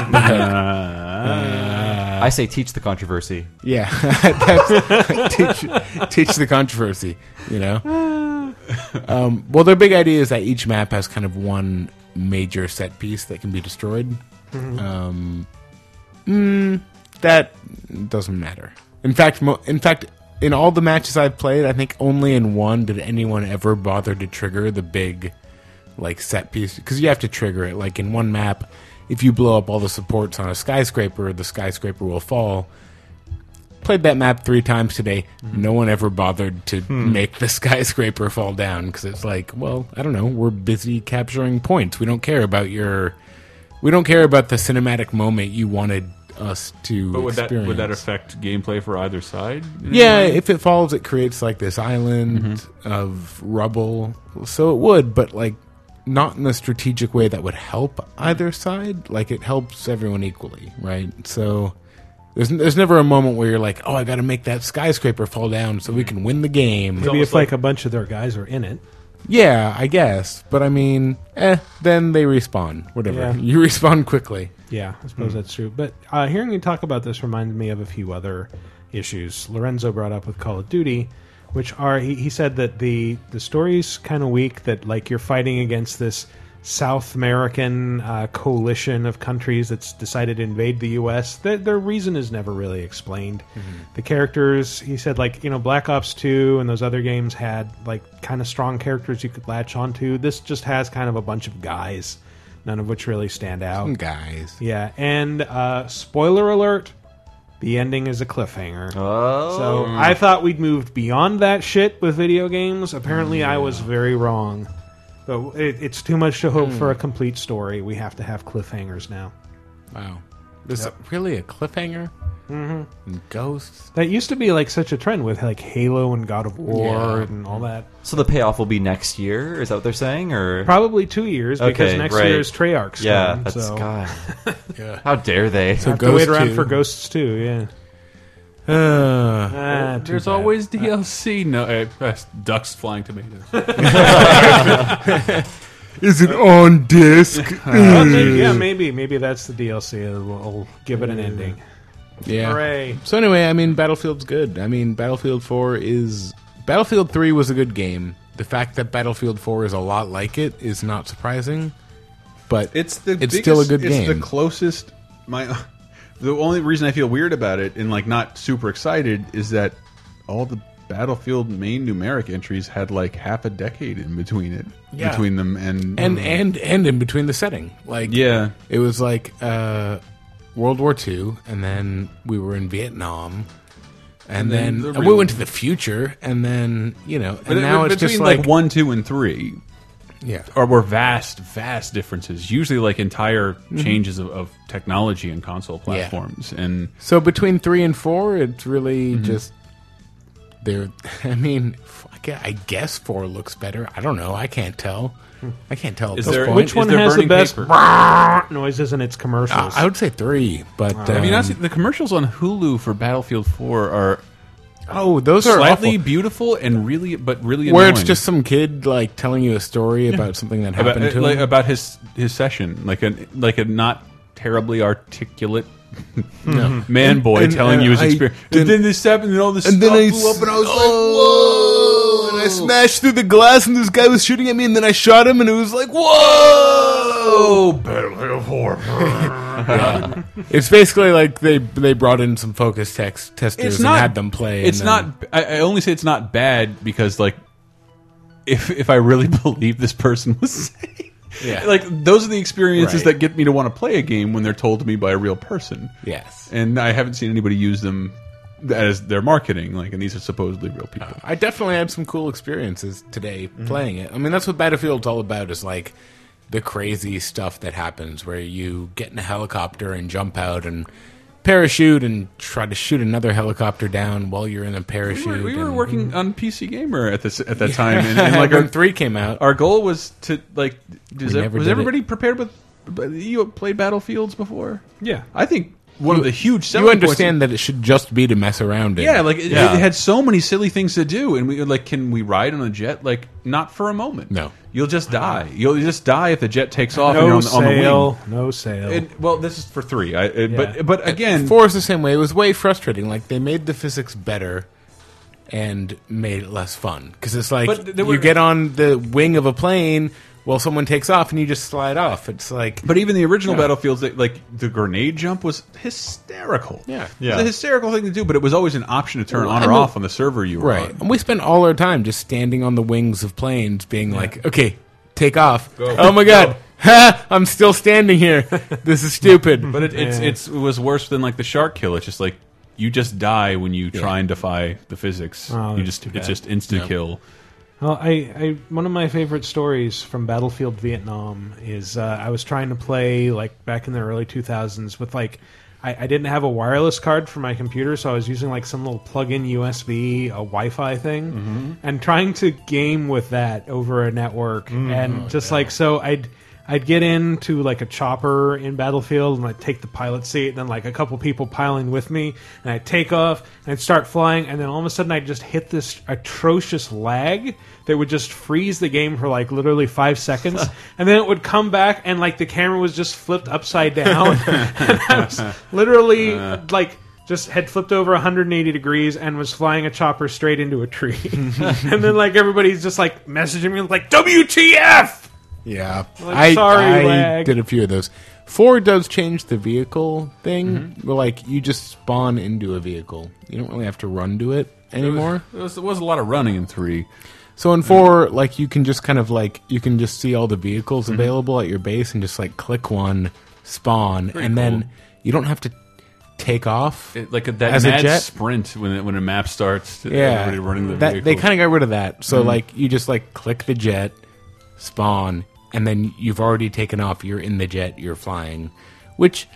[SPEAKER 4] I say teach the controversy.
[SPEAKER 3] Yeah, That's- teach, teach the controversy. You know. Um, well, their big idea is that each map has kind of one major set piece that can be destroyed.
[SPEAKER 13] Mhm.
[SPEAKER 3] Um, mm, that doesn't matter. In fact, mo- in fact, in all the matches I've played, I think only in one did anyone ever bother to trigger the big like set piece because you have to trigger it. Like in one map, if you blow up all the supports on a skyscraper, the skyscraper will fall. Played that map three times today. No one ever bothered to
[SPEAKER 13] Hmm.
[SPEAKER 3] make the skyscraper fall down because it's like, well, I don't know. We're busy capturing points. We don't care about your. We don't care about the cinematic moment you wanted us to.
[SPEAKER 2] But would that
[SPEAKER 3] experience.
[SPEAKER 2] would that affect gameplay for either side? in
[SPEAKER 3] Yeah,
[SPEAKER 2] any way?
[SPEAKER 3] if it falls, it creates like this island
[SPEAKER 1] Mm-hmm.
[SPEAKER 3] of rubble. So it would, but like not in a strategic way that would help either side. Like it helps everyone equally, right? So there's there's never a moment where you're like, oh, I got to make that skyscraper fall down so
[SPEAKER 1] Mm-hmm.
[SPEAKER 3] we can win the game.
[SPEAKER 1] Maybe if like, a bunch of their guys are in it.
[SPEAKER 3] yeah, I guess, but I mean, eh, then they respawn. Whatever,
[SPEAKER 1] Yeah.
[SPEAKER 3] you respawn quickly.
[SPEAKER 1] Yeah, I suppose
[SPEAKER 3] Hmm.
[SPEAKER 1] that's true. But uh, hearing you talk about this reminded me of a few other issues Lorenzo brought up with Call of Duty, which are he, he said that the the story's kind of weak. That like you're fighting against this South American uh, coalition of countries that's decided to invade the U.S. Their, their reason is never really explained. The characters, he said, like you know, Black Ops Two and those other games had like kind of strong characters you could latch onto. This just has kind of a bunch of guys, none of which really stand out.
[SPEAKER 3] Some guys.
[SPEAKER 1] Yeah, and uh, spoiler alert, the ending is a cliffhanger.
[SPEAKER 4] Oh.
[SPEAKER 1] So I thought we'd moved beyond that shit with video games. Apparently, I was very wrong. But it, it's too much to hope
[SPEAKER 3] Hmm.
[SPEAKER 1] for a complete story. We have to have cliffhangers now.
[SPEAKER 3] Wow, there's really a cliffhanger. Mm-hmm. Ghosts.
[SPEAKER 1] That used to be like such a trend with like Halo and God of War
[SPEAKER 4] Yeah.
[SPEAKER 1] and all that.
[SPEAKER 4] So the payoff will be next year. Is that what they're saying? Or
[SPEAKER 1] Probably two years because next year is Treyarch's
[SPEAKER 4] Yeah,
[SPEAKER 1] time,
[SPEAKER 4] that's
[SPEAKER 1] so-
[SPEAKER 4] God.
[SPEAKER 3] Yeah.
[SPEAKER 4] How dare they?
[SPEAKER 1] So have to wait around for Ghosts too. Yeah.
[SPEAKER 4] Uh,
[SPEAKER 1] Ah, too
[SPEAKER 2] There's
[SPEAKER 1] bad.
[SPEAKER 2] always DLC. No, uh, uh, ducks flying tomatoes.
[SPEAKER 3] Is it on disc?
[SPEAKER 1] Well, maybe- yeah, maybe maybe that's the DLC. We'll give it an ending.
[SPEAKER 3] Yeah.
[SPEAKER 1] Hooray.
[SPEAKER 3] So anyway, I mean, Battlefield's good. I mean, Battlefield Four is Battlefield Three was a good game. The fact that Battlefield Four is a lot like it is not surprising, but
[SPEAKER 2] it's the
[SPEAKER 3] it's still a
[SPEAKER 2] biggest-
[SPEAKER 3] good
[SPEAKER 2] it's
[SPEAKER 3] game.
[SPEAKER 2] the closest my the only reason I feel weird about it and like not super excited is that all the Battlefield main numeric entries had like half a decade in between it
[SPEAKER 3] Yeah.
[SPEAKER 2] between them and um,
[SPEAKER 3] and and and in between the setting, like
[SPEAKER 2] Mm. Yeah.
[SPEAKER 3] it was like uh, World War Two, and then we were in Vietnam.
[SPEAKER 2] And
[SPEAKER 3] And,
[SPEAKER 2] then
[SPEAKER 3] then,
[SPEAKER 2] the
[SPEAKER 3] and we
[SPEAKER 2] real-
[SPEAKER 3] went to the future, and then you know, and
[SPEAKER 2] But it-
[SPEAKER 3] now it's
[SPEAKER 2] between
[SPEAKER 3] just
[SPEAKER 2] like,
[SPEAKER 3] like
[SPEAKER 2] one, two, and three,
[SPEAKER 3] Yeah.
[SPEAKER 2] are were vast, vast differences. Usually, like entire
[SPEAKER 3] Mhm.
[SPEAKER 2] changes of, of technology and console platforms. And
[SPEAKER 3] So between three and four, it's really
[SPEAKER 2] Mm-hmm.
[SPEAKER 3] just they're. I mean, fuck it, I guess four looks better. I don't know. I can't tell. I can't tell. At
[SPEAKER 2] Is
[SPEAKER 3] this
[SPEAKER 2] there-
[SPEAKER 3] point.
[SPEAKER 2] Which one is there has the burning best paper?
[SPEAKER 1] noises in its commercials?
[SPEAKER 3] Uh, I would say three, but um,
[SPEAKER 2] have you not seen the commercials on Hulu for Battlefield Four are?
[SPEAKER 3] Oh, those are
[SPEAKER 2] slightly
[SPEAKER 3] awful.
[SPEAKER 2] beautiful and really, but really
[SPEAKER 3] where
[SPEAKER 2] annoying.
[SPEAKER 3] it's just some kid like telling you a story
[SPEAKER 2] Yeah.
[SPEAKER 3] about something that
[SPEAKER 2] about, uh,
[SPEAKER 3] happened to
[SPEAKER 2] like,
[SPEAKER 3] him.
[SPEAKER 2] about his his session, like a like a not terribly articulate
[SPEAKER 3] No.
[SPEAKER 2] man
[SPEAKER 3] And-
[SPEAKER 2] boy
[SPEAKER 3] and-
[SPEAKER 2] telling
[SPEAKER 3] and
[SPEAKER 2] you his
[SPEAKER 3] I
[SPEAKER 2] experience.
[SPEAKER 3] didn't-
[SPEAKER 2] And then this happened, and all this
[SPEAKER 3] And
[SPEAKER 2] stuff
[SPEAKER 3] then I
[SPEAKER 2] blew
[SPEAKER 3] s-
[SPEAKER 2] up, and I was
[SPEAKER 3] like, "Whoa!" And I smashed through the glass, and this guy was shooting at me, and then I shot him, and it was like, "Whoa!" Battlefield Four. Yeah. it's basically like they they brought in some focus text testers
[SPEAKER 2] it's
[SPEAKER 3] and
[SPEAKER 2] not
[SPEAKER 3] had them play. and
[SPEAKER 2] It's
[SPEAKER 3] then-
[SPEAKER 2] not. I, I only say it's not bad because like if if I really believe this person was saying,
[SPEAKER 3] Yeah.
[SPEAKER 2] like those are the experiences
[SPEAKER 3] Right.
[SPEAKER 2] that get me to want to play a game when they're told to me by a real person.
[SPEAKER 3] Yes.
[SPEAKER 2] and I haven't seen anybody use them as their marketing. Like, and these are supposedly real people.
[SPEAKER 3] I definitely had some cool experiences today
[SPEAKER 2] Mhm.
[SPEAKER 3] playing it. I mean, that's what Battlefield's all about is like the crazy stuff that happens where you get in a helicopter and jump out and parachute and try to shoot another helicopter down while you're in a parachute.
[SPEAKER 2] We were, we
[SPEAKER 3] and-
[SPEAKER 2] were working on PC Gamer at this at that
[SPEAKER 3] Yeah.
[SPEAKER 2] time, and, and like
[SPEAKER 3] When
[SPEAKER 2] our
[SPEAKER 3] three came out,
[SPEAKER 2] our goal was to like. does
[SPEAKER 3] We
[SPEAKER 2] ev-
[SPEAKER 3] never
[SPEAKER 2] was
[SPEAKER 3] did it.
[SPEAKER 2] everybody prepared with? but You played Battlefields before?
[SPEAKER 1] Yeah.
[SPEAKER 2] I think one of the huge selling
[SPEAKER 3] You
[SPEAKER 2] points-
[SPEAKER 3] understand that it should just be to mess around in.
[SPEAKER 2] Yeah, like it, it had so many silly things to do, and we were like, can we ride on a jet? Like, not for a moment.
[SPEAKER 3] No.
[SPEAKER 2] you'll just die. You'll just die if the jet takes off. and
[SPEAKER 1] No
[SPEAKER 2] you're on, the- on the
[SPEAKER 1] sail,
[SPEAKER 2] wing.
[SPEAKER 1] no sail.
[SPEAKER 2] It- well, this is for three. I, it- But but again,
[SPEAKER 3] four is the same way. It was way frustrating. Like they made the physics better and made it less fun because it's like
[SPEAKER 2] But th- there
[SPEAKER 3] you
[SPEAKER 2] were-
[SPEAKER 3] get on the wing of a plane while someone takes off and you just slide off. It's like,
[SPEAKER 2] but even the original
[SPEAKER 3] Yeah.
[SPEAKER 2] battlefields, they- like the grenade jump was hysterical.
[SPEAKER 3] Yeah.
[SPEAKER 2] It was a hysterical thing to do, but it was always an option to turn
[SPEAKER 3] Well,
[SPEAKER 2] on
[SPEAKER 3] I
[SPEAKER 2] or
[SPEAKER 3] mean-
[SPEAKER 2] off on the server you were
[SPEAKER 3] right.
[SPEAKER 2] on.
[SPEAKER 3] And we spent all our time just standing on the wings of planes, being like, okay, take off.
[SPEAKER 2] Go.
[SPEAKER 3] Oh my god. Ha! I'm still standing here. This is stupid.
[SPEAKER 2] But it, it's it's it was worse than like the shark kill. It's just like you just die when you try and defy the physics. you
[SPEAKER 1] Oh, that's
[SPEAKER 2] just
[SPEAKER 1] too
[SPEAKER 2] it's
[SPEAKER 1] bad.
[SPEAKER 2] just insta
[SPEAKER 1] Yeah.
[SPEAKER 2] kill.
[SPEAKER 1] Well, I, I one of my favorite stories from Battlefield Vietnam is uh, I was trying to play like back in the early 2000s with like I, I didn't have a wireless card for my computer, so I was using like some little plug-in USB, a Wi-Fi thing,
[SPEAKER 2] Mm-hmm.
[SPEAKER 1] and trying to game with that over a network,
[SPEAKER 2] Mm. Oh,
[SPEAKER 1] and just like so I'd. I'd get into like a chopper in Battlefield and I'd take the pilot seat, and then like a couple people piling with me, and I'd take off and I'd start flying, and then all of a sudden I'd just hit this atrocious lag that would just freeze the game for like literally five seconds, and then it would come back and like the camera was just flipped upside down, and I was literally like just had flipped over 180 degrees and was flying a chopper straight into a tree, and then like everybody's just like messaging me like WTF.
[SPEAKER 3] Yeah,
[SPEAKER 1] Like,
[SPEAKER 3] I,
[SPEAKER 1] sorry,
[SPEAKER 3] I
[SPEAKER 1] lag.
[SPEAKER 3] did a few of those. Four does change the vehicle thing.
[SPEAKER 2] Mm-hmm.
[SPEAKER 3] where Like you just spawn into a vehicle. You don't really have to run to it anymore.
[SPEAKER 2] It was, it was a lot of running in three.
[SPEAKER 3] So in four, like you can just kind of like you can just see all the vehicles
[SPEAKER 2] Mm-hmm.
[SPEAKER 3] available at your base and just like click one, spawn,
[SPEAKER 2] Pretty
[SPEAKER 3] and
[SPEAKER 2] cool.
[SPEAKER 3] then you don't have to take off
[SPEAKER 2] It, like that
[SPEAKER 3] as
[SPEAKER 2] mad
[SPEAKER 3] a jet.
[SPEAKER 2] sprint when it, when a map starts.
[SPEAKER 3] yeah,
[SPEAKER 2] everybody running the
[SPEAKER 3] that, they
[SPEAKER 2] vehicle.
[SPEAKER 3] kind of got rid of that. So
[SPEAKER 2] Mhm.
[SPEAKER 3] like you just like click the jet, spawn, and then you've already taken off. You're in the jet. You're flying, which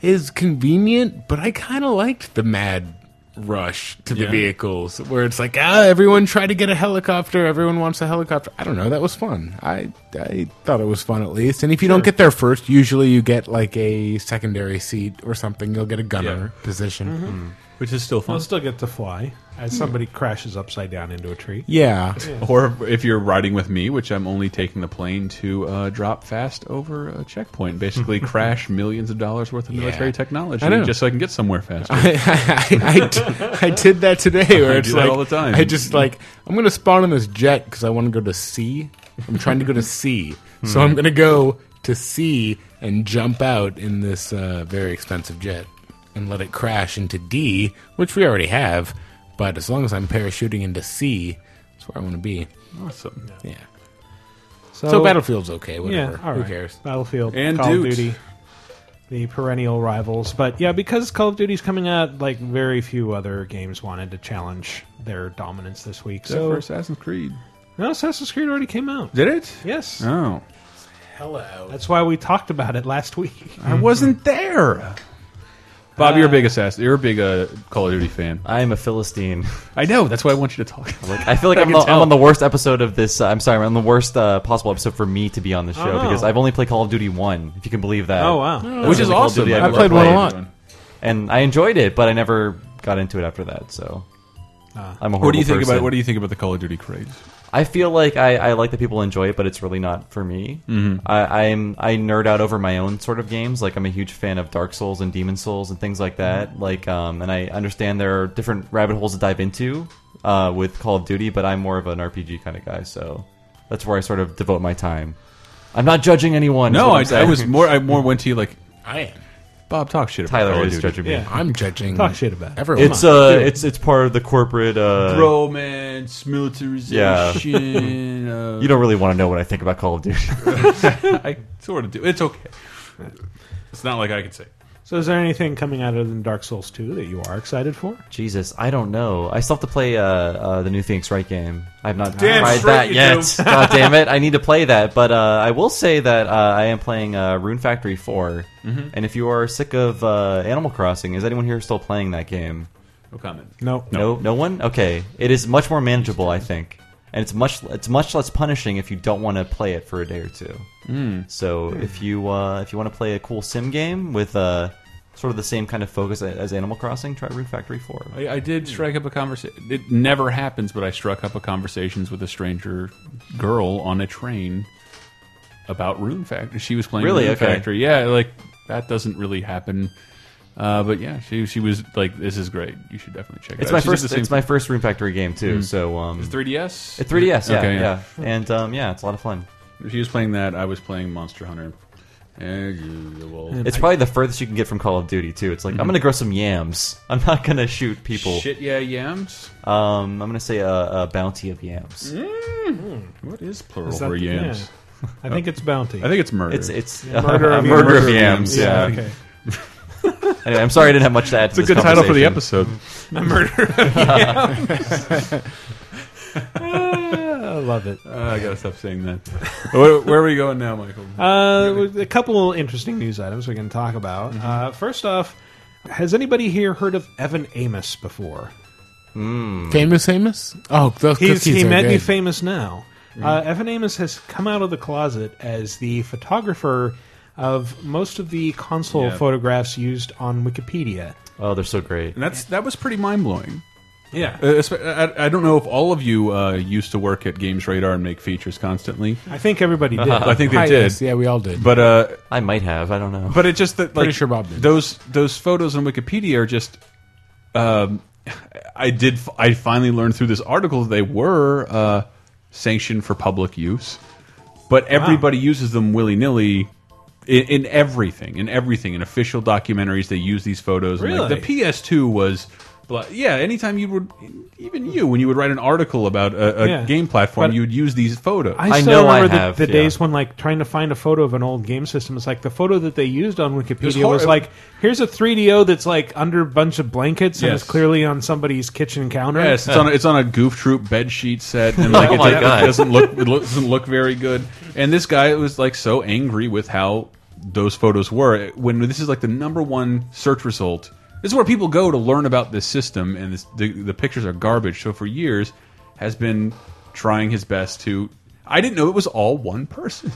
[SPEAKER 3] is convenient. But I kind of liked the mad rush to the
[SPEAKER 2] Yeah.
[SPEAKER 3] vehicles where it's like ah everyone tried to get a helicopter everyone wants a helicopter i don't know that was fun i i thought it was fun at least and if you don't get there first usually you get like a secondary seat or something you'll get a gunner position
[SPEAKER 2] Mm-hmm. which is still fun.
[SPEAKER 1] I'll still get to fly as somebody crashes upside down into a tree.
[SPEAKER 3] Yeah.
[SPEAKER 2] Or if you're riding with me, which I'm only taking the plane to uh, drop fast over a checkpoint, basically crash millions of dollars worth of military technology
[SPEAKER 3] I know.
[SPEAKER 2] just so I can get somewhere faster.
[SPEAKER 3] I, I, I, d- I did that today. Where
[SPEAKER 2] I
[SPEAKER 3] it's
[SPEAKER 2] do that
[SPEAKER 3] like
[SPEAKER 2] all the time.
[SPEAKER 3] I just like I'm gonna spawn on this jet because I want to go to C. I'm trying to go to C, so
[SPEAKER 2] Hmm.
[SPEAKER 3] I'm gonna go to C and jump out in this uh, very expensive jet and let it crash into D, which we already have. But as long as I'm parachuting into C, that's where I want to be.
[SPEAKER 2] Awesome.
[SPEAKER 3] Yeah. So, Battlefield's okay. Whatever.
[SPEAKER 1] Yeah, all
[SPEAKER 3] Who
[SPEAKER 1] right.
[SPEAKER 3] cares?
[SPEAKER 1] Battlefield
[SPEAKER 2] And
[SPEAKER 1] Call
[SPEAKER 2] Dukes.
[SPEAKER 1] of Duty, the perennial rivals. But yeah, because Call of Duty's coming out, like very few other games wanted to challenge their dominance this week.
[SPEAKER 2] Except
[SPEAKER 1] so
[SPEAKER 2] for Assassin's Creed.
[SPEAKER 1] no, Assassin's Creed already came out.
[SPEAKER 2] Did it?
[SPEAKER 1] Yes.
[SPEAKER 2] Oh.
[SPEAKER 3] Hello.
[SPEAKER 1] That's why we talked about it last week.
[SPEAKER 2] I wasn't there. Bob, you're a big assassin. You're a big uh, Call of Duty fan.
[SPEAKER 4] I am a philistine.
[SPEAKER 2] I know. That's why I want you to talk.
[SPEAKER 4] Like, I feel like I'm,
[SPEAKER 2] can
[SPEAKER 4] the, I'm
[SPEAKER 2] tell.
[SPEAKER 4] on the worst episode of this. Uh, I'm sorry, I'm on the worst uh, possible episode for me to be on the show
[SPEAKER 1] Oh, no.
[SPEAKER 4] because I've only played Call of Duty one, if you can believe that.
[SPEAKER 1] Oh, wow.
[SPEAKER 4] That's
[SPEAKER 1] Which
[SPEAKER 4] the only
[SPEAKER 1] is
[SPEAKER 4] Call of
[SPEAKER 1] awesome.
[SPEAKER 4] Duty I've
[SPEAKER 1] I
[SPEAKER 4] ever
[SPEAKER 1] played one a lot.
[SPEAKER 4] and I enjoyed it, but I never got into it after that. So
[SPEAKER 1] Ah.
[SPEAKER 4] I'm a horrible
[SPEAKER 2] What do you think
[SPEAKER 4] person.
[SPEAKER 2] about What do you think about the Call of Duty craze?
[SPEAKER 4] I feel like I, I like that people enjoy it, but it's really not for me.
[SPEAKER 2] Mhm.
[SPEAKER 4] I, I'm I nerd out over my own sort of games. Like I'm a huge fan of Dark Souls and Demon Souls and things like
[SPEAKER 2] Mm-hmm.
[SPEAKER 4] that. Like um, and I understand there are different rabbit holes to dive into uh, with Call of Duty, but I'm more of an RPG kind of guy, so that's where I sort of devote my time. I'm not judging anyone. is
[SPEAKER 2] No,
[SPEAKER 4] what I'm
[SPEAKER 2] I, I
[SPEAKER 4] saying.
[SPEAKER 2] was more. I more went to you like
[SPEAKER 3] I am.
[SPEAKER 2] Bob. Talk shit about
[SPEAKER 4] Tyler
[SPEAKER 2] Call of
[SPEAKER 4] is
[SPEAKER 2] Duty.
[SPEAKER 4] judging me. Yeah.
[SPEAKER 3] I'm judging.
[SPEAKER 1] Talk shit about it.
[SPEAKER 3] everyone.
[SPEAKER 4] It's uh, it's it's part of the corporate uh,
[SPEAKER 2] romance, militarization. uh,
[SPEAKER 4] You don't really want to know what I think about Call of Duty.
[SPEAKER 2] I sort of do. It's okay. It's not like I could say.
[SPEAKER 1] So is there anything coming out other than Dark Souls 2 that you are excited for?
[SPEAKER 4] Jesus, I don't know. I still have to play uh, uh, the new Phoenix Wright game. I have not
[SPEAKER 1] Damn
[SPEAKER 4] tried
[SPEAKER 1] straight
[SPEAKER 4] that
[SPEAKER 1] you
[SPEAKER 4] yet.
[SPEAKER 1] do.
[SPEAKER 4] God damn it! I need to play that. But uh, I will say that uh, I am playing uh, Rune Factory 4
[SPEAKER 1] Mm-hmm.
[SPEAKER 2] Mhm.
[SPEAKER 4] And if you are sick of uh, Animal Crossing, is anyone here still playing that game?
[SPEAKER 2] No comment.
[SPEAKER 1] No.
[SPEAKER 4] No, no one. Okay, it is much more manageable, I think, and it's much it's much less punishing if you don't want to play it for a day or two.
[SPEAKER 2] Mm.
[SPEAKER 1] Hmm.
[SPEAKER 4] So if you uh, if you want to play a cool sim game with uh, sort of the same kind of focus a- as Animal Crossing. Try Rune Factory Four.
[SPEAKER 2] I, I
[SPEAKER 4] Hmm.
[SPEAKER 2] did strike up a conversation. It never happens, but I struck up a conversations with a stranger girl on a train about Rune Factory. She was playing
[SPEAKER 4] Really?
[SPEAKER 2] Rune
[SPEAKER 4] Okay.
[SPEAKER 2] Factory. Yeah, like that doesn't really happen. Uh, but yeah, she she was like, "This is great. You should definitely check it
[SPEAKER 4] It's
[SPEAKER 2] out."
[SPEAKER 4] my
[SPEAKER 2] She said
[SPEAKER 4] first.
[SPEAKER 2] the same
[SPEAKER 4] It's my first Rune Factory game too.
[SPEAKER 2] Mm.
[SPEAKER 4] So um,
[SPEAKER 2] It's 3DS?
[SPEAKER 4] It's 3DS. Yeah,
[SPEAKER 2] Okay, yeah.
[SPEAKER 4] yeah. And um, yeah, it's a lot of fun.
[SPEAKER 2] She was playing that. I was playing Monster Hunter. Arguable.
[SPEAKER 4] It's probably the furthest you can get from Call of Duty too. It's like I'm
[SPEAKER 2] Mhm.
[SPEAKER 4] gonna grow some yams. I'm not gonna shoot people.
[SPEAKER 2] Shit, yeah, yams.
[SPEAKER 4] Um, I'm gonna say a, a bounty of yams.
[SPEAKER 2] Mm. What is plural
[SPEAKER 1] Is that
[SPEAKER 2] for
[SPEAKER 1] the-
[SPEAKER 2] yams?
[SPEAKER 1] yeah. I think it's bounty.
[SPEAKER 2] I think it's murder.
[SPEAKER 4] It's it's
[SPEAKER 1] Yeah, murder
[SPEAKER 4] a
[SPEAKER 1] of
[SPEAKER 4] murder
[SPEAKER 1] yams.
[SPEAKER 4] of yams. Yeah.
[SPEAKER 1] Yeah, okay.
[SPEAKER 4] anyway, I'm sorry I didn't have much to add.
[SPEAKER 2] It's
[SPEAKER 4] to
[SPEAKER 2] a
[SPEAKER 4] this
[SPEAKER 2] good title for the
[SPEAKER 4] conversation.
[SPEAKER 2] episode. A murder of yams.
[SPEAKER 1] I love it.
[SPEAKER 2] Uh, I gotta stop saying that. where, where are we going now, Michael?
[SPEAKER 1] Uh, with a couple interesting news items we can talk about. Uh, first off, has anybody here heard of Evan Amos before?
[SPEAKER 3] Famous Amos? Oh, those
[SPEAKER 1] He's,
[SPEAKER 3] cookies
[SPEAKER 1] he
[SPEAKER 3] are
[SPEAKER 1] may be
[SPEAKER 3] good.
[SPEAKER 1] famous now. Uh,
[SPEAKER 3] Mm.
[SPEAKER 1] Evan Amos has come out of the closet as the photographer of most of the console
[SPEAKER 2] Yeah.
[SPEAKER 1] photographs used on Wikipedia.
[SPEAKER 4] Oh, they're so great.
[SPEAKER 2] And that's that was pretty mind blowing.
[SPEAKER 1] Yeah.
[SPEAKER 2] Uh, espe- I, I don't know if all of you uh, used to work at Games Radar and make features constantly.
[SPEAKER 1] I think everybody did.
[SPEAKER 2] I think they
[SPEAKER 1] I-
[SPEAKER 2] did.
[SPEAKER 1] Uh-huh. yes, yeah, we all did.
[SPEAKER 2] But uh,
[SPEAKER 4] I might have. I don't know.
[SPEAKER 2] But it's just that like,
[SPEAKER 4] Pretty sure Bob did.
[SPEAKER 2] Those those photos on Wikipedia are just. Um, I did. f- I finally learned through this article that they were uh, sanctioned for public use, but everybody uses them willy nilly. In, in everything, in everything, in official documentaries, they use these photos. And, like,
[SPEAKER 13] Really?
[SPEAKER 2] the PS2 was, blah- yeah. Anytime you would, even you, when you would write an article about a, a
[SPEAKER 1] Yeah.
[SPEAKER 2] game platform,
[SPEAKER 1] But
[SPEAKER 2] you would use these photos.
[SPEAKER 1] I, still remember the, the days when, like, trying to find a photo of an old game system is like the photo that they used on Wikipedia was,
[SPEAKER 2] hor-
[SPEAKER 1] like, here's a 3DO that's like under a bunch of blankets and
[SPEAKER 2] Yes.
[SPEAKER 1] is clearly on somebody's kitchen counter.
[SPEAKER 2] Yes, it's on a, it's on a Goof Troop bed sheet set, and like
[SPEAKER 1] Oh
[SPEAKER 2] it,
[SPEAKER 1] my
[SPEAKER 2] do- it
[SPEAKER 1] God.
[SPEAKER 2] doesn't look it look- doesn't look very good. And this guy was like so angry with how those photos were when this is like the number one search result. This is where people go to learn about this system, and this, the the pictures are garbage. So for years, has been trying his best to. I didn't know it was all one person.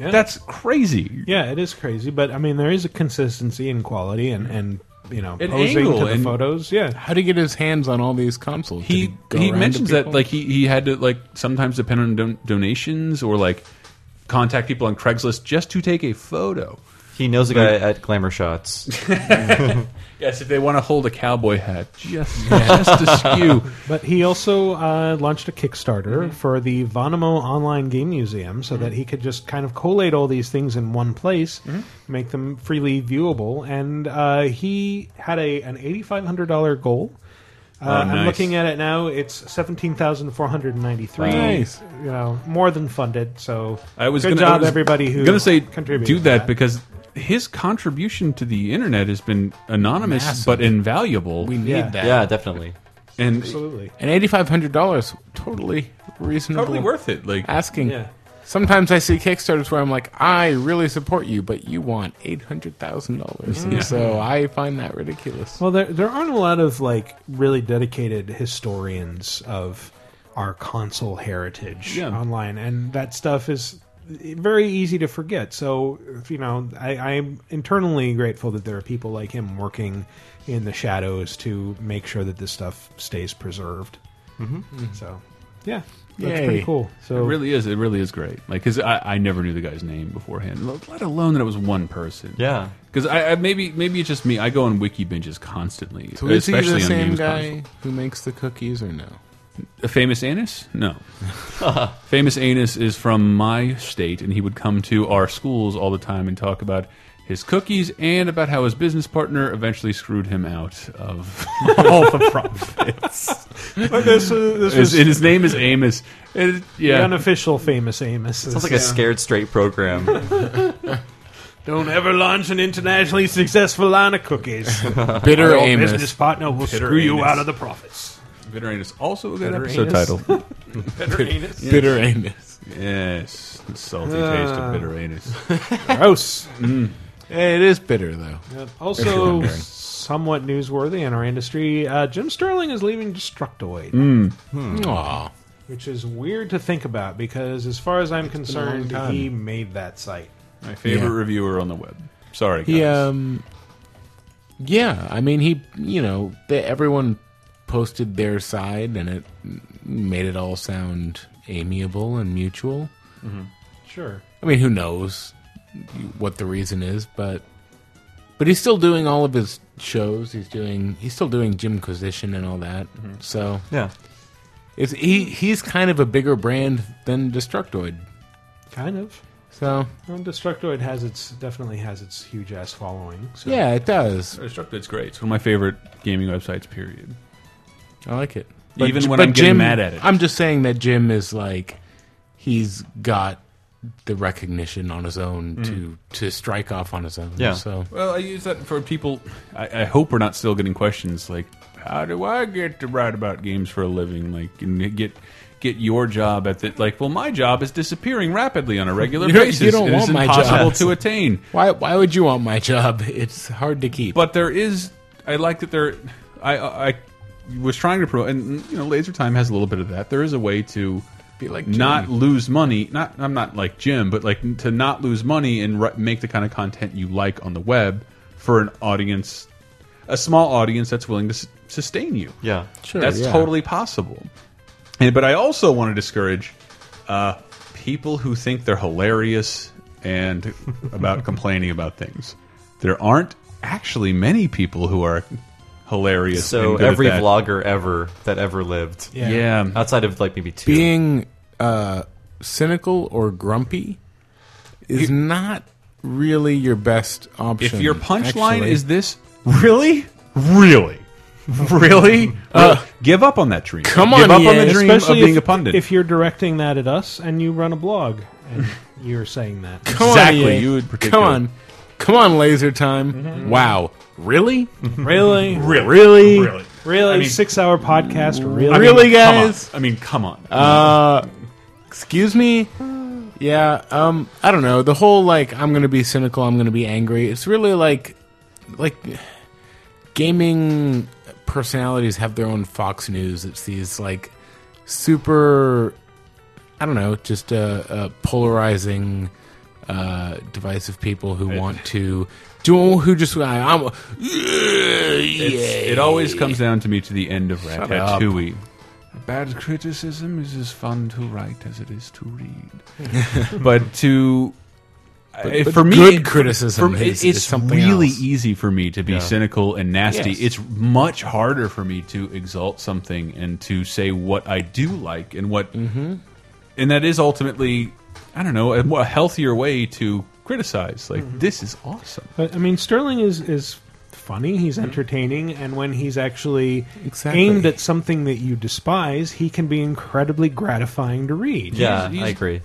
[SPEAKER 1] Yeah.
[SPEAKER 2] That's crazy.
[SPEAKER 1] Yeah, it is crazy, but I mean, there is a consistency in quality and and you know
[SPEAKER 2] An
[SPEAKER 1] posing
[SPEAKER 2] angle
[SPEAKER 1] to the
[SPEAKER 2] and-
[SPEAKER 1] photos. Yeah,
[SPEAKER 3] How did he get his hands on all these consoles? Did
[SPEAKER 2] he
[SPEAKER 3] go
[SPEAKER 2] he
[SPEAKER 3] around to
[SPEAKER 2] mentions that
[SPEAKER 3] people?
[SPEAKER 2] like he, he had to like sometimes depend on don donations or like contact people on Craigslist just to take a photo.
[SPEAKER 4] He knows a guy at Glamour Shots.
[SPEAKER 2] yes, if they want to hold a cowboy hat, just just askew.
[SPEAKER 1] But he also uh, launched a Kickstarter
[SPEAKER 2] Mm-hmm.
[SPEAKER 1] for the Vonamo Online Game Museum so that he could just kind of collate all these things in one place,
[SPEAKER 2] Mm-hmm.
[SPEAKER 1] make them freely viewable. And uh, he had a an eighty five hundred dollar goal. Uh,
[SPEAKER 2] Oh,
[SPEAKER 1] I'm
[SPEAKER 2] nice.
[SPEAKER 1] looking at it now. It's seventeen thousand four hundred ninety three.
[SPEAKER 2] Wow. Nice.
[SPEAKER 1] you know, more than funded. So
[SPEAKER 2] I was
[SPEAKER 1] good
[SPEAKER 2] gonna, I
[SPEAKER 1] job
[SPEAKER 2] was
[SPEAKER 1] everybody who
[SPEAKER 2] gonna say
[SPEAKER 1] contributed
[SPEAKER 2] do
[SPEAKER 1] to
[SPEAKER 2] that, because his contribution to the internet has been anonymous
[SPEAKER 3] Massive.
[SPEAKER 2] but invaluable.
[SPEAKER 3] We need Yeah. that.
[SPEAKER 4] Yeah, definitely.
[SPEAKER 2] And
[SPEAKER 1] Absolutely.
[SPEAKER 3] And eighty five hundred dollars, totally reasonable.
[SPEAKER 2] Totally worth it, like-
[SPEAKER 3] asking.
[SPEAKER 2] Yeah.
[SPEAKER 3] Sometimes I see Kickstarters where I'm like, I really support you, but you want eight hundred thousand dollars, and
[SPEAKER 1] Yeah.
[SPEAKER 3] so I find that ridiculous.
[SPEAKER 1] Well, there there aren't a lot of like really dedicated historians of our console heritage
[SPEAKER 2] Yeah.
[SPEAKER 1] online, and that stuff is very easy to forget. So you know, I, I'm internally grateful that there are people like him working in the shadows to make sure that this stuff stays preserved. Mm-hmm. So, yeah, that's pretty cool. So
[SPEAKER 2] it really is. It really is great. Like, because I, I never knew the guy's name beforehand, let let alone that it was one person.
[SPEAKER 4] Yeah.
[SPEAKER 2] Because I, I maybe maybe it's just me. I go on wiki binges constantly,
[SPEAKER 3] So is he
[SPEAKER 2] especially
[SPEAKER 3] the
[SPEAKER 2] on
[SPEAKER 3] same
[SPEAKER 2] games
[SPEAKER 3] guy
[SPEAKER 2] console.
[SPEAKER 3] who makes the cookies, or no?
[SPEAKER 2] A famous anus? No. famous anus is from my state, and he would come to our schools all the time and talk about his cookies and about how his business partner eventually screwed him out of all the profits.
[SPEAKER 1] But this, uh, this
[SPEAKER 2] his,
[SPEAKER 1] was-
[SPEAKER 2] his name is Amos. It- yeah.
[SPEAKER 1] the unofficial famous Amos.
[SPEAKER 4] Sounds like a scared straight program.
[SPEAKER 1] Don't ever launch an internationally successful line of cookies.
[SPEAKER 2] Bitter
[SPEAKER 1] Our old
[SPEAKER 2] Amos.
[SPEAKER 1] business partner will
[SPEAKER 2] Bitter
[SPEAKER 1] screw you
[SPEAKER 2] Amos.
[SPEAKER 1] out of the profits.
[SPEAKER 2] Bitter Anus. Also a good
[SPEAKER 1] Bitter
[SPEAKER 2] episode
[SPEAKER 1] Anus.
[SPEAKER 2] title.
[SPEAKER 1] Bitter Anus.
[SPEAKER 3] Bitter Anus.
[SPEAKER 2] Yes. The salty taste
[SPEAKER 1] Ah.
[SPEAKER 2] of Bitter Anus.
[SPEAKER 1] Gross.
[SPEAKER 2] Mm.
[SPEAKER 3] It is bitter though.
[SPEAKER 1] Uh,
[SPEAKER 3] If you're
[SPEAKER 1] also,
[SPEAKER 3] wondering.
[SPEAKER 1] somewhat newsworthy in our industry, uh, Jim Sterling is leaving Destructoid.
[SPEAKER 2] Mm.
[SPEAKER 1] Hmm.
[SPEAKER 3] Aw.
[SPEAKER 1] Which is weird to think about because, as far as I'm
[SPEAKER 3] a long
[SPEAKER 1] concerned,
[SPEAKER 3] time.
[SPEAKER 1] he made that site.
[SPEAKER 2] My favorite
[SPEAKER 3] Yeah.
[SPEAKER 2] reviewer on the web. Sorry, guys.
[SPEAKER 3] He um Yeah, I mean, he, you know, they, everyone posted their side, and it made it all sound amiable and mutual.
[SPEAKER 1] Mhm. Sure.
[SPEAKER 3] I mean, who knows what the reason is, but but he's still doing all of his shows. He's doing he's still doing Jimquisition and all that. So
[SPEAKER 4] yeah,
[SPEAKER 3] it's he he's kind of a bigger brand than Destructoid.
[SPEAKER 1] Kind of.
[SPEAKER 3] So
[SPEAKER 1] Well, Destructoid has its definitely has its huge ass following. So.
[SPEAKER 2] Destructoid's great. It's one of my favorite gaming websites. Period.
[SPEAKER 3] I like it.
[SPEAKER 2] Even
[SPEAKER 3] But-
[SPEAKER 2] when
[SPEAKER 3] but
[SPEAKER 2] I'm getting
[SPEAKER 3] Jim-
[SPEAKER 2] mad at it.
[SPEAKER 3] I'm just saying that Jim is like he's got the recognition on his own
[SPEAKER 2] Mm.
[SPEAKER 3] to to strike off on his own. So
[SPEAKER 2] Well, I use that for people. I, I hope we're not still getting questions like, "How do I get to write about games for a living?" Like, and get get your job at the like. Well, my job is disappearing rapidly on a regular
[SPEAKER 3] you don't,
[SPEAKER 2] basis.
[SPEAKER 3] you don't
[SPEAKER 2] It is
[SPEAKER 3] want my
[SPEAKER 2] impossible
[SPEAKER 3] job
[SPEAKER 2] to attain.
[SPEAKER 3] Why why would you want my job? It's hard to keep.
[SPEAKER 2] But there is. I like that there. I I I was trying to promote, and you know, Laser Time has a little bit of that. There is a way to be
[SPEAKER 3] like Jim.
[SPEAKER 2] not lose money. Not I'm not like Jim, but like to not lose money and ri- make the kind of content you like on the web for an audience, a small audience that's willing to s sustain you.
[SPEAKER 4] Yeah,
[SPEAKER 2] sure. That's totally possible. And, but I also want to discourage uh, people who think they're hilarious and about complaining about things. There aren't actually many people who are hilarious.
[SPEAKER 4] So
[SPEAKER 2] and good at
[SPEAKER 4] every
[SPEAKER 2] that.
[SPEAKER 4] vlogger ever that ever lived,
[SPEAKER 2] Yeah. Yeah.
[SPEAKER 4] outside of like maybe two.
[SPEAKER 3] being uh, cynical or grumpy is not really your best option.
[SPEAKER 2] if your punchline
[SPEAKER 3] actually.
[SPEAKER 2] is this, really, really, really,
[SPEAKER 3] Uh,
[SPEAKER 2] give up on that dream.
[SPEAKER 3] come
[SPEAKER 2] give up on
[SPEAKER 1] Ian.
[SPEAKER 2] the dream of
[SPEAKER 1] Especially if,
[SPEAKER 2] being a pundit.
[SPEAKER 1] If you're directing that at us and you run a blog and you're saying that.
[SPEAKER 3] Come on, Ian. come on, come on, laser time.
[SPEAKER 2] Mm-hmm.
[SPEAKER 3] Wow, really,
[SPEAKER 1] Really?
[SPEAKER 3] really,
[SPEAKER 1] Really?
[SPEAKER 3] really.
[SPEAKER 1] Really? six hour podcast? Really?
[SPEAKER 3] Really, guys?
[SPEAKER 2] I mean, come on.
[SPEAKER 3] Uh, excuse me. Yeah. Um. I don't know. The whole like I'm gonna be cynical. I'm gonna be angry. It's really like, like, gaming personalities have their own Fox News. It's these like super. I don't know. Just uh, uh, polarizing. Uh, divisive people who want to do who just I, I'm
[SPEAKER 2] It's- it always comes down to me to the end of
[SPEAKER 3] Shut
[SPEAKER 2] Ratatouille.
[SPEAKER 13] Bad criticism is as fun to write as it is to read.
[SPEAKER 2] but to
[SPEAKER 13] But-
[SPEAKER 2] if-
[SPEAKER 13] but
[SPEAKER 2] for me,
[SPEAKER 13] good
[SPEAKER 2] it-
[SPEAKER 13] criticism
[SPEAKER 2] for me,
[SPEAKER 13] is-
[SPEAKER 2] it's
[SPEAKER 13] is something
[SPEAKER 2] really
[SPEAKER 13] else.
[SPEAKER 2] easy for me to be
[SPEAKER 13] Yeah.
[SPEAKER 2] cynical and nasty.
[SPEAKER 13] Yes.
[SPEAKER 2] It's much harder for me to exalt something and to say what I do like and what,
[SPEAKER 13] Mm-hmm.
[SPEAKER 2] and that is ultimately, I don't know, a, more- a healthier way to criticize. Like
[SPEAKER 13] Mm-hmm.
[SPEAKER 2] this is awesome.
[SPEAKER 1] But I mean, Sterling is is funny. He's entertaining, and when he's actually
[SPEAKER 2] Exactly.
[SPEAKER 1] aimed at something that you despise, he can be incredibly gratifying to read.
[SPEAKER 3] Yeah, he,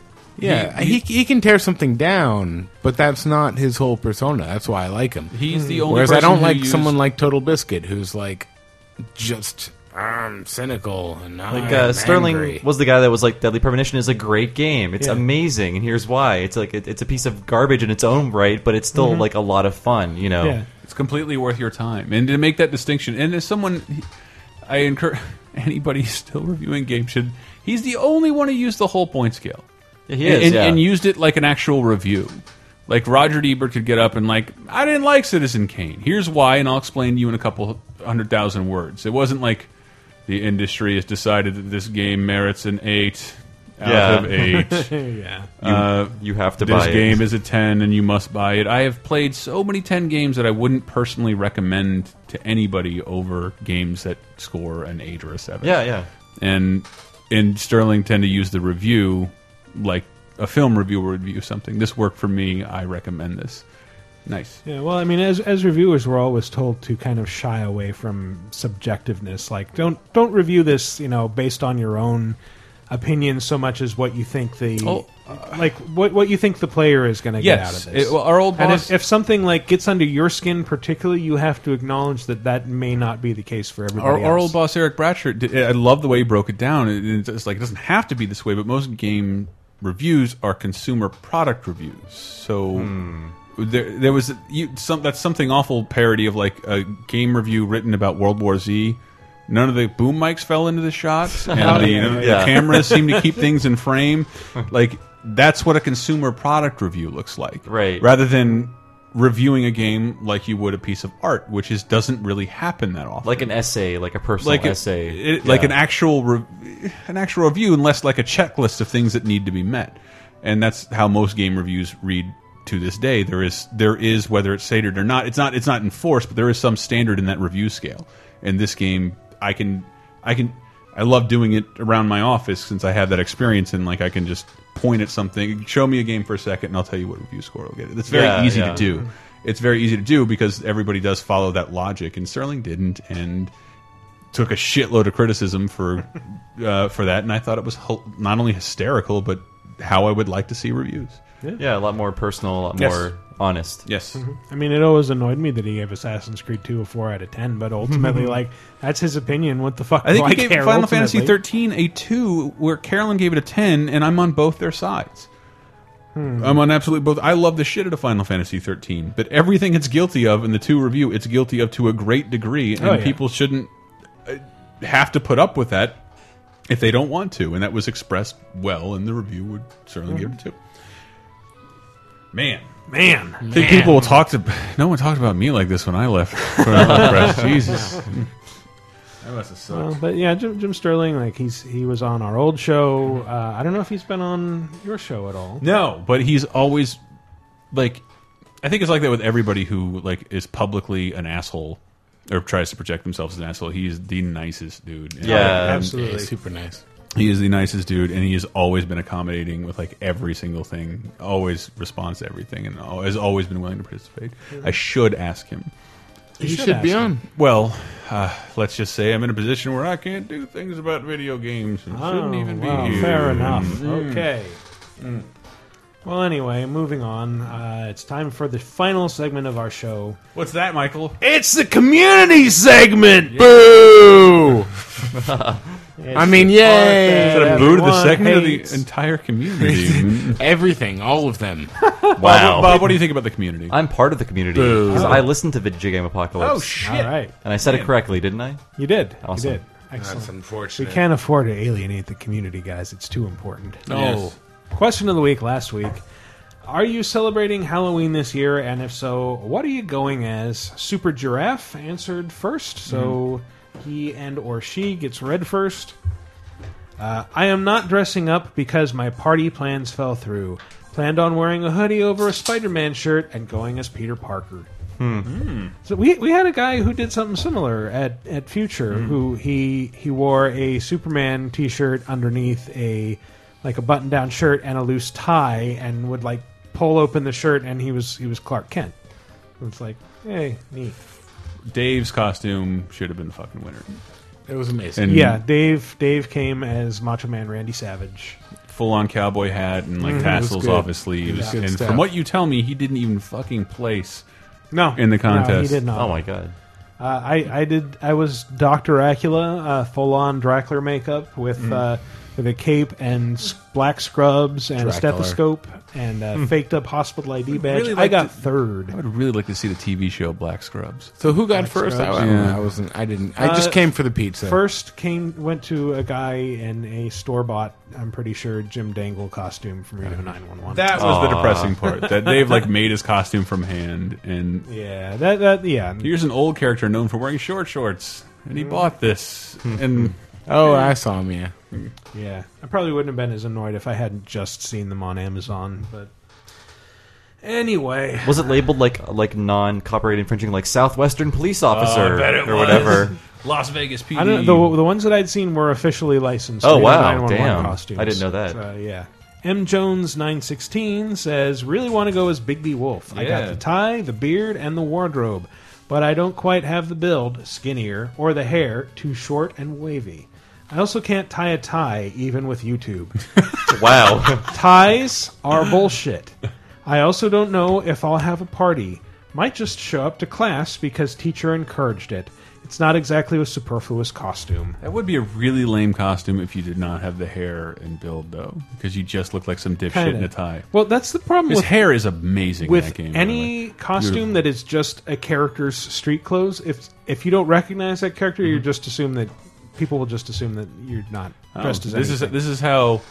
[SPEAKER 3] he, can tear something down, but that's not his whole persona. That's why I like him.
[SPEAKER 2] He's
[SPEAKER 13] Mm.
[SPEAKER 2] the only
[SPEAKER 3] Whereas I
[SPEAKER 2] person
[SPEAKER 3] don't
[SPEAKER 2] who
[SPEAKER 3] like
[SPEAKER 2] used-
[SPEAKER 3] someone like Total Biscuit, who's like just I'm cynical and I'm
[SPEAKER 4] Like uh, Sterling
[SPEAKER 3] angry.
[SPEAKER 4] was the guy that was like Deadly Premonition is a great game. It's
[SPEAKER 3] Yeah.
[SPEAKER 4] amazing, and here's why. It's like it, it's a piece of garbage in its own right, but it's still
[SPEAKER 2] Mhm.
[SPEAKER 4] like a lot of fun. You know,
[SPEAKER 2] It's completely worth your time. And to make that distinction, and as someone, I encourage anybody still reviewing game should. He's the only one who used the whole point scale.
[SPEAKER 4] Yeah, he
[SPEAKER 2] and,
[SPEAKER 4] is,
[SPEAKER 2] and-
[SPEAKER 4] yeah.
[SPEAKER 2] and used it like an actual review. Like Roger Ebert could get up and like, I didn't like Citizen Kane. Here's why, and I'll explain to you in a couple hundred thousand words. It wasn't like the industry has decided that this game merits an eight out
[SPEAKER 4] Yeah.
[SPEAKER 2] of eight.
[SPEAKER 1] Yeah.
[SPEAKER 4] You- Uh, you have to
[SPEAKER 2] this
[SPEAKER 4] buy it.
[SPEAKER 2] game is a 10 and you must buy it. I have played so many 10 games that I wouldn't personally recommend to anybody over games that score an 8 or a 7.
[SPEAKER 4] Yeah, yeah.
[SPEAKER 2] And and Sterling tend to use the review like a film reviewer would review something. This worked for me. I recommend this. Nice.
[SPEAKER 1] Yeah, well, I mean, as as reviewers, we're always told to kind of shy away from subjectiveness. Like, don't don't review this, you know, based on your own opinion so much as what you think the
[SPEAKER 2] Oh,
[SPEAKER 1] like what what you think the player is going to get out
[SPEAKER 2] Yes,
[SPEAKER 1] of this.
[SPEAKER 2] it- well, our old
[SPEAKER 1] and
[SPEAKER 2] boss-
[SPEAKER 1] if, if something like gets under your skin, particularly, you have to acknowledge that that may not be the case for everybody.
[SPEAKER 2] Our, our
[SPEAKER 1] else.
[SPEAKER 2] old boss Eric Bratcher, did, I love the way he broke it down. It- It's just like it doesn't have to be this way, but most game reviews are consumer product reviews. So
[SPEAKER 1] Hmm.
[SPEAKER 2] there, there was you, some that's something awful parody of like a game review written about World War Z. None of the boom mics fell into the shots, and
[SPEAKER 13] Oh,
[SPEAKER 2] the,
[SPEAKER 13] yeah,
[SPEAKER 2] the
[SPEAKER 13] yeah.
[SPEAKER 2] cameras seem to keep things in frame. Like that's what a consumer product review looks like, right? Rather than reviewing a game like you would a piece of art, which is doesn't really happen that often.
[SPEAKER 4] Like an essay, like a personal
[SPEAKER 2] Like a-
[SPEAKER 4] essay,
[SPEAKER 2] it- like
[SPEAKER 4] Yeah.
[SPEAKER 2] an actual re- an actual review, unless like a checklist of things that need to be met, and that's how most game reviews read to this day. There is there is whether it's stated or not, it's not it's not enforced, but there is some standard in that review scale. And this game, I can I can I love doing it around my office since I have that experience and like I can just point at something, show me a game for a second, and I'll tell you what review score will get it. It's very
[SPEAKER 4] Yeah,
[SPEAKER 2] easy
[SPEAKER 4] yeah.
[SPEAKER 2] to do it's very easy to do because everybody does follow that logic, and Sterling didn't, and took a shitload of criticism for uh, for that. And I thought it was hel- not only hysterical, but how I would like to see reviews.
[SPEAKER 1] Yeah.
[SPEAKER 4] a lot more personal, a lot
[SPEAKER 2] Yes.
[SPEAKER 4] more honest.
[SPEAKER 2] Yes.
[SPEAKER 1] I mean, it always annoyed me that he gave Assassin's Creed 2 a 4 out of 10, but ultimately, like, that's his opinion. What the fuck?
[SPEAKER 2] I think
[SPEAKER 1] do
[SPEAKER 2] he gave
[SPEAKER 1] care
[SPEAKER 2] Final
[SPEAKER 1] ultimately?
[SPEAKER 2] Fantasy 13 a 2, where Carolyn gave it a 10, and I'm on both their sides.
[SPEAKER 1] Hmm.
[SPEAKER 2] I'm on absolutely both. I love the shit out of Final Fantasy 13, but everything it's guilty of in the 2 review, it's guilty of to a great degree, and
[SPEAKER 1] Oh, yeah.
[SPEAKER 2] people shouldn't uh, have to put up with that if they don't want to. And that was expressed well, and the review would certainly give it a 2. Man.
[SPEAKER 1] Man.
[SPEAKER 2] I think people will talk to. No one talked about me like this when I left. Jesus. That must have sucked.
[SPEAKER 1] Well, Uh, but yeah, Jim, Jim Sterling, like he's he was on our old show. Uh, I don't know if he's been on your show at all.
[SPEAKER 2] No, but he's always like I think it's like that with everybody who like is publicly an asshole or tries to project themselves as an asshole. He's the nicest dude. And-
[SPEAKER 4] Yeah.
[SPEAKER 2] and-
[SPEAKER 4] Absolutely. Yeah, he's
[SPEAKER 3] super nice.
[SPEAKER 2] He is the nicest dude, and he has always been accommodating with like every single thing. Always responds to everything, and al- has always been willing to participate. I should ask him.
[SPEAKER 3] You You should should be ask him. on.
[SPEAKER 2] Well, uh, let's just say I'm in a position where I can't do things about video games and shouldn't
[SPEAKER 1] Oh,
[SPEAKER 2] even
[SPEAKER 1] wow,
[SPEAKER 2] be here.
[SPEAKER 1] Fair enough.
[SPEAKER 2] Mm.
[SPEAKER 1] Okay. Well, anyway, moving on. Uh, it's time for the final segment of our show.
[SPEAKER 2] What's that, Michael?
[SPEAKER 1] It's the community segment.
[SPEAKER 3] Boo! I mean, yay!
[SPEAKER 2] Is that a boo to the segment of the entire community? Mm.
[SPEAKER 3] Everything, all of them.
[SPEAKER 4] Wow.
[SPEAKER 2] Bob, what do you think about the community?
[SPEAKER 4] I'm part of the community
[SPEAKER 2] Boo.
[SPEAKER 4] because I listened to Video Game Apocalypse.
[SPEAKER 1] Oh, shit. All right.
[SPEAKER 4] And I said it
[SPEAKER 1] Man.
[SPEAKER 4] correctly, didn't I?
[SPEAKER 1] You did.
[SPEAKER 4] Awesome.
[SPEAKER 1] You did. Excellent.
[SPEAKER 3] That's unfortunate.
[SPEAKER 1] We can't afford to alienate the community, guys. It's too important.
[SPEAKER 3] No. Yes.
[SPEAKER 1] Question of the week last week. Are you celebrating Halloween this year? And if so, what are you going as? Super Giraffe answered first, so he and or she gets read first. Uh, I am not dressing up because my party plans fell through. Planned on wearing a hoodie over a Spider-Man shirt and going as Peter Parker. So we we had a guy who did something similar at at Future,
[SPEAKER 2] Hmm.
[SPEAKER 1] who he he wore a Superman T-shirt underneath a like a button-down shirt and a loose tie, and would like pull open the shirt, and he was he was Clark Kent. And It's like, hey, neat.
[SPEAKER 2] Dave's costume should have been the fucking winner.
[SPEAKER 3] It was amazing.
[SPEAKER 2] And
[SPEAKER 1] yeah, Dave Dave came as Macho Man Randy Savage.
[SPEAKER 2] Full on cowboy hat and like
[SPEAKER 1] Mhm. It was
[SPEAKER 2] tassels
[SPEAKER 1] good.
[SPEAKER 2] off his
[SPEAKER 1] It was
[SPEAKER 2] sleeves.
[SPEAKER 1] good
[SPEAKER 2] And
[SPEAKER 1] stuff.
[SPEAKER 2] from what you tell me, he didn't even fucking place
[SPEAKER 1] No,
[SPEAKER 2] in the
[SPEAKER 1] no, he
[SPEAKER 2] contest.
[SPEAKER 1] did not. Oh my
[SPEAKER 4] god.
[SPEAKER 1] Uh, I I did I was Doctor Acula, uh, full on Dracula makeup with
[SPEAKER 2] Mm-hmm.
[SPEAKER 4] Mm.
[SPEAKER 1] uh, with a cape and s- black scrubs and a
[SPEAKER 2] Dracula.
[SPEAKER 1] stethoscope and uh,
[SPEAKER 2] Hmm.
[SPEAKER 1] faked up hospital ID badge.
[SPEAKER 2] really
[SPEAKER 1] I
[SPEAKER 2] like
[SPEAKER 1] got
[SPEAKER 2] to-
[SPEAKER 1] third.
[SPEAKER 2] I would really like to see the TV show Black Scrubs.
[SPEAKER 3] So who got
[SPEAKER 1] Black
[SPEAKER 3] first? I,
[SPEAKER 1] Scrubs.
[SPEAKER 3] I,
[SPEAKER 2] Yeah.
[SPEAKER 3] I wasn't. I didn't. I just
[SPEAKER 1] Uh,
[SPEAKER 3] came for the pizza.
[SPEAKER 1] First came went to a guy in a store bought. I'm pretty sure Jim Dangle costume from Reno 911.
[SPEAKER 2] Uh-huh. That was the depressing part. That Dave like made his costume from hand and
[SPEAKER 1] yeah, that that yeah.
[SPEAKER 2] Here's an old character known for wearing short shorts, and he bought this.
[SPEAKER 1] Hmm.
[SPEAKER 2] And
[SPEAKER 3] Oh, I saw him. Yeah.
[SPEAKER 1] Yeah, I probably wouldn't have been as annoyed if I hadn't just seen them on Amazon. But anyway,
[SPEAKER 4] Was it labeled like like non copyright infringing, like Southwestern police officer
[SPEAKER 2] Oh, I bet it
[SPEAKER 4] or
[SPEAKER 2] was.
[SPEAKER 4] whatever?
[SPEAKER 2] Las Vegas PD.
[SPEAKER 1] I don't know, the, the ones that I'd seen were officially licensed.
[SPEAKER 4] Oh,
[SPEAKER 1] Reno
[SPEAKER 4] wow,
[SPEAKER 1] 911
[SPEAKER 4] damn.
[SPEAKER 1] Costumes.
[SPEAKER 4] I didn't know that.
[SPEAKER 1] So, yeah. M Jones nine sixteen says, "Really want to go as Big B Wolf. I got
[SPEAKER 2] Yeah.
[SPEAKER 1] the tie, the beard, and the wardrobe, but I don't quite have the build, skinnier, or the hair, too short and wavy. I also can't tie a tie, even with YouTube.
[SPEAKER 4] Wow.
[SPEAKER 1] Ties are bullshit. I also don't know if I'll have a party. Might just show up to class because teacher encouraged it. It's not exactly a superfluous costume.
[SPEAKER 2] That would be a really lame costume if you did not have the hair and build, though, because you just look like some dipshit in
[SPEAKER 1] Kinda.
[SPEAKER 2] a tie.
[SPEAKER 1] Well, that's the problem
[SPEAKER 2] His
[SPEAKER 1] with
[SPEAKER 2] hair is amazing. in
[SPEAKER 1] with
[SPEAKER 2] that game, by the way.
[SPEAKER 1] any costume
[SPEAKER 2] Beautiful.
[SPEAKER 1] that is just a character's street clothes. If if you don't recognize that character, you just assume that people will just assume that you're not
[SPEAKER 2] Mm-hmm. Oh,
[SPEAKER 1] dressed as
[SPEAKER 2] this is
[SPEAKER 1] anything.
[SPEAKER 2] this is how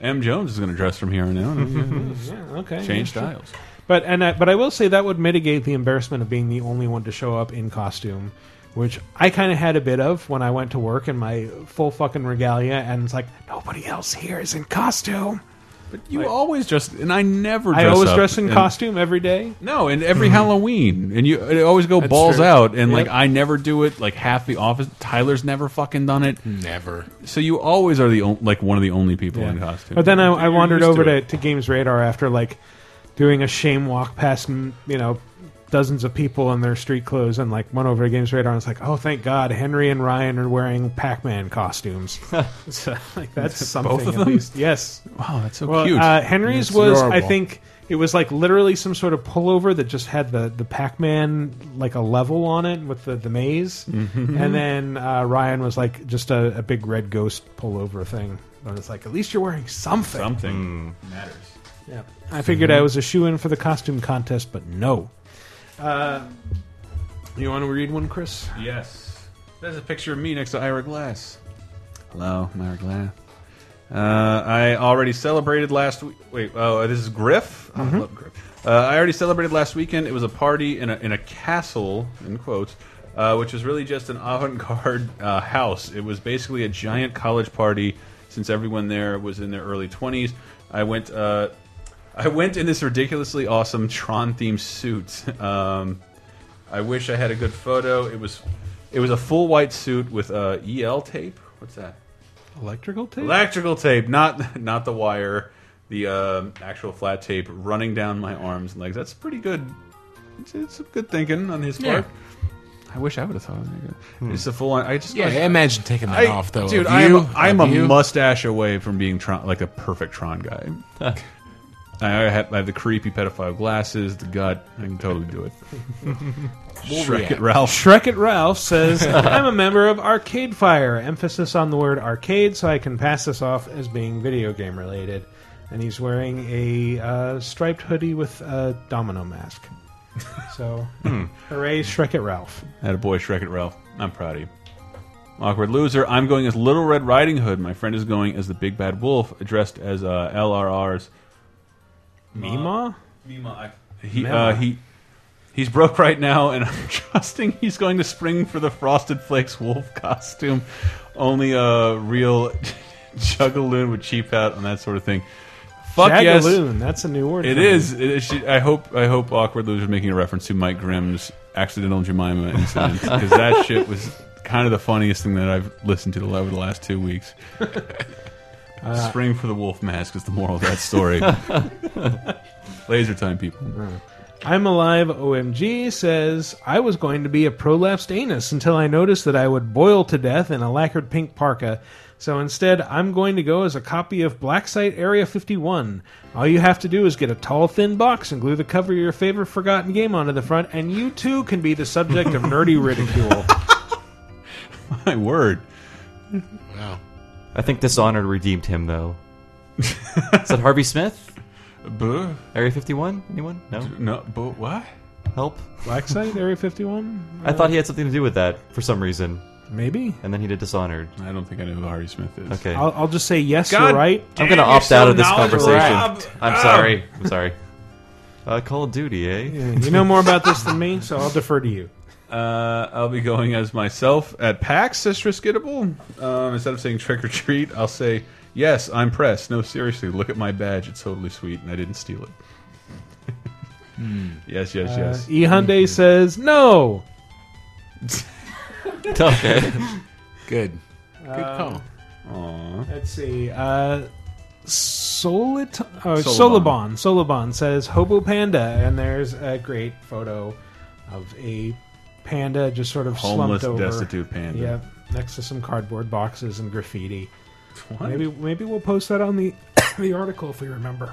[SPEAKER 2] M Jones is going to dress from here on out.
[SPEAKER 1] yeah, okay,
[SPEAKER 2] change
[SPEAKER 1] yeah, sure.
[SPEAKER 2] styles.
[SPEAKER 1] But and I, but I will say that would mitigate the embarrassment of being the only one to show up in costume, which I kind of had a bit of when I went to work in my full fucking regalia, and it's like nobody else here is in costume.
[SPEAKER 2] But you always dress, and I never.
[SPEAKER 1] I
[SPEAKER 2] dress
[SPEAKER 1] always
[SPEAKER 2] up
[SPEAKER 1] dress in
[SPEAKER 2] and-
[SPEAKER 1] costume every day.
[SPEAKER 2] No, and every Halloween, and you I always go
[SPEAKER 1] That's
[SPEAKER 2] balls
[SPEAKER 1] true.
[SPEAKER 2] out, and like
[SPEAKER 1] Yep.
[SPEAKER 2] I never do it. Like half the office, Tyler's never fucking done it. Never. So you always are the on, like one of the only people in costume.
[SPEAKER 1] But then I, I
[SPEAKER 2] You're
[SPEAKER 1] wandered
[SPEAKER 2] used
[SPEAKER 1] over
[SPEAKER 2] it.
[SPEAKER 1] to, to, Games Radar after like doing a shame walk past mm, you know dozens of people in their street clothes and like went over to Games Radar and it's like, oh thank God, Henry and Ryan are wearing Pac Man costumes. so, like that's
[SPEAKER 2] Both of
[SPEAKER 1] something at
[SPEAKER 2] them?
[SPEAKER 1] least. Yes.
[SPEAKER 2] Wow, that's so
[SPEAKER 1] Well,
[SPEAKER 2] cute.
[SPEAKER 1] Uh, Henry's
[SPEAKER 2] That's
[SPEAKER 1] was I
[SPEAKER 2] adorable.
[SPEAKER 1] think it was like literally some sort of pullover that just had the, the Pac Man like a level on it with the, the maze.
[SPEAKER 13] Mhm.
[SPEAKER 1] And then uh, Ryan was like just a, a big red ghost pullover thing. And it's like, at least you're wearing something.
[SPEAKER 2] Something matters.
[SPEAKER 1] Yeah. I figured I was a shoe in for the costume contest, but no. Uh,
[SPEAKER 2] Mm.
[SPEAKER 1] you want to read one, Chris?
[SPEAKER 2] Yes. There's a picture of me next to Ira Glass. Hello, I'm Ira Glass. Uh, I already celebrated last week. Wait, oh, this is Griff. Oh, I
[SPEAKER 13] Mhm.
[SPEAKER 2] love Griff. Uh, I already celebrated last weekend. It was a party in a in a castle, in quotes, uh, which was really just an avant-garde uh, house. It was basically a giant college party. Since everyone there was in their early twenties, I went. Uh, I went in this ridiculously awesome Tron themed suit. Um, I wish I had a good photo. It was, it was a full white suit with uh, EL tape. What's that?
[SPEAKER 1] Electrical tape?
[SPEAKER 2] Electrical tape, not not the wire, the uh, actual flat tape running down my arms and legs. That's pretty good. It's, it's good thinking on his
[SPEAKER 13] Yeah.
[SPEAKER 2] part. I wish I would have thought of that. It's a full on. I just
[SPEAKER 3] Yeah,
[SPEAKER 2] I-
[SPEAKER 3] imagine taking that
[SPEAKER 2] I-
[SPEAKER 3] off, though.
[SPEAKER 2] dude.
[SPEAKER 3] Of
[SPEAKER 2] I
[SPEAKER 3] you,
[SPEAKER 2] am, I am a
[SPEAKER 3] of you.
[SPEAKER 2] mustache away from being Tron, like a perfect Tron guy. I have, I have the creepy pedophile glasses, the gut. I can totally do it. Shrek it, Ralph.
[SPEAKER 1] Shrek it Ralph says, I'm a member of Arcade Fire. Emphasis on the word arcade, so I can pass this off as being video game related. And he's wearing a uh, striped hoodie with a domino mask. So,
[SPEAKER 2] Hmm.
[SPEAKER 1] hooray, Shrek it Ralph.
[SPEAKER 2] Had a boy, Shrek it Ralph. I'm proud of you. Awkward loser. I'm going as Little Red Riding Hood. My friend is going as the Big Bad Wolf, dressed as uh, LRR's.
[SPEAKER 1] Mima?
[SPEAKER 2] Mima. He uh, he he's broke right now, and I'm trusting he's going to spring for the Frosted Flakes wolf costume. Only a real juggaloon would cheap out on that sort of thing. Fuck yes.
[SPEAKER 1] Jagaloon, that's a new word
[SPEAKER 2] It
[SPEAKER 1] for me.
[SPEAKER 2] is. It is. She- I hope. I hope awkward loser is making a reference to Mike Grimm's accidental Jemima incident because that shit was kind of the funniest thing that I've listened to over the last two weeks. Spring for the wolf mask is the moral of that story. Laser time, people.
[SPEAKER 1] I'm Alive OMG says, I was going to be a prolapsed anus until I noticed that I would boil to death in a lacquered pink parka. So instead, I'm going to go as a copy of Black Site Area 51. All you have to do is get a tall, thin box and glue the cover of your favorite forgotten game onto the front, and you too can be the subject of nerdy ridicule.
[SPEAKER 2] My word.
[SPEAKER 3] Wow.
[SPEAKER 4] I think Dishonored redeemed him, though. Is that Harvey Smith?
[SPEAKER 2] Buh.
[SPEAKER 4] Area 51? Anyone? No?
[SPEAKER 2] No, but what?
[SPEAKER 4] Help.
[SPEAKER 1] Black Site Area 51?
[SPEAKER 4] I thought he had something to do with that for some reason.
[SPEAKER 1] Maybe.
[SPEAKER 4] And then he did Dishonored.
[SPEAKER 2] I don't think I know who Harvey Smith is.
[SPEAKER 4] Okay.
[SPEAKER 1] I'll, I'll just say yes,
[SPEAKER 4] God
[SPEAKER 1] you're right.
[SPEAKER 4] I'm going to opt out of this
[SPEAKER 1] knowledgeable,
[SPEAKER 4] conversation.
[SPEAKER 1] Rob.
[SPEAKER 4] I'm
[SPEAKER 1] Ah.
[SPEAKER 4] sorry. I'm sorry. Uh, Call of Duty, eh?
[SPEAKER 1] Yeah, you know more about this than me, so I'll defer to you.
[SPEAKER 2] Uh, I'll be going as myself at PAX, Sister Skittable. Um, instead of saying trick or treat, I'll say, yes, I'm pressed. No, seriously, look at my badge. It's totally sweet, and I didn't steal it. yes, yes, yes.
[SPEAKER 1] Uh, E Hyundai says no.
[SPEAKER 4] eh?
[SPEAKER 2] Okay.
[SPEAKER 3] Good.
[SPEAKER 1] Uh,
[SPEAKER 2] Aw.
[SPEAKER 1] Let's see. Uh, Solit or
[SPEAKER 2] Solobon.
[SPEAKER 1] Solobon. Solobon says Hobo Panda, and there's a great photo of a panda just sort of
[SPEAKER 2] Homeless,
[SPEAKER 1] slumped over,
[SPEAKER 2] destitute panda.
[SPEAKER 1] Yeah, next to some cardboard boxes and graffiti.
[SPEAKER 2] What?
[SPEAKER 1] Maybe maybe we'll post that on the the article if we remember.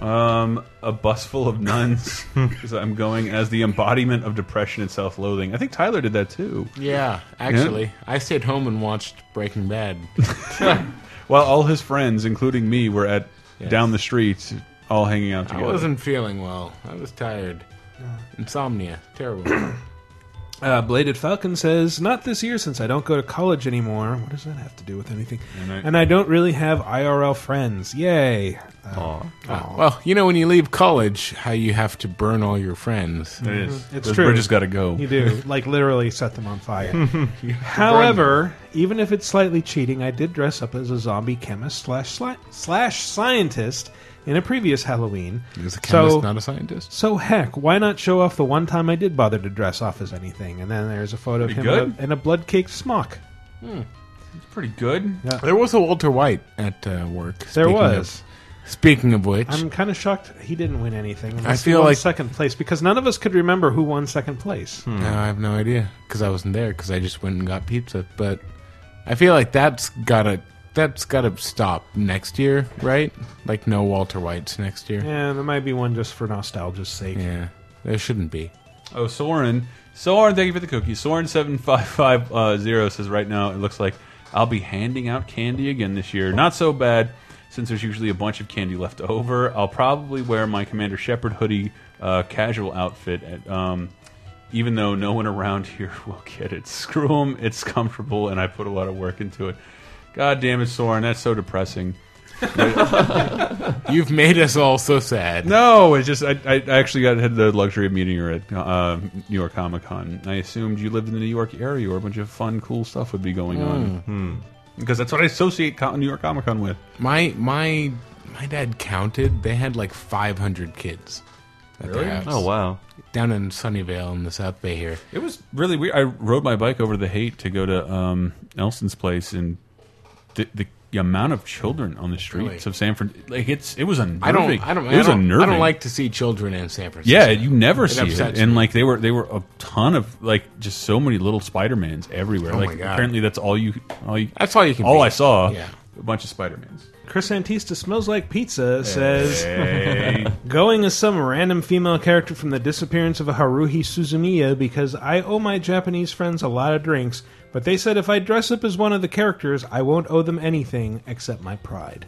[SPEAKER 2] Um, a bus full of nuns. 'Cause I'm going as the embodiment of depression and self-loathing. I think Tyler did that too.
[SPEAKER 3] Yeah, actually, I stayed home and watched Breaking Bad.
[SPEAKER 2] While all his friends, including me, were at
[SPEAKER 3] Yes.
[SPEAKER 2] down the street, all hanging out
[SPEAKER 3] I
[SPEAKER 2] together.
[SPEAKER 3] wasn't feeling well. I was tired. Insomnia, terrible.
[SPEAKER 1] Uh, Bladed Falcon says, "Not this year since I don't go to college anymore. What does that have to do with anything?
[SPEAKER 2] And I-
[SPEAKER 1] And I don't really have IRL friends. Yay!
[SPEAKER 4] Aw.
[SPEAKER 3] Uh, Well, you know when you leave college, how you have to burn all your friends.
[SPEAKER 1] It is. It's true. You do. Like, literally set them on fire.
[SPEAKER 3] You have to
[SPEAKER 1] However, even if it's slightly cheating, I did dress up as a zombie chemist slash sli- slash scientist in a previous Halloween.
[SPEAKER 3] Is a chemist not a scientist?
[SPEAKER 1] So heck, why not show off the one time I did bother to dress off as anything? And then there's a photo of
[SPEAKER 2] Pretty
[SPEAKER 1] him in
[SPEAKER 2] good.
[SPEAKER 1] a, in a blood caked smock.
[SPEAKER 2] It's pretty good.
[SPEAKER 3] There was a Walter White at uh, work.
[SPEAKER 1] There
[SPEAKER 3] speaking
[SPEAKER 1] was.
[SPEAKER 3] Of, speaking of which,
[SPEAKER 1] I'm kind of shocked he didn't win anything.
[SPEAKER 3] I
[SPEAKER 1] Unless
[SPEAKER 3] feel
[SPEAKER 1] he won
[SPEAKER 3] like-
[SPEAKER 1] second place because none of us could remember who won second place.
[SPEAKER 3] No, I have no idea because I wasn't there because I just went and got pizza. But I feel like that's gotta that's gotta stop next year, right? Like no Walter Whites next year.
[SPEAKER 1] Yeah, there might be one just for nostalgia's sake.
[SPEAKER 3] Yeah, there shouldn't be.
[SPEAKER 2] Oh, Soren. Soren, thank you for the cookie. Soren7550 uh, says right now it looks like I'll be handing out candy again this year. Not so bad since there's usually a bunch of candy left over. I'll probably wear my Commander Shepard hoodie uh, casual outfit, at, um, even though no one around here will get it. Screw them. It's comfortable, and I put a lot of work into it. God damn it, Soren. That's so depressing.
[SPEAKER 3] You've made us all so sad.
[SPEAKER 2] No, it's just I, I actually got had the luxury of meeting her at uh, New York Comic Con. I assumed you lived in the New York area, where a bunch of fun, cool stuff would be going on.
[SPEAKER 3] Hmm.
[SPEAKER 2] Because that's what I associate co- New York Comic Con with.
[SPEAKER 3] My my my dad counted. They had like 500 kids. At
[SPEAKER 2] Really?
[SPEAKER 3] Their house.
[SPEAKER 2] Oh, wow.
[SPEAKER 3] Down in Sunnyvale in the South Bay here.
[SPEAKER 2] It was really weird. I rode my bike over the hate to go to um, Nelson's place, and the, the amount of children on the streets
[SPEAKER 3] Really?
[SPEAKER 2] of San Francisco, like it's it was unnerving.
[SPEAKER 3] I don't. I don't.
[SPEAKER 2] It was
[SPEAKER 3] I don't, I
[SPEAKER 2] unnerving.
[SPEAKER 3] don't like to see children in San Francisco.
[SPEAKER 2] Yeah, you never
[SPEAKER 3] It
[SPEAKER 2] see it.
[SPEAKER 3] upsets
[SPEAKER 2] And
[SPEAKER 3] me.
[SPEAKER 2] like they were, they were a ton of like just so many little Spider Mans everywhere.
[SPEAKER 3] Oh my
[SPEAKER 2] like
[SPEAKER 3] God.
[SPEAKER 2] apparently that's all you, all you.
[SPEAKER 3] That's all you can
[SPEAKER 2] All
[SPEAKER 3] be.
[SPEAKER 2] I saw.
[SPEAKER 3] Yeah.
[SPEAKER 2] A bunch of Spider Mans.
[SPEAKER 1] Chris Antista smells like pizza says
[SPEAKER 2] Hey.
[SPEAKER 1] going as some random female character from the disappearance of a Haruhi Suzumiya because I owe my Japanese friends a lot of drinks, but they said if I dress up as one of the characters, I won't owe them anything except my pride.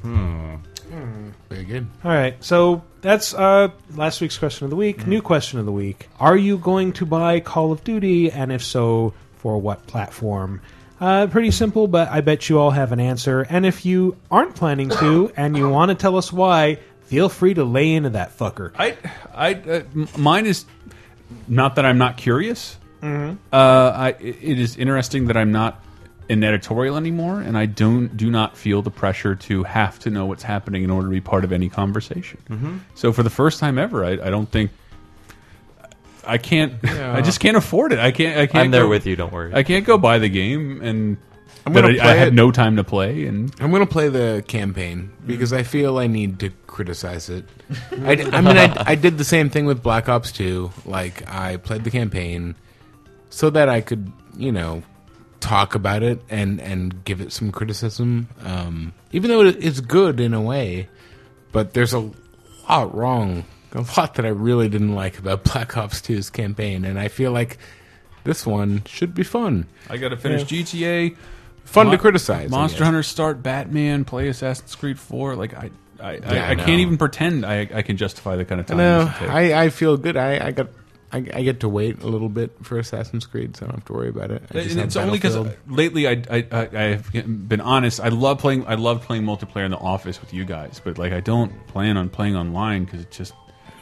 [SPEAKER 3] Hmm.
[SPEAKER 1] Hmm.
[SPEAKER 3] Very good.
[SPEAKER 1] All right, so that's uh, last week's question of the week. New question of the week: Are you going to buy Call of Duty, and if so, for what platform? Uh, pretty simple, but I bet you all have an answer. And if you aren't planning to, and you want to tell us why, feel free to lay into that fucker.
[SPEAKER 2] I, I, uh, m- mine is not that I'm not curious.
[SPEAKER 3] Mm-hmm.
[SPEAKER 1] Mhm.
[SPEAKER 2] Uh, I, it is interesting that I'm not an editorial anymore, and I don't do not feel the pressure to have to know what's happening in order to be part of any conversation.
[SPEAKER 3] Mm-hmm.
[SPEAKER 13] Mhm.
[SPEAKER 2] So for the first time ever, I, I don't think I can't.
[SPEAKER 13] Yeah.
[SPEAKER 2] I just can't afford it. I can't. I can't.
[SPEAKER 4] I'm there
[SPEAKER 2] go-
[SPEAKER 4] with you, don't worry.
[SPEAKER 2] I can't go buy the game, and
[SPEAKER 3] I'm
[SPEAKER 2] that
[SPEAKER 3] gonna
[SPEAKER 2] I, I
[SPEAKER 3] play
[SPEAKER 2] had
[SPEAKER 3] it.
[SPEAKER 2] no time to play. And
[SPEAKER 3] I'm gonna play the campaign because I feel I need to criticize it. I, I mean, I, I did the same thing with Black Ops 2. Like, I played the campaign so that I could, you know, talk about it and and give it some criticism. Um, even though it, it's good in a way, but there's a lot wrong, a lot that I really didn't like about Black Ops 2's campaign, and I feel like this one should be fun.
[SPEAKER 2] I got to finish GTA.
[SPEAKER 3] Fun
[SPEAKER 2] Mo-
[SPEAKER 3] to criticize, I
[SPEAKER 2] Monster
[SPEAKER 3] guess.
[SPEAKER 2] Hunter, start Batman, play Assassin's Creed Four. Like I, I, I,
[SPEAKER 3] Yeah, I
[SPEAKER 2] I
[SPEAKER 3] know.
[SPEAKER 2] can't even pretend I, I can justify the kind of
[SPEAKER 3] I
[SPEAKER 2] time.
[SPEAKER 3] know.
[SPEAKER 2] this would take.
[SPEAKER 3] I, I feel good. I, I got I, I get to wait a little bit for Assassin's Creed, so I don't have to worry about it. I just
[SPEAKER 2] And
[SPEAKER 3] have
[SPEAKER 2] it's only because
[SPEAKER 3] Battlefield.
[SPEAKER 2] lately I, I, I I've been honest. I love playing. I love playing multiplayer in the office with you guys, but like I don't plan on playing online because it just.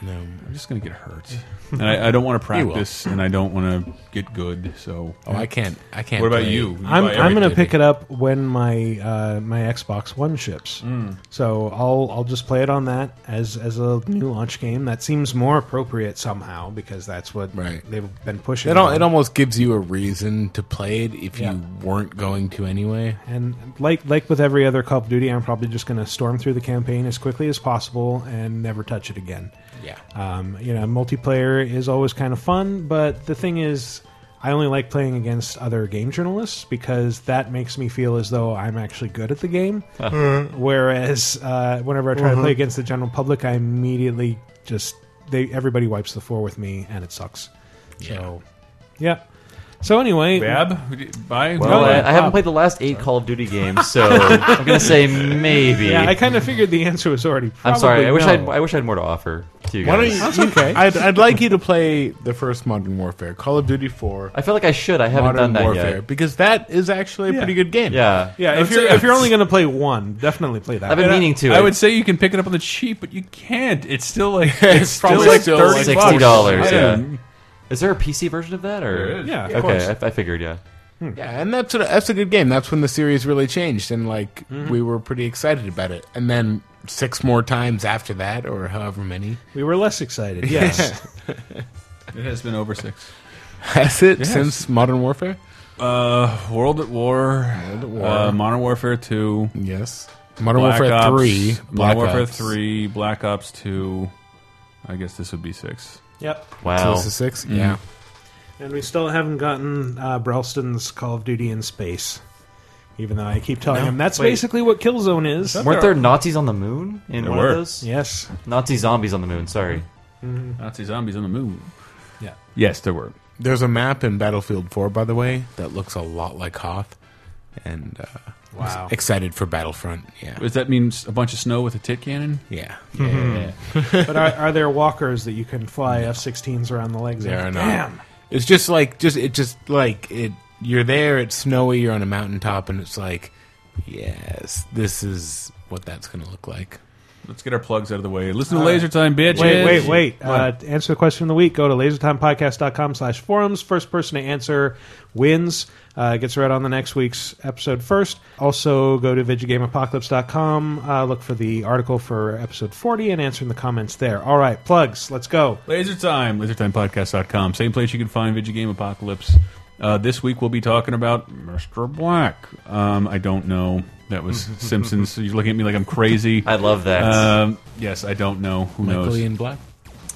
[SPEAKER 3] No.
[SPEAKER 2] I'm just gonna get hurt, and I, I don't want to
[SPEAKER 3] You will.
[SPEAKER 2] practice, and I don't want to get good. So,
[SPEAKER 3] Oh, I can't- I can't
[SPEAKER 2] What about
[SPEAKER 3] play.
[SPEAKER 2] you? You
[SPEAKER 1] I'm
[SPEAKER 2] buy
[SPEAKER 1] I'm gonna
[SPEAKER 2] everything.
[SPEAKER 1] pick it up when my uh, my Xbox One ships.
[SPEAKER 2] Mm.
[SPEAKER 1] So I'll I'll just play it on that as as a new launch game. That seems more appropriate somehow because that's what they've been pushing.
[SPEAKER 3] It, al-
[SPEAKER 1] on.
[SPEAKER 3] it almost gives you a reason to play it if
[SPEAKER 1] Yeah.
[SPEAKER 3] you weren't going to anyway.
[SPEAKER 1] And like like with every other Call of Duty, I'm probably just going to storm through the campaign as quickly as possible and never touch it again.
[SPEAKER 3] Yeah.
[SPEAKER 1] Um, you know, multiplayer is always kind of fun, but the thing is, I only like playing against other game journalists because that makes me feel as though I'm actually good at the game.
[SPEAKER 13] Uh-huh.
[SPEAKER 1] Whereas uh, whenever I try to
[SPEAKER 13] Uh-huh.
[SPEAKER 1] play against the general public, I immediately just they everybody wipes the floor with me, and it sucks. So, yeah. So anyway,
[SPEAKER 2] Bab, bye.
[SPEAKER 4] Well,
[SPEAKER 3] uh,
[SPEAKER 4] I, I haven't
[SPEAKER 1] Bob.
[SPEAKER 4] played the last eight Call of Duty games, so I'm gonna say maybe.
[SPEAKER 1] Yeah, I kind of figured the answer was already. Probably
[SPEAKER 4] I'm sorry. I wish
[SPEAKER 1] no.
[SPEAKER 4] I'd, I wish I had more to offer. to you guys.
[SPEAKER 3] Why don't you? you- I'd, I'd like you to play the first Modern Warfare, Call of Duty Four.
[SPEAKER 4] I feel like I should. I haven't
[SPEAKER 3] Modern
[SPEAKER 4] done that
[SPEAKER 3] Warfare,
[SPEAKER 4] yet.
[SPEAKER 3] because that is actually a
[SPEAKER 1] Yeah.
[SPEAKER 3] pretty good game.
[SPEAKER 1] yeah. If you're if you're only going to play one, definitely play that. one.
[SPEAKER 2] I would say you can pick it up on the cheap, but you can't. It's still like it's still
[SPEAKER 4] Probably
[SPEAKER 2] like
[SPEAKER 4] still
[SPEAKER 2] thirty
[SPEAKER 4] like
[SPEAKER 2] bucks.
[SPEAKER 4] sixty dollars.
[SPEAKER 2] I
[SPEAKER 4] Yeah.
[SPEAKER 2] don't-
[SPEAKER 4] Is there a PC version of that? Or
[SPEAKER 3] There is. Yeah, of course.
[SPEAKER 4] okay, I, I figured. Yeah.
[SPEAKER 3] Yeah, and that's a, that's a good game. That's when the series really changed, and like
[SPEAKER 2] Mm-hmm.
[SPEAKER 1] Mhm.
[SPEAKER 3] we were pretty excited about it. And then six more times after that, or however many,
[SPEAKER 1] we were less excited. Yes.
[SPEAKER 2] It has been over six.
[SPEAKER 3] Has it
[SPEAKER 2] Yes.
[SPEAKER 3] since Modern Warfare?
[SPEAKER 2] Uh, World at War,
[SPEAKER 3] World at War.
[SPEAKER 2] Uh, Modern Warfare Two,
[SPEAKER 3] yes, Modern
[SPEAKER 2] Black
[SPEAKER 3] Warfare
[SPEAKER 2] Ops,
[SPEAKER 3] 3, Black
[SPEAKER 2] Modern Warfare
[SPEAKER 3] Ops.
[SPEAKER 2] Three, Black Ops Two. I guess this would be six.
[SPEAKER 1] Yep.
[SPEAKER 3] So this is six?
[SPEAKER 2] Mm-hmm.
[SPEAKER 3] Yeah.
[SPEAKER 1] And we still haven't gotten uh, Brelston's Call of Duty in space, even though I keep telling
[SPEAKER 4] No.
[SPEAKER 1] him that's
[SPEAKER 4] Wait.
[SPEAKER 1] basically what Killzone is.
[SPEAKER 4] Weren't there Nazis on the moon in
[SPEAKER 1] There
[SPEAKER 4] one
[SPEAKER 1] were.
[SPEAKER 4] of those?
[SPEAKER 1] Yes.
[SPEAKER 4] Nazi zombies on the moon. Sorry.
[SPEAKER 2] Nazi zombies on the moon.
[SPEAKER 1] Yeah.
[SPEAKER 2] Yes, there were.
[SPEAKER 3] There's a map in Battlefield 4, by the way, that looks a lot like Hoth, and uh,
[SPEAKER 1] Wow.
[SPEAKER 3] excited for Battlefront. Yeah,
[SPEAKER 2] Does that mean s- a bunch of snow with a tit cannon?
[SPEAKER 3] Yeah.
[SPEAKER 2] Hmm.
[SPEAKER 1] Mhm. but are, are there walkers that you can fly F-16s around the legs?
[SPEAKER 3] there or
[SPEAKER 1] of?
[SPEAKER 3] not.
[SPEAKER 1] Damn.
[SPEAKER 3] It's just like just it just like it. You're there. It's snowy. You're on a mountaintop, and it's like, yes, this is what that's going to look like.
[SPEAKER 2] Let's get our plugs out of the way. Listen to
[SPEAKER 1] All
[SPEAKER 2] Laser
[SPEAKER 1] right.
[SPEAKER 2] Time, bitches.
[SPEAKER 1] Wait, wait, wait. Uh, to answer the question of the week. Go to lasertimepodcast.com slash forums. First person to answer wins. Uh, gets read on the next week's episode first. Also, go to VigigameApocalypse.com. Uh, look for the article for episode 40 and answer in the comments there. All right, plugs. Let's go.
[SPEAKER 2] Laser Time, lasertimepodcast.com. Same place you can find Video Game Apocalypse. Uh, this week we'll be talking about Mr. Black. Um, I don't know. That was Simpsons. So you're looking at me like I'm crazy.
[SPEAKER 4] I love that.
[SPEAKER 2] Um, yes, I don't know. Who
[SPEAKER 3] Michael
[SPEAKER 2] knows?
[SPEAKER 3] Ian Black?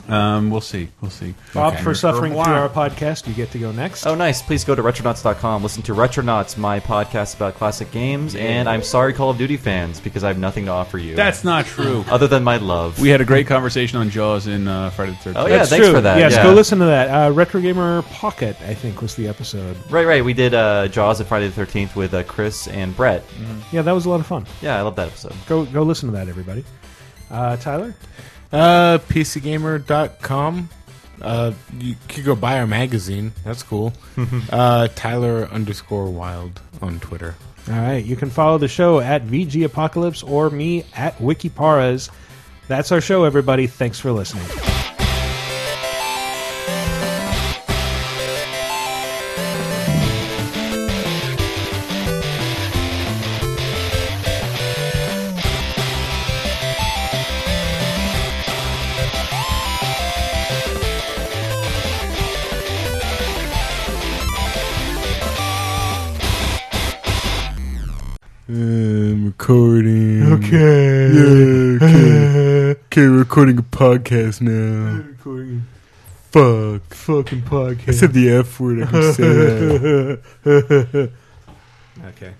[SPEAKER 2] Um, we'll see. We'll see.
[SPEAKER 1] Bob, for
[SPEAKER 2] Mr.
[SPEAKER 1] suffering
[SPEAKER 2] Black.
[SPEAKER 1] through our podcast, you get to go next.
[SPEAKER 4] Oh, nice. Please go to retronauts.com. Listen to Retronauts, my podcast about classic games. And I'm sorry, Call of Duty fans, because I have nothing to offer you.
[SPEAKER 2] That's not true.
[SPEAKER 4] Other than my love.
[SPEAKER 2] We had a great conversation on Jaws in uh, Friday the 13th.
[SPEAKER 4] Oh, yeah, thanks for that.
[SPEAKER 1] Yes,
[SPEAKER 4] yeah.
[SPEAKER 1] go listen to that. Uh, Retro Gamer Pocket, I think, was the episode.
[SPEAKER 4] Right, right. We did uh, Jaws and Friday the 13th with uh, Chris and Brett.
[SPEAKER 3] Mm-hmm.
[SPEAKER 1] Yeah, that was a lot of fun.
[SPEAKER 4] Yeah, I love that episode.
[SPEAKER 1] Go, go listen to that, everybody. Uh, Tyler?
[SPEAKER 3] Uh, PCGamer.com. Uh, you could go buy our magazine. That's cool. uh, Tyler underscore Wild on Twitter.
[SPEAKER 1] All right. You can follow the show at VG Apocalypse or me at Wikiparas. That's our show, everybody. Thanks for listening.
[SPEAKER 3] Um, recording.
[SPEAKER 14] Okay.
[SPEAKER 3] Yeah, okay. okay, we're recording a podcast now.
[SPEAKER 14] recording.
[SPEAKER 3] Fuck.
[SPEAKER 1] Fucking podcast.
[SPEAKER 3] I said the F word, I can say that.
[SPEAKER 1] okay.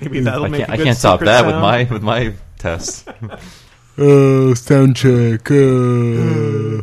[SPEAKER 3] Maybe that'll
[SPEAKER 4] I
[SPEAKER 3] make
[SPEAKER 4] can't,
[SPEAKER 3] a
[SPEAKER 4] I
[SPEAKER 3] good
[SPEAKER 4] can't stop
[SPEAKER 3] secret
[SPEAKER 4] that with
[SPEAKER 3] sound.
[SPEAKER 4] my with my test.
[SPEAKER 3] Oh, sound check. Oh.